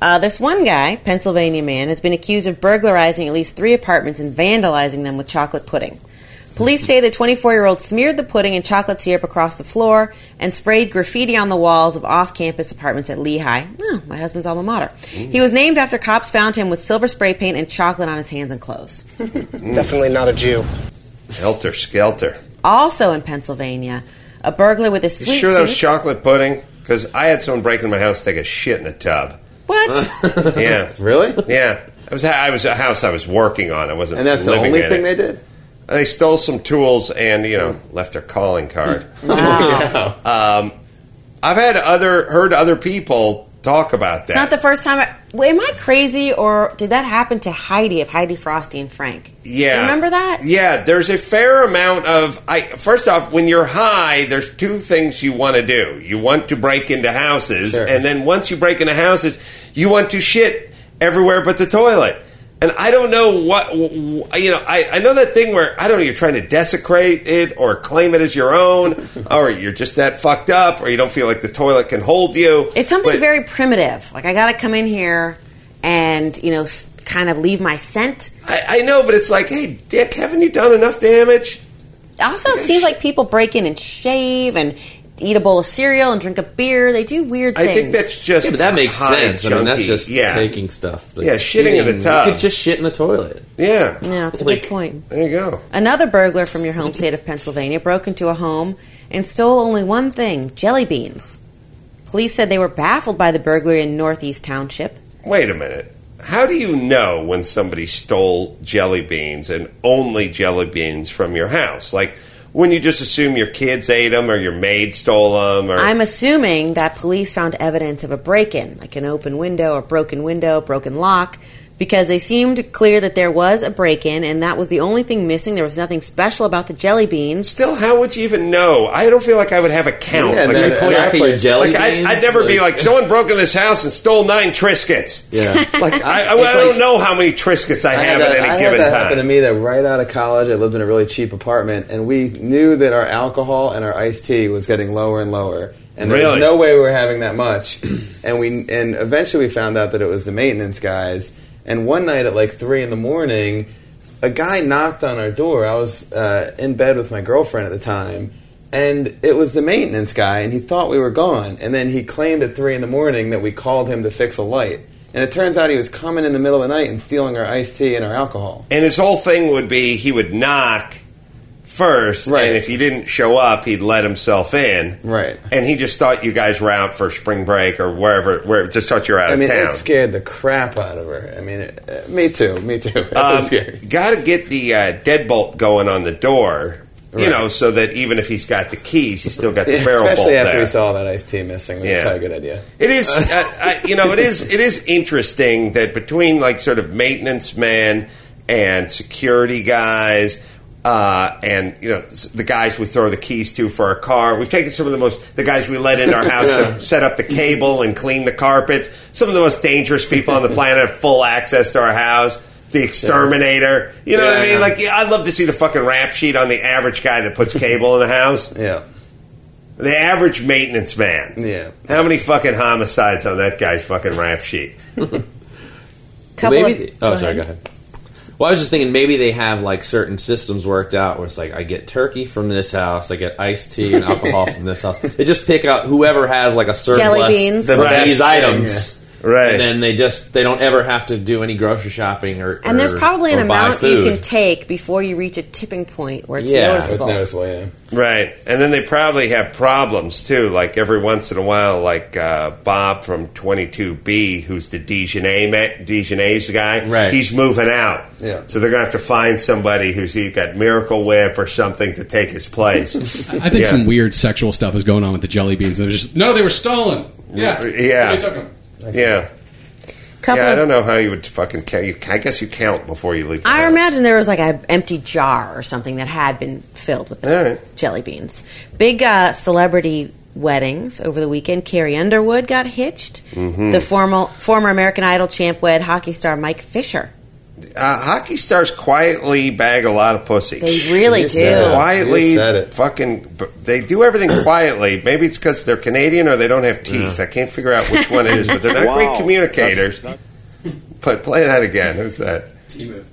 S7: uh, this one guy, Pennsylvania man, has been accused of burglarizing at least three apartments and vandalizing them with chocolate pudding. Police say the 24 year old smeared the pudding and chocolate syrup across the floor and sprayed graffiti on the walls of off campus apartments at Lehigh, oh, my husband's alma mater. He was named after cops found him with silver spray paint and chocolate on his hands and clothes.
S11: Mm.
S2: Definitely not a Jew.
S4: Helter skelter.
S7: Also in Pennsylvania, a burglar with a
S4: You
S7: sweet
S4: sure that
S7: tooth.
S4: was chocolate pudding? Because I had someone break into my house to take a shit in the tub.
S7: What?
S4: Yeah. really? Yeah. I was I was a house I was working on. I wasn't.
S11: And that's the
S4: living
S11: only
S4: in
S11: thing
S4: it.
S11: they did.
S4: They stole some tools and you know left their calling card. um, I've had other heard other people talk about
S7: It's not
S4: that.
S7: the first time. I, well, am I crazy or did that happen to Heidi of Heidi Frosty and Frank?
S4: yeah,
S7: Remember that?
S4: Yeah, there's a fair amount of. I first off, when you're high, there's two things you want to do. You want to break into houses, and then once you break into houses, you want to shit everywhere but the toilet. And I don't know what you know. I, I know that thing where I don't know you're trying to desecrate it or claim it as your own, or you're just that fucked up, or you don't feel like the toilet can hold you.
S7: It's something
S4: But-
S7: very primitive. Like I got to come in here and you know s- kind of leave my scent.
S4: I, I know, but it's like, hey, Dick, haven't you done enough damage?
S7: Also, it seems like people break in and shave and eat a bowl of cereal and drink a beer. They do weird
S4: I
S7: things.
S4: think that's just.
S13: Yeah, but that makes
S4: high
S13: sense. I mean, that's
S4: junkie.
S13: just
S4: yeah.
S13: taking stuff.
S4: Yeah, shitting in the tub.
S13: You could just shit in the toilet.
S4: Yeah.
S7: Yeah, it's a good point.
S4: There you go.
S7: Another burglar from your home state of Pennsylvania broke into a home and stole only one thing jelly beans. Police said they were baffled by the burglary in Northeast Township.
S4: Wait a minute. How do you know when somebody stole jelly beans and only jelly beans from your house? Like, when you just assume your kids ate them or your maid stole them or
S7: I'm assuming that police found evidence of a break in, like an open window or broken window, broken lock, because they seemed clear that there was a break in and that was the only thing missing. There was nothing special about the jelly beans.
S4: Still, how would you even know? I don't feel like I would have a count.
S13: Yeah,
S4: like,
S13: they're
S4: I clear-
S13: exactly
S4: like,
S13: jelly
S4: I,
S13: beans,
S4: I'd never be
S13: like-
S4: like someone broke in this house and stole nine Triscuits.
S13: Yeah.
S4: like I, I, I don't know how many Triscuits I, have
S11: had
S4: at
S11: that-
S4: any
S11: I had
S4: given
S11: that
S4: time.
S11: happened to me that right out of college, I lived in a really cheap apartment, and we knew that our alcohol and our iced tea was getting lower and lower, and there
S4: Really?
S11: was no way we were having that much. and we and eventually we found out that it was the maintenance guys. And one night at like three in the morning, a guy knocked on our door. I was uh, in bed with my girlfriend at the time. And it was the maintenance guy, and he thought we were gone. And then he claimed at three in the morning that we called him to fix a light. And it turns out he was coming in the middle of the night and stealing our iced tea and our alcohol.
S4: And his whole thing would be he would knock first, and if you didn't show up, he'd let himself in.
S11: Right.
S4: And he just thought you guys were out for spring break or wherever, where just thought you were out
S11: I mean,
S4: of town.
S11: it scared the crap out of her. I mean, it, uh, me too, me too. It was
S4: Um,
S11: scary.
S4: Got to get the uh, deadbolt going on the door, you
S11: Right.
S4: know, so that even if he's got the keys, he's still got the
S11: Yeah,
S4: barrel bolt
S11: especially after
S4: there.
S11: we saw that iced tea missing, which
S4: Yeah.
S11: is not a good idea.
S4: It is, uh, I, you know, it is. It is interesting that between like sort of maintenance men and security guys, uh, and you know s- the guys we throw the keys to for our car, we've taken some of the most the guys we let in our house
S11: Yeah.
S4: to set up the cable and clean the carpets. Some of the most dangerous people on the planet have full access to our house. The exterminator, you know what I
S11: Yeah.
S4: mean? Like, yeah, I'd love to see the fucking rap sheet on the average guy that puts cable in a house.
S11: Yeah.
S4: The average maintenance man.
S11: Yeah.
S4: How many fucking homicides on that guy's fucking rap sheet?
S7: Couple
S13: maybe,
S7: of-
S13: oh,
S7: go
S13: sorry,
S7: ahead.
S13: go ahead. Well, I was just thinking maybe they have like certain systems worked out where it's like I get turkey from this house, I get iced tea and alcohol from this house. They just pick out whoever has like a surplus
S7: Jelly beans.
S13: of
S7: The best
S13: these
S7: thing,
S13: items.
S4: Right.
S13: And then they just they don't ever have to do any grocery shopping or
S7: And there's
S13: or-
S7: probably an
S13: or buy
S7: amount you
S13: food.
S7: can take before you reach a tipping point where it's noticeable.
S4: Right. And then they probably have problems too. Like every once in a while, like uh, Bob from 22B, who's the Dijonais, ma- Dijonais guy, right. he's moving out.
S11: Yeah.
S4: So they're going to have to find somebody who's either got Miracle Whip or something to take his place.
S17: I think some weird sexual stuff is going on with the jelly beans. They're just no, they were stolen. Yeah,
S4: Yeah.
S17: Somebody took 'em.
S4: Yeah.
S7: Couple
S4: yeah, I
S7: of-
S4: don't know how you would fucking count. You, I guess you count before you leave. the
S7: I
S4: house.
S7: imagine there was like an empty jar or something that had been filled with the jelly beans. Big uh, celebrity weddings over the weekend. Carrie Underwood got hitched.
S4: Mhm.
S7: The formal, former American Idol champ wed hockey star Mike Fisher.
S4: uh, hockey stars quietly bag a lot of pussy.
S7: They really You do. said it.
S4: Quietly,
S7: You said
S4: fucking. b- They do everything quietly. Maybe it's because they're Canadian or they don't have teeth. I can't figure out which one it is, but they're not great
S14: Wow.
S4: communicators. But play that again. Who's that?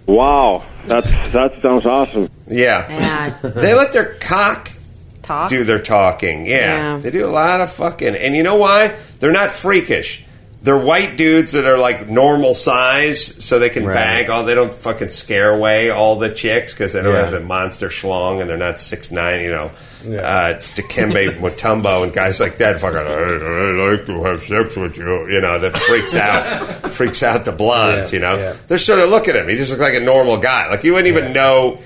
S14: Wow, that's that sounds awesome.
S4: Yeah. they let their cock
S7: Talk.
S4: do their talking. Yeah.
S7: Yeah.
S4: They do a lot of fucking. And you know why? They're not freakish. They're white dudes that are like normal size, so they can bag all. They don't fucking scare away all the chicks because they don't
S11: Yeah.
S4: have the monster schlong and they're not six nine. You know, uh, Dikembe Mutombo and guys like that. Fucking, I, I like to have sex with you. You know, that freaks out, freaks out the blondes. you know, they're sort of looking at him. He just looks like a normal guy. Like you wouldn't even know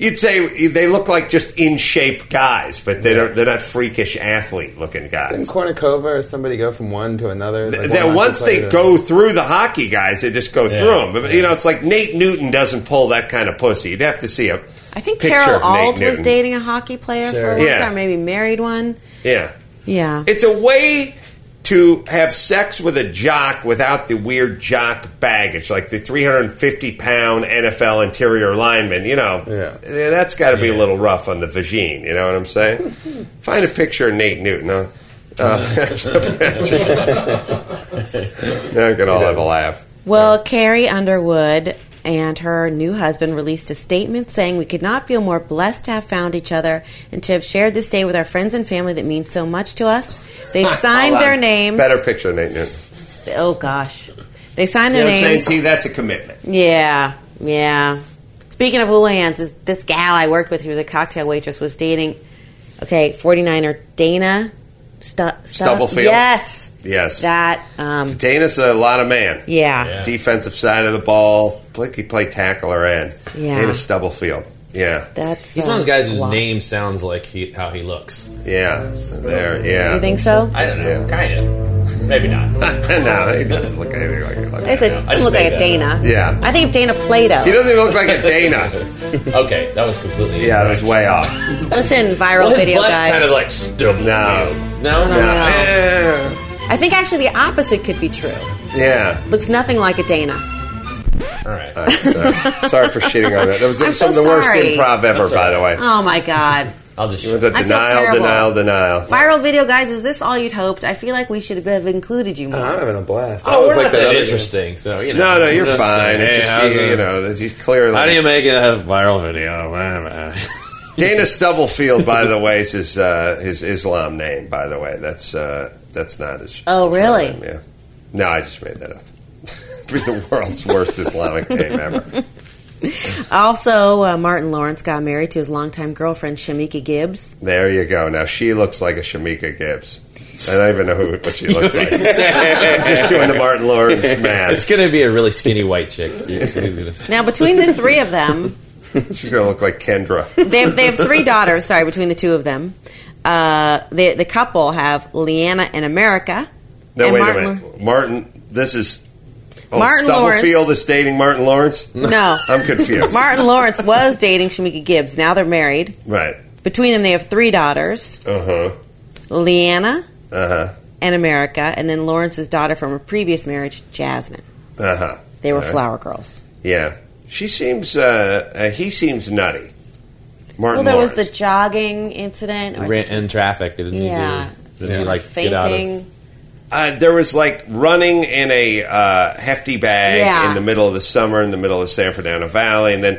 S4: You'd say they look like just in shape guys, but they don't. They're not freakish athlete looking
S11: Didn't
S4: guys.
S11: Kornikova or somebody go from one to another? Like, one
S4: That
S11: hockey
S4: once
S11: player
S4: they
S11: to
S4: go through the hockey guys, they just go
S11: Yeah.
S4: through them. But you know, it's like Nate Newton doesn't pull that kind of pussy. You'd have to see a
S7: I think
S4: picture
S7: Carol
S4: of Nate
S7: Ald was
S4: Newton.
S7: dating a hockey player for
S4: Sure.
S7: a long
S4: Yeah.
S7: time, maybe married one.
S4: Yeah.
S7: Yeah.
S4: It's a way to have sex with a jock without the weird jock baggage, like the 350 pound NFL interior lineman. You know, yeah. that's got to be a little rough on the vagine. You know what I'm saying? Find a picture of Nate Newton. Huh? Uh, now we can all have a laugh.
S7: Well, Carrie Underwood and her new husband released a statement saying, We could not feel more blessed to have found each other and to have shared this day with our friends and family that means so much to us. They signed
S4: Hold on.
S7: their names.
S4: Better picture of Nate Newton. See
S7: Oh, gosh. They signed
S4: what
S7: their
S4: I'm saying?
S7: names.
S4: See, that's a commitment.
S7: Yeah, yeah. Speaking of Houlihan's, this- this gal I worked with who was a cocktail waitress was dating, okay, 49er Dana Stu- Stu-
S4: Stubblefield?
S7: Yes.
S4: Yes.
S7: That, um,
S4: Dana's a lot of man.
S7: Yeah. Yeah.
S4: Defensive side of the ball. Like he played tackle or end.
S7: Yeah.
S4: Dana Stubblefield. Yeah.
S7: that's.
S13: He's
S7: uh,
S13: one of those guys whose
S7: a lot.
S13: name sounds like he, how he looks.
S4: Yeah. There. Yeah.
S7: You think so?
S13: I don't know. Kind of. Maybe not.
S4: no, he doesn't look anything like it. Like
S7: I said,
S13: I just
S7: look like
S13: made
S7: a
S13: that
S7: Dana.
S13: up.
S4: Yeah.
S7: I think of Dana Plato.
S4: He doesn't even look like a Dana.
S13: okay, that was completely.
S4: Yeah, that was way off.
S7: Listen, viral
S13: Well, his
S7: video
S13: butt
S7: guys.
S13: kind of like stubble.
S4: No.
S13: No,
S7: No, no, no. I think actually the opposite could be true.
S4: Yeah.
S7: Looks nothing like a Dana.
S4: All right. sorry. Sorry for shitting on that. That was
S7: I'm
S4: some
S7: so
S4: of the worst
S7: sorry.
S4: improv ever,
S7: That's
S4: by the way.
S7: Oh my god.
S13: I'll just.
S4: You went to
S7: I feel
S4: denial,
S7: terrible.
S4: denial, denial.
S7: Viral video guys, is this all you'd hoped? I feel like we should have included you more.
S4: Uh-huh.
S11: having a blast.
S13: Oh, we're not
S11: that
S13: that
S11: other-
S13: interesting. So you
S4: No,
S13: know.
S4: no, you're
S13: Just
S4: fine.
S13: saying,
S4: It's
S13: hey,
S4: just,
S13: how's
S4: you,
S13: it-
S4: you know, that he's clearly.
S13: How do you make it a viral video?
S4: Dana Stubblefield, by the way, is his, uh, his Islam name. By the way, that's uh, that's not his.
S7: Oh, really?
S4: Yeah. No, I just made that up. Be the world's worst Islamic name ever.
S7: Also, uh, Martin Lawrence got married to his longtime girlfriend, Shamika Gibbs.
S4: There you go. Now she looks like a Shamika Gibbs. I don't even know who what she looks like. I'm just doing the Martin Lawrence math.
S13: It's gonna be a really skinny white chick. He's gonna-
S7: Now, between the three of them,
S4: She's gonna look like Kendra.
S7: they have, they have three daughters, sorry, between the two of them. Uh, they, the couple have Leanna and America.
S4: No,
S7: and
S4: wait
S7: Martin
S4: a minute. Martin, this is. Oh,
S7: Martin
S4: Stubblefield is dating Martin Lawrence?
S7: No.
S4: I'm confused.
S7: Martin Lawrence was dating Shamika Gibbs. Now they're married.
S4: Right.
S7: Between them, they have three daughters
S4: Uh huh.
S7: Leanna
S4: Uh huh.
S7: and America, and then Lawrence's daughter from a previous marriage, Jasmine.
S4: Uh huh.
S7: They were
S4: All right.
S7: flower girls.
S4: Yeah. She seems, uh, uh he seems nutty.
S7: Well,
S4: Martin
S7: there was
S4: Lawrence.
S7: the jogging incident. or-
S13: Ran in traffic, didn't he?
S7: Yeah.
S13: Do? Didn't he like get out of?
S7: fainting.
S4: uh, there was like running in a uh, hefty bag
S7: Yeah.
S4: in the middle of the summer, in the middle of San Fernando Valley, and then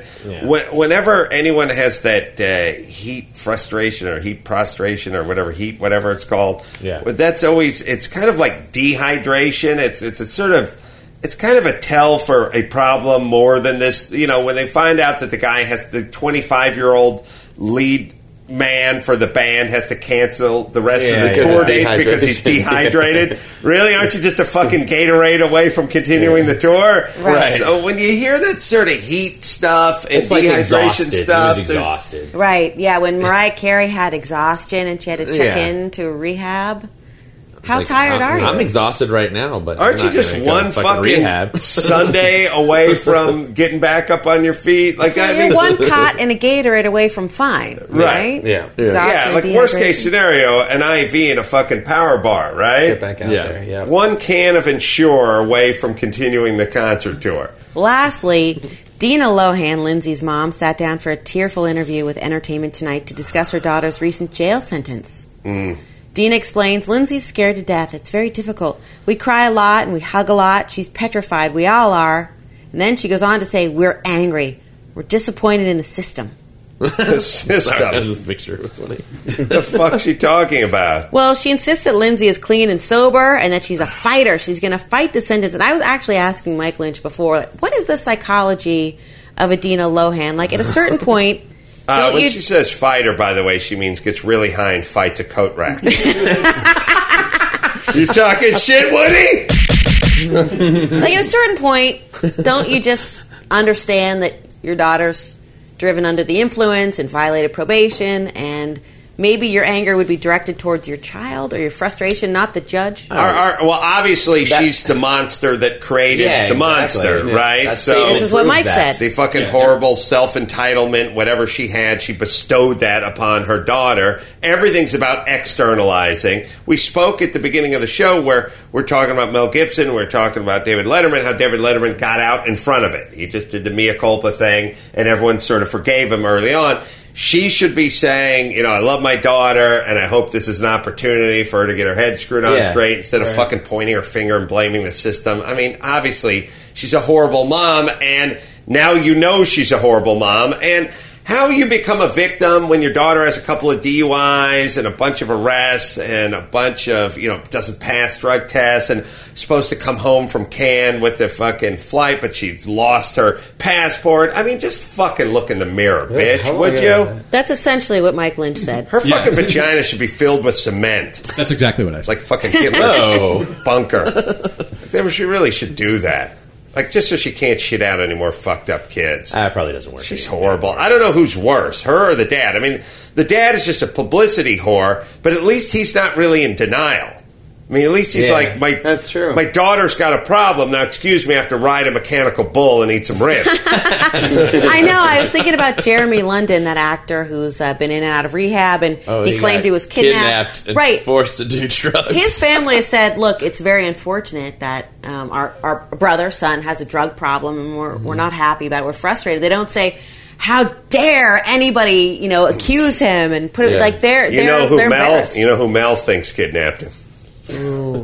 S4: whe- whenever anyone has that uh, heat frustration or heat prostration or whatever heat, whatever it's called,
S13: Yeah.
S4: but that's always it's kind of like dehydration. It's it's a sort of it's kind of a tell for a problem more than this. You know, when they find out that the guy has the 25 year old lead man for the band has to cancel the rest
S15: Yeah,
S4: of the
S15: yeah.
S4: tour date because he's
S15: Dehydration.
S4: dehydrated. really, aren't you just a fucking Gatorade away from continuing the tour?
S13: Right.
S4: So when you hear that sort of heat stuff and
S13: It's like
S4: dehydration
S13: exhausted. He was
S4: stuff, there's-
S13: exhausted.
S7: Right. Yeah. When Mariah Carey had exhaustion and she had to check
S13: Yeah.
S7: in to rehab. How
S13: Like,
S7: tired
S13: I'm,
S7: are you?
S13: I'm exhausted right now, but
S4: Aren't
S13: I'm
S4: you
S13: not
S4: just
S13: gonna go
S4: one
S13: fucking,
S4: fucking
S13: rehab.
S4: Sunday away from getting back up on your feet? Like I
S7: You're
S4: mean,
S7: one cot and a Gatorade away from fine. Right.
S4: Yeah.
S7: Yeah.
S4: Yeah.
S7: Exhaustion,
S4: Like worst case
S7: dehydration.
S4: scenario, an IV and a fucking power bar, right? Get
S11: back out
S4: yeah.
S11: there, yeah.
S4: One can of Ensure away from continuing the concert tour.
S7: Lastly, Dina Lohan, Lindsay's mom, sat down for a tearful interview with Entertainment Tonight to discuss her daughter's recent jail sentence.
S4: Mm.
S7: Dina explains, Lindsay's scared to death. It's very difficult. We cry a lot and we hug a lot. She's petrified. We all are. And then she goes on to say, We're angry. We're disappointed in the system.
S13: Sorry, I just make sure it was funny.
S4: the fuck's she talking about?
S7: Well, she insists that Lindsay is clean and sober and that she's a fighter. She's going to fight the sentence. And I was actually asking Mike Lynch before, like, what is the psychology of Adina Lohan? Like, at a certain point,
S4: Uh,
S7: Don't
S4: when
S7: you-
S4: she says fighter, by the way, she means gets really high and fights a coat rack. you talking shit, Woody?
S7: like at a certain point, don't you just understand that your daughter's driven under the influence and violated probation, and maybe your anger would be directed towards your child or your frustration, not the judge.
S4: All right, all right. well, obviously, she's the monster that created
S7: Yeah,
S4: the
S7: exactly.
S4: monster,
S7: Yeah.
S4: right?
S7: That statement This is what proves Mike that. said.
S4: The fucking horrible self entitlement, whatever she had, she bestowed that upon her daughter. Everything's about externalizing. We spoke at the beginning of the show where we're talking about Mel Gibson, we're talking about David Letterman, how David Letterman got out in front of it. He just did the mea culpa thing, and everyone sort of forgave him early on she should be saying, you know, I love my daughter and I hope this is an opportunity for her to get her head screwed on
S23: Yeah,
S4: straight instead of
S23: right.
S4: fucking pointing her finger and blaming the system. I mean, obviously, she's a horrible mom and now you know she's a horrible mom and how you become a victim when your daughter has a couple of DUIs and a bunch of arrests and a bunch of, you know, doesn't pass drug tests and supposed to come home from Cannes with the fucking flight, but she's lost her passport. I mean, just fucking look in the mirror, bitch,
S7: how-
S4: would
S7: yeah.
S4: you?
S7: That's essentially what Mike Lynch said.
S4: Her fucking vagina should be filled with cement. That's exactly what I said. Like fucking
S7: Whoa.
S4: Hitler's bunker. Then she really should do that. Like just so she can't shit out any more fucked up kids. That Ah, probably doesn't work. She's horrible. I don't know who's worse, her or the dad. I mean, the dad is just a publicity whore, but at least he's not really in denial. I mean, at least he's
S11: Yeah,
S4: like my. That's true. My daughter's got a problem now. Excuse me, I have to ride a mechanical bull and eat some ribs.
S7: I know. I was thinking about Jeremy London, that actor who's uh, been in and out of rehab, and
S13: Oh,
S7: he, claimed
S13: got
S7: he was kidnapped.
S13: and
S7: right.
S13: Forced to do drugs.
S7: His family has said, "Look, it's very unfortunate that um, our our brother son has a drug problem, and we're we're not happy about. it. We're frustrated." They don't say. How dare anybody, you know, accuse him and put it
S4: Yeah.
S7: like they're
S4: you
S7: they're
S4: know who
S7: they're
S4: Mal
S7: embarrassed.
S4: you know who Mal thinks kidnapped him.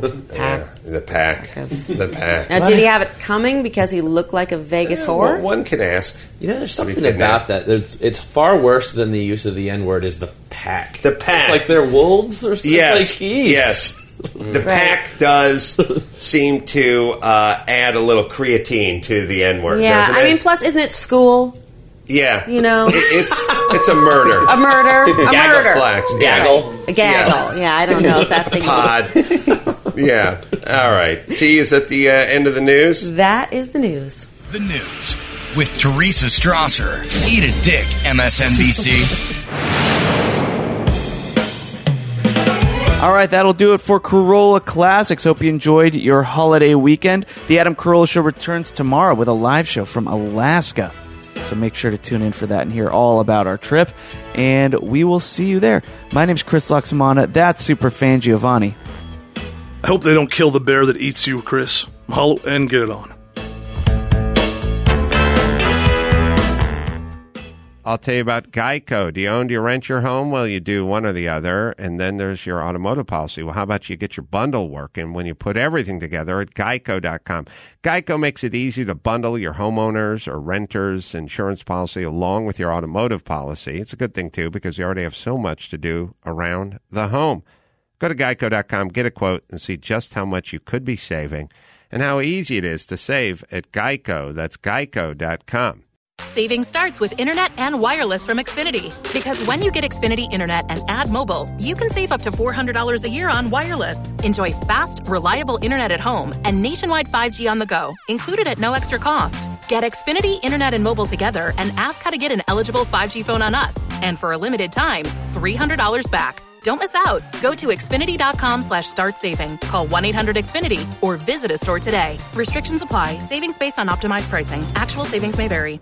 S7: Pack.
S4: Yeah, the pack, the pack.
S7: Now, did he have it coming because he looked like a Vegas whore?
S4: one can ask.
S13: You know, there's something about that. There's, it's far worse than the use of the N word. Is the pack?
S4: The pack.
S13: like they're wolves or something.
S4: Yes,
S13: Like, eesh.
S4: yes. The pack does seem to uh, add a little creatine to the N word.
S7: yeah,
S4: doesn't
S7: I
S4: it?
S7: mean, plus, isn't it school?
S4: yeah,
S7: You know,
S4: it's it's a murder,
S7: A murder, a
S4: Gaggle
S7: murder.
S4: flax,
S7: Gaggle. a gaggle. Yeah. I don't know if that's a
S4: pod. yeah, all right. T is at the uh, end of the news.
S7: That is the news.
S22: The news with Teresa Strasser. Eat a dick, MSNBC.
S5: All right, that'll do it for Corolla Classics. Hope you enjoyed your holiday weekend. The Adam Carolla Show returns tomorrow with a live show from Alaska. So make sure to tune in for that and hear all about our trip. And we will see you there. My name's Chris Loxamana. That's super fan Giovanni.
S6: I hope they don't kill the bear that eats you, Chris. Mahalo and get it on.
S15: I'll tell you about Geico. Do you own, do you rent your home? Well, you do one or the other. And then there's your automotive policy. Well, how about you get your bundle working when you put everything together at geico.com? Geico makes it easy to bundle your homeowners or renters insurance policy along with your automotive policy. It's a good thing, too, because you already have so much to do around the home. Go to geico.com, get a quote, and see just how much you could be saving and how easy it is to save at Geico. That's geico.com.
S3: Saving starts with internet and wireless from Xfinity. Because when you get Xfinity Internet and add mobile, you can save up to $400 a year on wireless. Enjoy fast, reliable internet at home and nationwide 5G on the go, included at no extra cost. Get Xfinity Internet and mobile together and ask how to get an eligible 5G phone on us. And for a limited time, $300 back. Don't miss out. Go to Xfinity.com slash start saving. Call 1 800 Xfinity or visit a store today. Restrictions apply. Savings based on optimized pricing. Actual savings may vary.